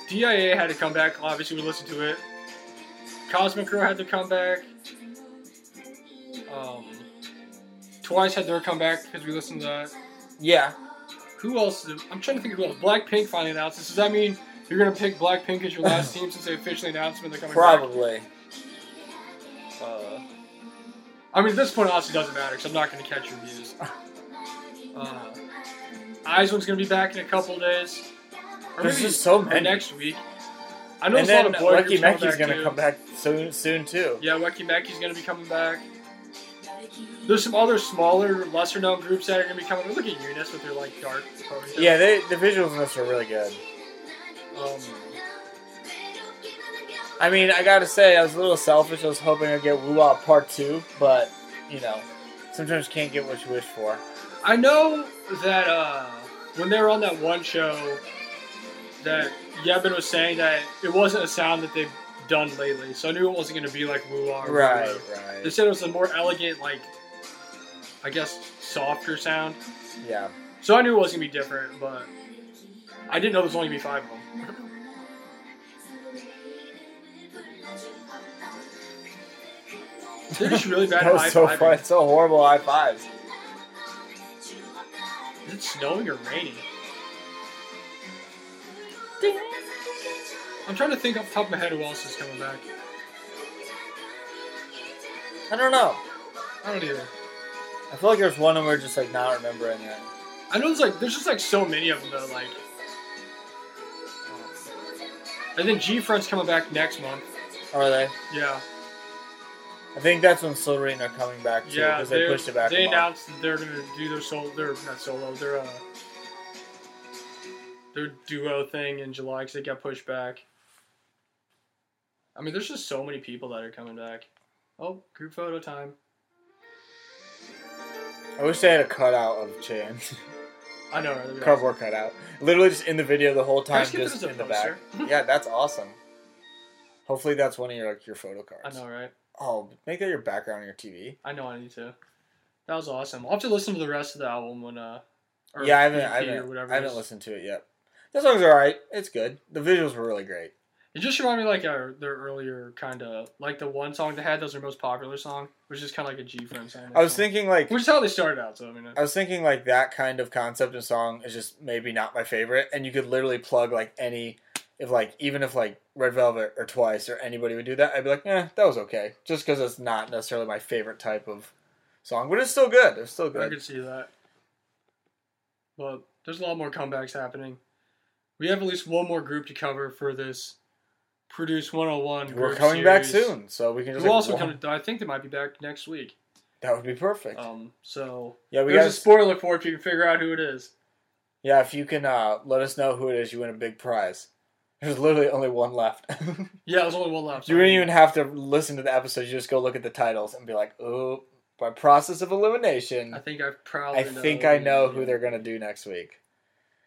Speaker 2: DIA had to come back. Obviously, we listened to it. Cosmic Girl had to come back. Um, Twice had their comeback because we listened to that.
Speaker 1: Yeah.
Speaker 2: Who else? did- I'm trying to think of who else. Blackpink finally announced this. Does that mean you're gonna pick Blackpink as your last team since they officially announced when they're coming back?
Speaker 1: Probably.
Speaker 2: Uh, I mean, at this point, it honestly, doesn't matter because I'm not going to catch your views. Uh, Eisman's going to be back in a couple days, or
Speaker 1: There's
Speaker 2: maybe
Speaker 1: just so
Speaker 2: or
Speaker 1: many.
Speaker 2: next week. I know
Speaker 1: And
Speaker 2: there's a
Speaker 1: then
Speaker 2: lot of boy
Speaker 1: Lucky
Speaker 2: groups coming
Speaker 1: Mackey's
Speaker 2: back,
Speaker 1: gonna
Speaker 2: too.
Speaker 1: come back soon, soon too.
Speaker 2: Yeah, Wacky Mackey's going to be coming back. There's some other smaller, lesser-known groups that are going to be coming. Look at Eunice with her like dark. ponytail.
Speaker 1: Yeah, they, the visuals in this are really good.
Speaker 2: Um,
Speaker 1: I mean, I gotta say, I was a little selfish. I was hoping I'd get Woo Out Part 2, but, you know, sometimes you can't get what you wish for.
Speaker 2: I know that uh, when they were on that one show, that Yebin was saying that it wasn't a sound that they've done lately, so I knew it wasn't going to be like Mulan. or
Speaker 1: Right,
Speaker 2: Mulan. They
Speaker 1: right.
Speaker 2: said it was a more elegant, like I guess softer sound,
Speaker 1: Yeah.
Speaker 2: so I knew it wasn't going to be different, but I didn't know there was only going to be five of them. They're just really bad
Speaker 1: That
Speaker 2: at high
Speaker 1: was so fun.
Speaker 2: fiving.
Speaker 1: So horrible high fives.
Speaker 2: Is it snowing or raining? I'm trying to think off the top of my head who else is coming back.
Speaker 1: I don't know.
Speaker 2: I don't either.
Speaker 1: I feel like there's one and we're just like not remembering it.
Speaker 2: I know there's like there's just like so many of them that are like. And then G Front's coming back next month.
Speaker 1: Are they?
Speaker 2: Yeah,
Speaker 1: I think that's when Silverine are coming back too
Speaker 2: yeah.
Speaker 1: because they
Speaker 2: they're-
Speaker 1: pushed it back.
Speaker 2: They
Speaker 1: a month.
Speaker 2: announced that they're gonna do their solo. They're not solo. Their uh, their duo thing in July because it got pushed back. I mean, there's just so many people that are coming back. Oh, group photo time.
Speaker 1: I wish they had a cutout of Chan,
Speaker 2: I know. Right?
Speaker 1: cardboard cutout. Literally just in the video the whole
Speaker 2: Can
Speaker 1: time,
Speaker 2: I just get
Speaker 1: just
Speaker 2: this as a
Speaker 1: in the back.
Speaker 2: poster?
Speaker 1: yeah, that's awesome. Hopefully that's one of your like your photo
Speaker 2: I
Speaker 1: cards.
Speaker 2: know, right?
Speaker 1: Oh, make that your background on your TV.
Speaker 2: I know I need to. That was awesome. I'll have to listen to the rest of the album when uh. or
Speaker 1: yeah, I haven't,
Speaker 2: EP
Speaker 1: I
Speaker 2: or
Speaker 1: haven't,
Speaker 2: whatever
Speaker 1: I
Speaker 2: it
Speaker 1: haven't
Speaker 2: is.
Speaker 1: listened to it yet. That song's alright. It's good. The visuals were really great.
Speaker 2: It just reminded me like our, their earlier kind of like the one song they had that was their most popular song, which is kind of like a G friend song.
Speaker 1: I was thinking like
Speaker 2: which is how they started out. So I mean,
Speaker 1: I was thinking like that kind of concept and song is just maybe not my favorite, and you could literally plug like any, if like even if like Red Velvet or Twice or anybody would do that, I'd be like, eh, that was okay, just because it's not necessarily my favorite type of song, but it's still good. It's still
Speaker 2: I
Speaker 1: good.
Speaker 2: could see that. But there's a lot more comebacks happening. We have at least one more group to cover for this Produce 101.
Speaker 1: We're
Speaker 2: group
Speaker 1: coming back
Speaker 2: series.
Speaker 1: soon, so we can just.
Speaker 2: We'll
Speaker 1: like,
Speaker 2: also
Speaker 1: walk-
Speaker 2: come. To, I think they might be back next week.
Speaker 1: That would be perfect.
Speaker 2: Um, so
Speaker 1: yeah, we
Speaker 2: there's a
Speaker 1: guys.
Speaker 2: spoiler for it if you can figure out who it is.
Speaker 1: yeah, if you can uh, let us know who it is, you win a big prize. There's literally only one left.
Speaker 2: Yeah, there's only one left.
Speaker 1: you wouldn't even have to listen to the episode. You just go look at the titles and be like, "Ooh, by process of elimination."
Speaker 2: I think I probably.
Speaker 1: I think I know who they're gonna do next week.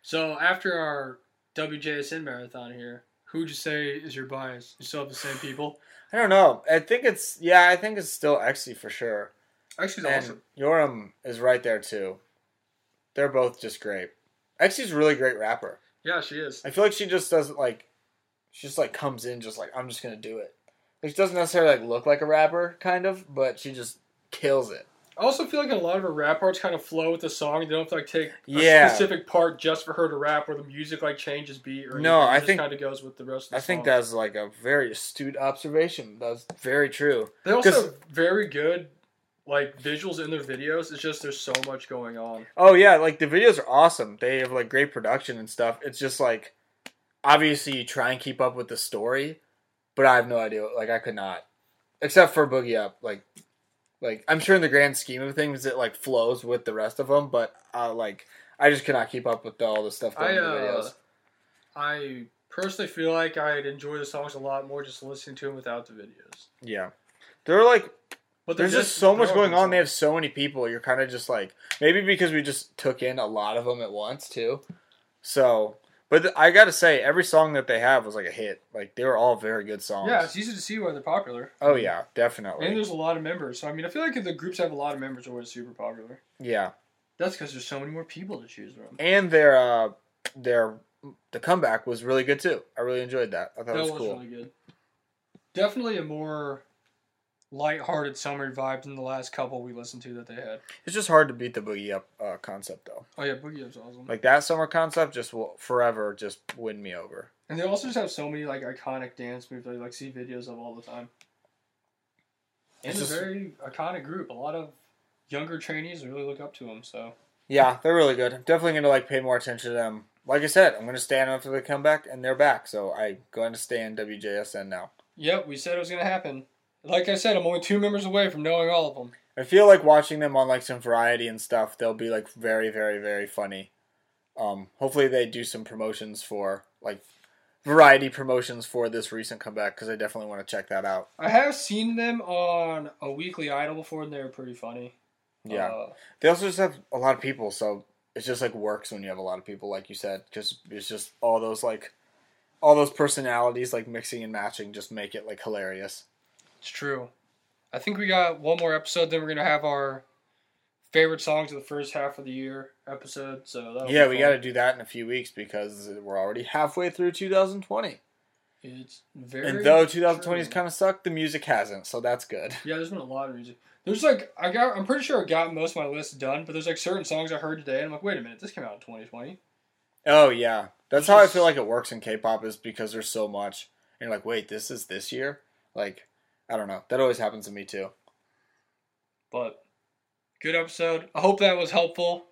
Speaker 2: So after our WJSN marathon here, who would you say is your bias? You still have the same people.
Speaker 1: I don't know. I think it's yeah. I think it's still Exy for sure.
Speaker 2: Actually,
Speaker 1: and Yoram is right there too. They're both just great. Exy's a really great rapper.
Speaker 2: Yeah, she is.
Speaker 1: I feel like she just doesn't like. She just like comes in just like I'm just gonna do it. Like, she doesn't necessarily like look like a rapper, kind of, but she just kills it.
Speaker 2: I also feel like a lot of her rap parts kind of flow with the song. They don't have to like take a
Speaker 1: Yeah.
Speaker 2: specific part just for her to rap, where the music like changes beat or
Speaker 1: No,
Speaker 2: anything. It
Speaker 1: I
Speaker 2: just
Speaker 1: think-
Speaker 2: kind of goes with the rest. of the
Speaker 1: I think
Speaker 2: song.
Speaker 1: that's like a very astute observation. That's very true.
Speaker 2: they also
Speaker 1: 'cause-
Speaker 2: have very good like visuals in their videos. It's just there's so much going on.
Speaker 1: Oh yeah, like the videos are awesome. They have like great production and stuff. It's just like obviously you try and keep up with the story, but I have no idea. Like I could not, except for Boogie Up. Like, like I'm sure in the grand scheme of things it like flows with the rest of them, but uh, like I just could not keep up with all the stuff going
Speaker 2: I
Speaker 1: in the
Speaker 2: uh,
Speaker 1: videos.
Speaker 2: I personally feel like I'd enjoy the songs a lot more just listening to them without the videos.
Speaker 1: Yeah, they're like
Speaker 2: But they're
Speaker 1: There's just, so much
Speaker 2: they're
Speaker 1: going on.
Speaker 2: awesome.
Speaker 1: They have so many people. You're kind of just like maybe because we just took in a lot of them at once too. So, but th- I gotta say, every song that they have was like a hit. Like they were all very good songs.
Speaker 2: Yeah, it's easy to see why they're popular.
Speaker 1: Oh yeah,
Speaker 2: And
Speaker 1: definitely.
Speaker 2: there's a lot of members. So I mean, I feel like if the groups have a lot of members, they're always super popular.
Speaker 1: Yeah,
Speaker 2: That's because there's so many more people to choose from.
Speaker 1: and their uh their the comeback was really good too. I really enjoyed that. I thought it was, cool.
Speaker 2: really good. Definitely a more lighthearted summer vibe than the last couple we listened to that they had.
Speaker 1: It's just hard to beat the boogie up uh, concept though.
Speaker 2: Oh yeah, Boogie Up's awesome.
Speaker 1: Like that summer concept just will forever just win me over.
Speaker 2: and they also just have so many like iconic dance moves that you like see videos of all the time. And
Speaker 1: It's
Speaker 2: it's a
Speaker 1: just-
Speaker 2: very iconic group. A lot of younger trainees really look up to them. So
Speaker 1: Yeah, they're really good. I'm definitely gonna like pay more attention to them. Like I said, I'm gonna stand after they come back, and they're back. So I going to stay in WJSN now.
Speaker 2: yep, we said it was gonna happen. Like I said, I'm only two members away from knowing all of them.
Speaker 1: I feel like watching them on like some variety and stuff. They'll be like very, very, very funny. Um, hopefully they do some promotions for like variety promotions for this recent comeback because I definitely want to check that out.
Speaker 2: I have seen them on a weekly idol before, and they were pretty funny.
Speaker 1: Yeah,
Speaker 2: Uh,
Speaker 1: they also just have a lot of people, so it's just like works when you have a lot of people, like you said. Just it's just all those like all those personalities like mixing and matching just make it like hilarious.
Speaker 2: It's true. I think we got one more episode, then we're gonna have our favorite songs of the first half of the year episode. So that'll be
Speaker 1: Yeah, we got
Speaker 2: fun.
Speaker 1: to do that in a few weeks because we're already halfway through 2020.
Speaker 2: It's very
Speaker 1: And though 2020 has
Speaker 2: true.
Speaker 1: kind of sucked, the music hasn't, so that's good.
Speaker 2: yeah, there's been a lot of music. There's like I got I'm pretty sure I got most of my list done, but there's like certain songs I heard today, and I'm like, wait a minute, this came out in 2020.
Speaker 1: Oh yeah, that's how I feel like it works in K-pop is because there's so much. And you're like, wait, this is this year? Like, I don't know. That always happens to me too.
Speaker 2: But good episode. I hope that was helpful.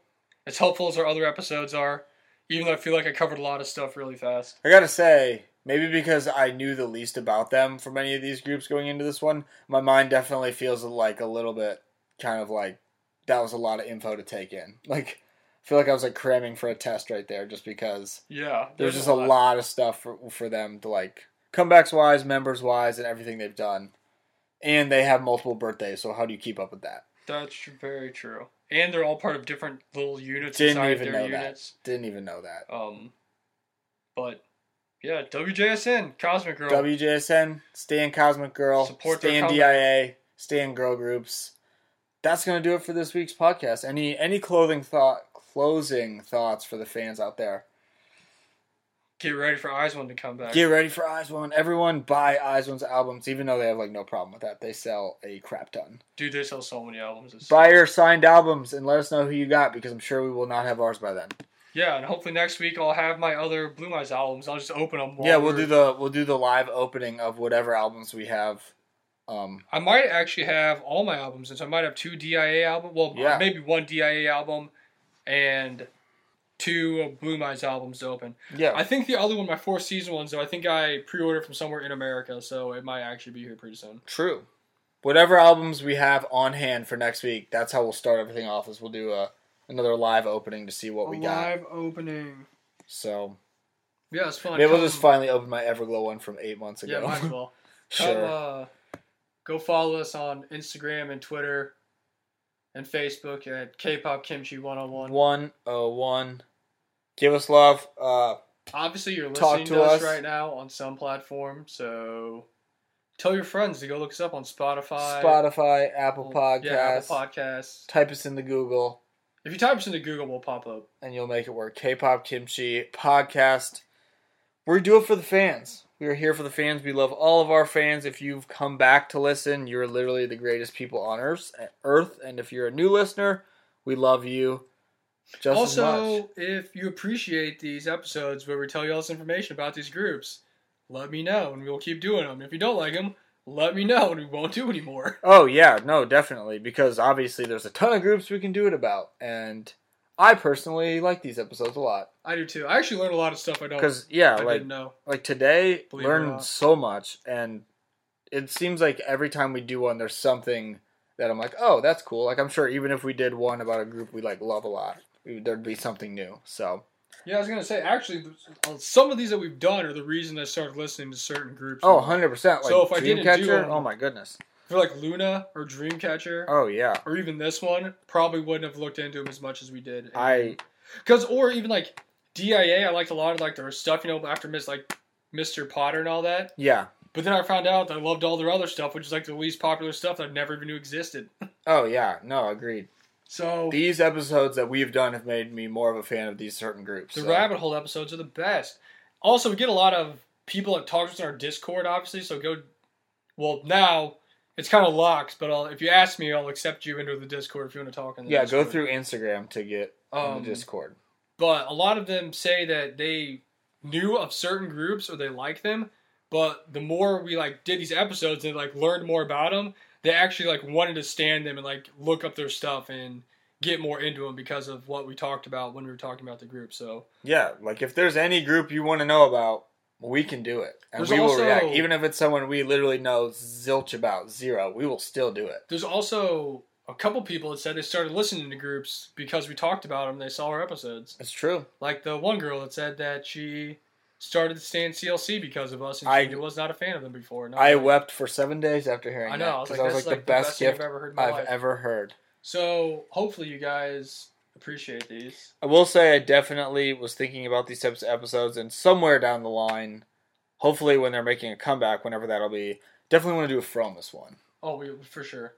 Speaker 2: As helpful as our other episodes are, even though I feel like I covered a lot of stuff really fast.
Speaker 1: I gotta say, maybe because I knew the least about them from any of these groups going into this one, my mind definitely feels like a little bit kind of like that was a lot of info to take in. Like, I feel like I was like cramming for a test right there just because
Speaker 2: Yeah.
Speaker 1: there's just a lot of stuff for, for them to like comebacks wise, members wise, and everything they've done. And they have multiple birthdays, so how do you keep up with that?
Speaker 2: That's tr- very true. And they're all part of different little units
Speaker 1: Didn't
Speaker 2: inside
Speaker 1: even
Speaker 2: their
Speaker 1: know that.
Speaker 2: units.
Speaker 1: Didn't even know that.
Speaker 2: Um, but yeah, WJSN, Cosmic Girl.
Speaker 1: WJSN, stay in Cosmic Girl,
Speaker 2: Support
Speaker 1: stay
Speaker 2: their
Speaker 1: in DIA, stay in girl groups. That's gonna do it for this week's podcast. Any any clothing thought closing thoughts for the fans out there?
Speaker 2: Get ready for Eyes One to come back.
Speaker 1: Get ready for Eyes One. Everyone buy Eyes One's albums, even though they have like no problem with that. They sell a crap ton.
Speaker 2: Dude, they sell so many albums. It's-
Speaker 1: Buy your signed albums and let us know who you got because I'm sure we will not have ours by then.
Speaker 2: Yeah, and hopefully next week I'll have my other Blue Eyes albums. I'll just open them. while
Speaker 1: yeah, we'll
Speaker 2: we're-
Speaker 1: do the we'll do the live opening of whatever albums we have. Um,
Speaker 2: I might actually have all my albums, and so I might have two DIA albums. Well,
Speaker 1: Yeah.
Speaker 2: maybe one DIA album and two Blue Eyes albums to open.
Speaker 1: yeah,
Speaker 2: I think the other one, my fourth season ones, though, I think I pre-ordered from somewhere in America, so it might actually be here pretty soon.
Speaker 1: True. Whatever albums we have on hand for next week, that's how we'll start everything off. Is we'll do a another live opening to see what we got.
Speaker 2: opening.
Speaker 1: So
Speaker 2: Yeah, it's fun.
Speaker 1: maybe we'll
Speaker 2: Come-
Speaker 1: just finally open my Everglow one from eight months
Speaker 2: Yeah,
Speaker 1: ago.
Speaker 2: might as well. Come,
Speaker 1: sure.
Speaker 2: uh, go follow us on Instagram and Twitter and Facebook at K-pop Kimchi One On One.
Speaker 1: One oh one. Give us love. Uh,
Speaker 2: Obviously, you're
Speaker 1: Talk
Speaker 2: listening
Speaker 1: to
Speaker 2: to us
Speaker 1: us.
Speaker 2: right now on some platform, so tell your friends to go look us up on Spotify,
Speaker 1: Spotify, Apple Podcasts.
Speaker 2: yeah, Apple Podcasts.
Speaker 1: Type us into Google,
Speaker 2: If you type us into Google, we'll pop up.
Speaker 1: and you'll make it work. K-pop Kimchi podcast. We do it for the fans. We are here for the fans. We love all of our fans. If you've come back to listen, you're literally the greatest people on earth. Earth, and if you're a new listener, we love you just as much.
Speaker 2: also, if you appreciate these episodes where we tell you all this information about these groups, let me know and we'll keep doing them. If you don't like them, let me know and we won't do anymore.
Speaker 1: Oh yeah, no, definitely, because obviously there's a ton of groups we can do it about, and I personally like these episodes a lot.
Speaker 2: I do too. I actually learned a lot of stuff I don't.
Speaker 1: Because yeah,
Speaker 2: I
Speaker 1: like
Speaker 2: didn't know.
Speaker 1: like today
Speaker 2: Believe it or
Speaker 1: learned
Speaker 2: not.
Speaker 1: so much and it seems like every time we do one there's something that i'm like oh that's cool like i'm sure even if we did one about a group we like love a lot we- there'd be something new so
Speaker 2: Yeah, I was gonna say actually, uh, some of these that we've done are the reason I started listening to certain groups.
Speaker 1: oh 100% like
Speaker 2: So if I didn't do
Speaker 1: dreamcatcher
Speaker 2: them-
Speaker 1: oh my goodness
Speaker 2: for like Luna or Dreamcatcher
Speaker 1: oh yeah
Speaker 2: or even this one, probably wouldn't have looked into them as much as we did.
Speaker 1: i
Speaker 2: because or even like DIA, I liked a lot of like their stuff, you know, after Miss like Mr. Potter and all that.
Speaker 1: yeah
Speaker 2: But then I found out that I loved all their other stuff, which is like the least popular stuff that I never even knew existed.
Speaker 1: oh yeah no agreed
Speaker 2: So the,
Speaker 1: these episodes that we've done have made me more of a fan of these certain groups so.
Speaker 2: rabbit hole episodes are the best. Also, we get a lot of people that talk to us in our Discord, obviously. So go. Well, now it's kind of locked, but I'll, if you ask me, I'll accept you into the Discord if you want to talk. In the
Speaker 1: yeah go
Speaker 2: Discord.
Speaker 1: through instagram to get
Speaker 2: Um,
Speaker 1: on the discord
Speaker 2: but a lot of them say that they knew of certain groups or they like them but the more we like did these episodes and like learned more about them they actually like wanted to stand them and like look up their stuff and get more into them because of what we talked about when we were talking about the group so
Speaker 1: Yeah, like if there's any group you want to know about, we can do it, and
Speaker 2: There's
Speaker 1: we will
Speaker 2: also-
Speaker 1: react. Even if it's someone we literally know zilch about, zero, we will still do it.
Speaker 2: there's also a couple people that said they started listening to groups because we talked about them they saw our episodes
Speaker 1: It's true.
Speaker 2: like the one girl that said that she started to stand clc because of us and
Speaker 1: I-
Speaker 2: she was not a fan of them before Not
Speaker 1: I
Speaker 2: really.
Speaker 1: wept for seven days after hearing
Speaker 2: I
Speaker 1: I
Speaker 2: know. I was
Speaker 1: because
Speaker 2: like,
Speaker 1: I was
Speaker 2: that's
Speaker 1: like, the best,
Speaker 2: thing
Speaker 1: gift
Speaker 2: I've ever heard in my
Speaker 1: I've
Speaker 2: life.
Speaker 1: ever heard.
Speaker 2: So hopefully you guys appreciate these.
Speaker 1: I will say, I definitely was thinking about these types of episodes, and somewhere down the line, hopefully when they're making a comeback, whenever that'll be, definitely want to do a Fromus one.
Speaker 2: Oh, we for sure.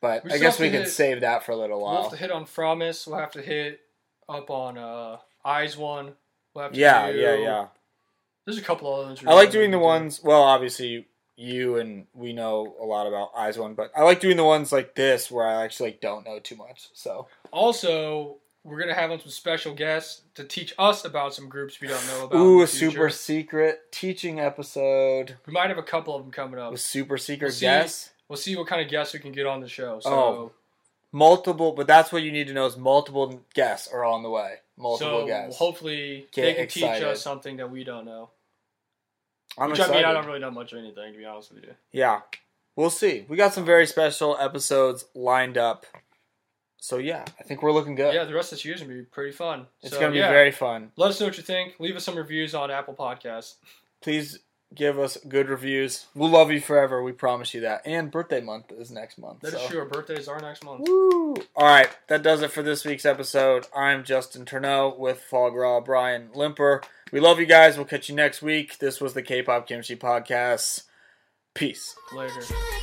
Speaker 1: But
Speaker 2: We
Speaker 1: I
Speaker 2: still
Speaker 1: guess
Speaker 2: have
Speaker 1: we
Speaker 2: to
Speaker 1: can
Speaker 2: hit-
Speaker 1: save that for a little
Speaker 2: We'll have
Speaker 1: while.
Speaker 2: to hit on Fromis. We'll have to hit up on uh, Eyes One. We'll have to
Speaker 1: Yeah,
Speaker 2: do-
Speaker 1: yeah, yeah.
Speaker 2: There's a couple of others.
Speaker 1: I like doing the ones. Well, obviously, you and we know a lot about Eyes One, but I like doing the ones like this where I actually like, don't know too much. So
Speaker 2: Also, we're gonna have on some special guests to teach us about some groups we don't know about. in
Speaker 1: ooh,
Speaker 2: the
Speaker 1: a super
Speaker 2: future.
Speaker 1: secret teaching episode
Speaker 2: We might have a couple of them coming up.
Speaker 1: with super secret
Speaker 2: Oh. see.
Speaker 1: guests.
Speaker 2: We'll see what kind of guests we can get on the show. So
Speaker 1: Oh. multiple, but that's what you need to know is multiple guests are on the way. Multiple
Speaker 2: so
Speaker 1: guests.
Speaker 2: hopefully
Speaker 1: Get
Speaker 2: they can teach
Speaker 1: excited.
Speaker 2: us something that we don't know.
Speaker 1: I'm
Speaker 2: Which
Speaker 1: excited.
Speaker 2: I mean, I don't really know much of anything to be honest with you.
Speaker 1: yeah, we'll see. We got some very special episodes lined up. So yeah, I think we're looking good.
Speaker 2: Yeah, the rest of this year's gonna be pretty fun.
Speaker 1: it's
Speaker 2: so,
Speaker 1: gonna be
Speaker 2: yeah,
Speaker 1: very fun.
Speaker 2: Let us know what you think. Leave us some reviews on Apple Podcasts.
Speaker 1: please give us good reviews. We'll love you forever. We promise you that. And birthday month is next month.
Speaker 2: That is
Speaker 1: so.
Speaker 2: true. Our birthdays are next month.
Speaker 1: Woo! All right, that does it for this week's episode. I'm Justin Turneau with Fog Raw Brian Limper. We love you guys. We'll catch you next week. This was the K-pop Kimchi podcast. Peace.
Speaker 2: Later.
Speaker 3: Truly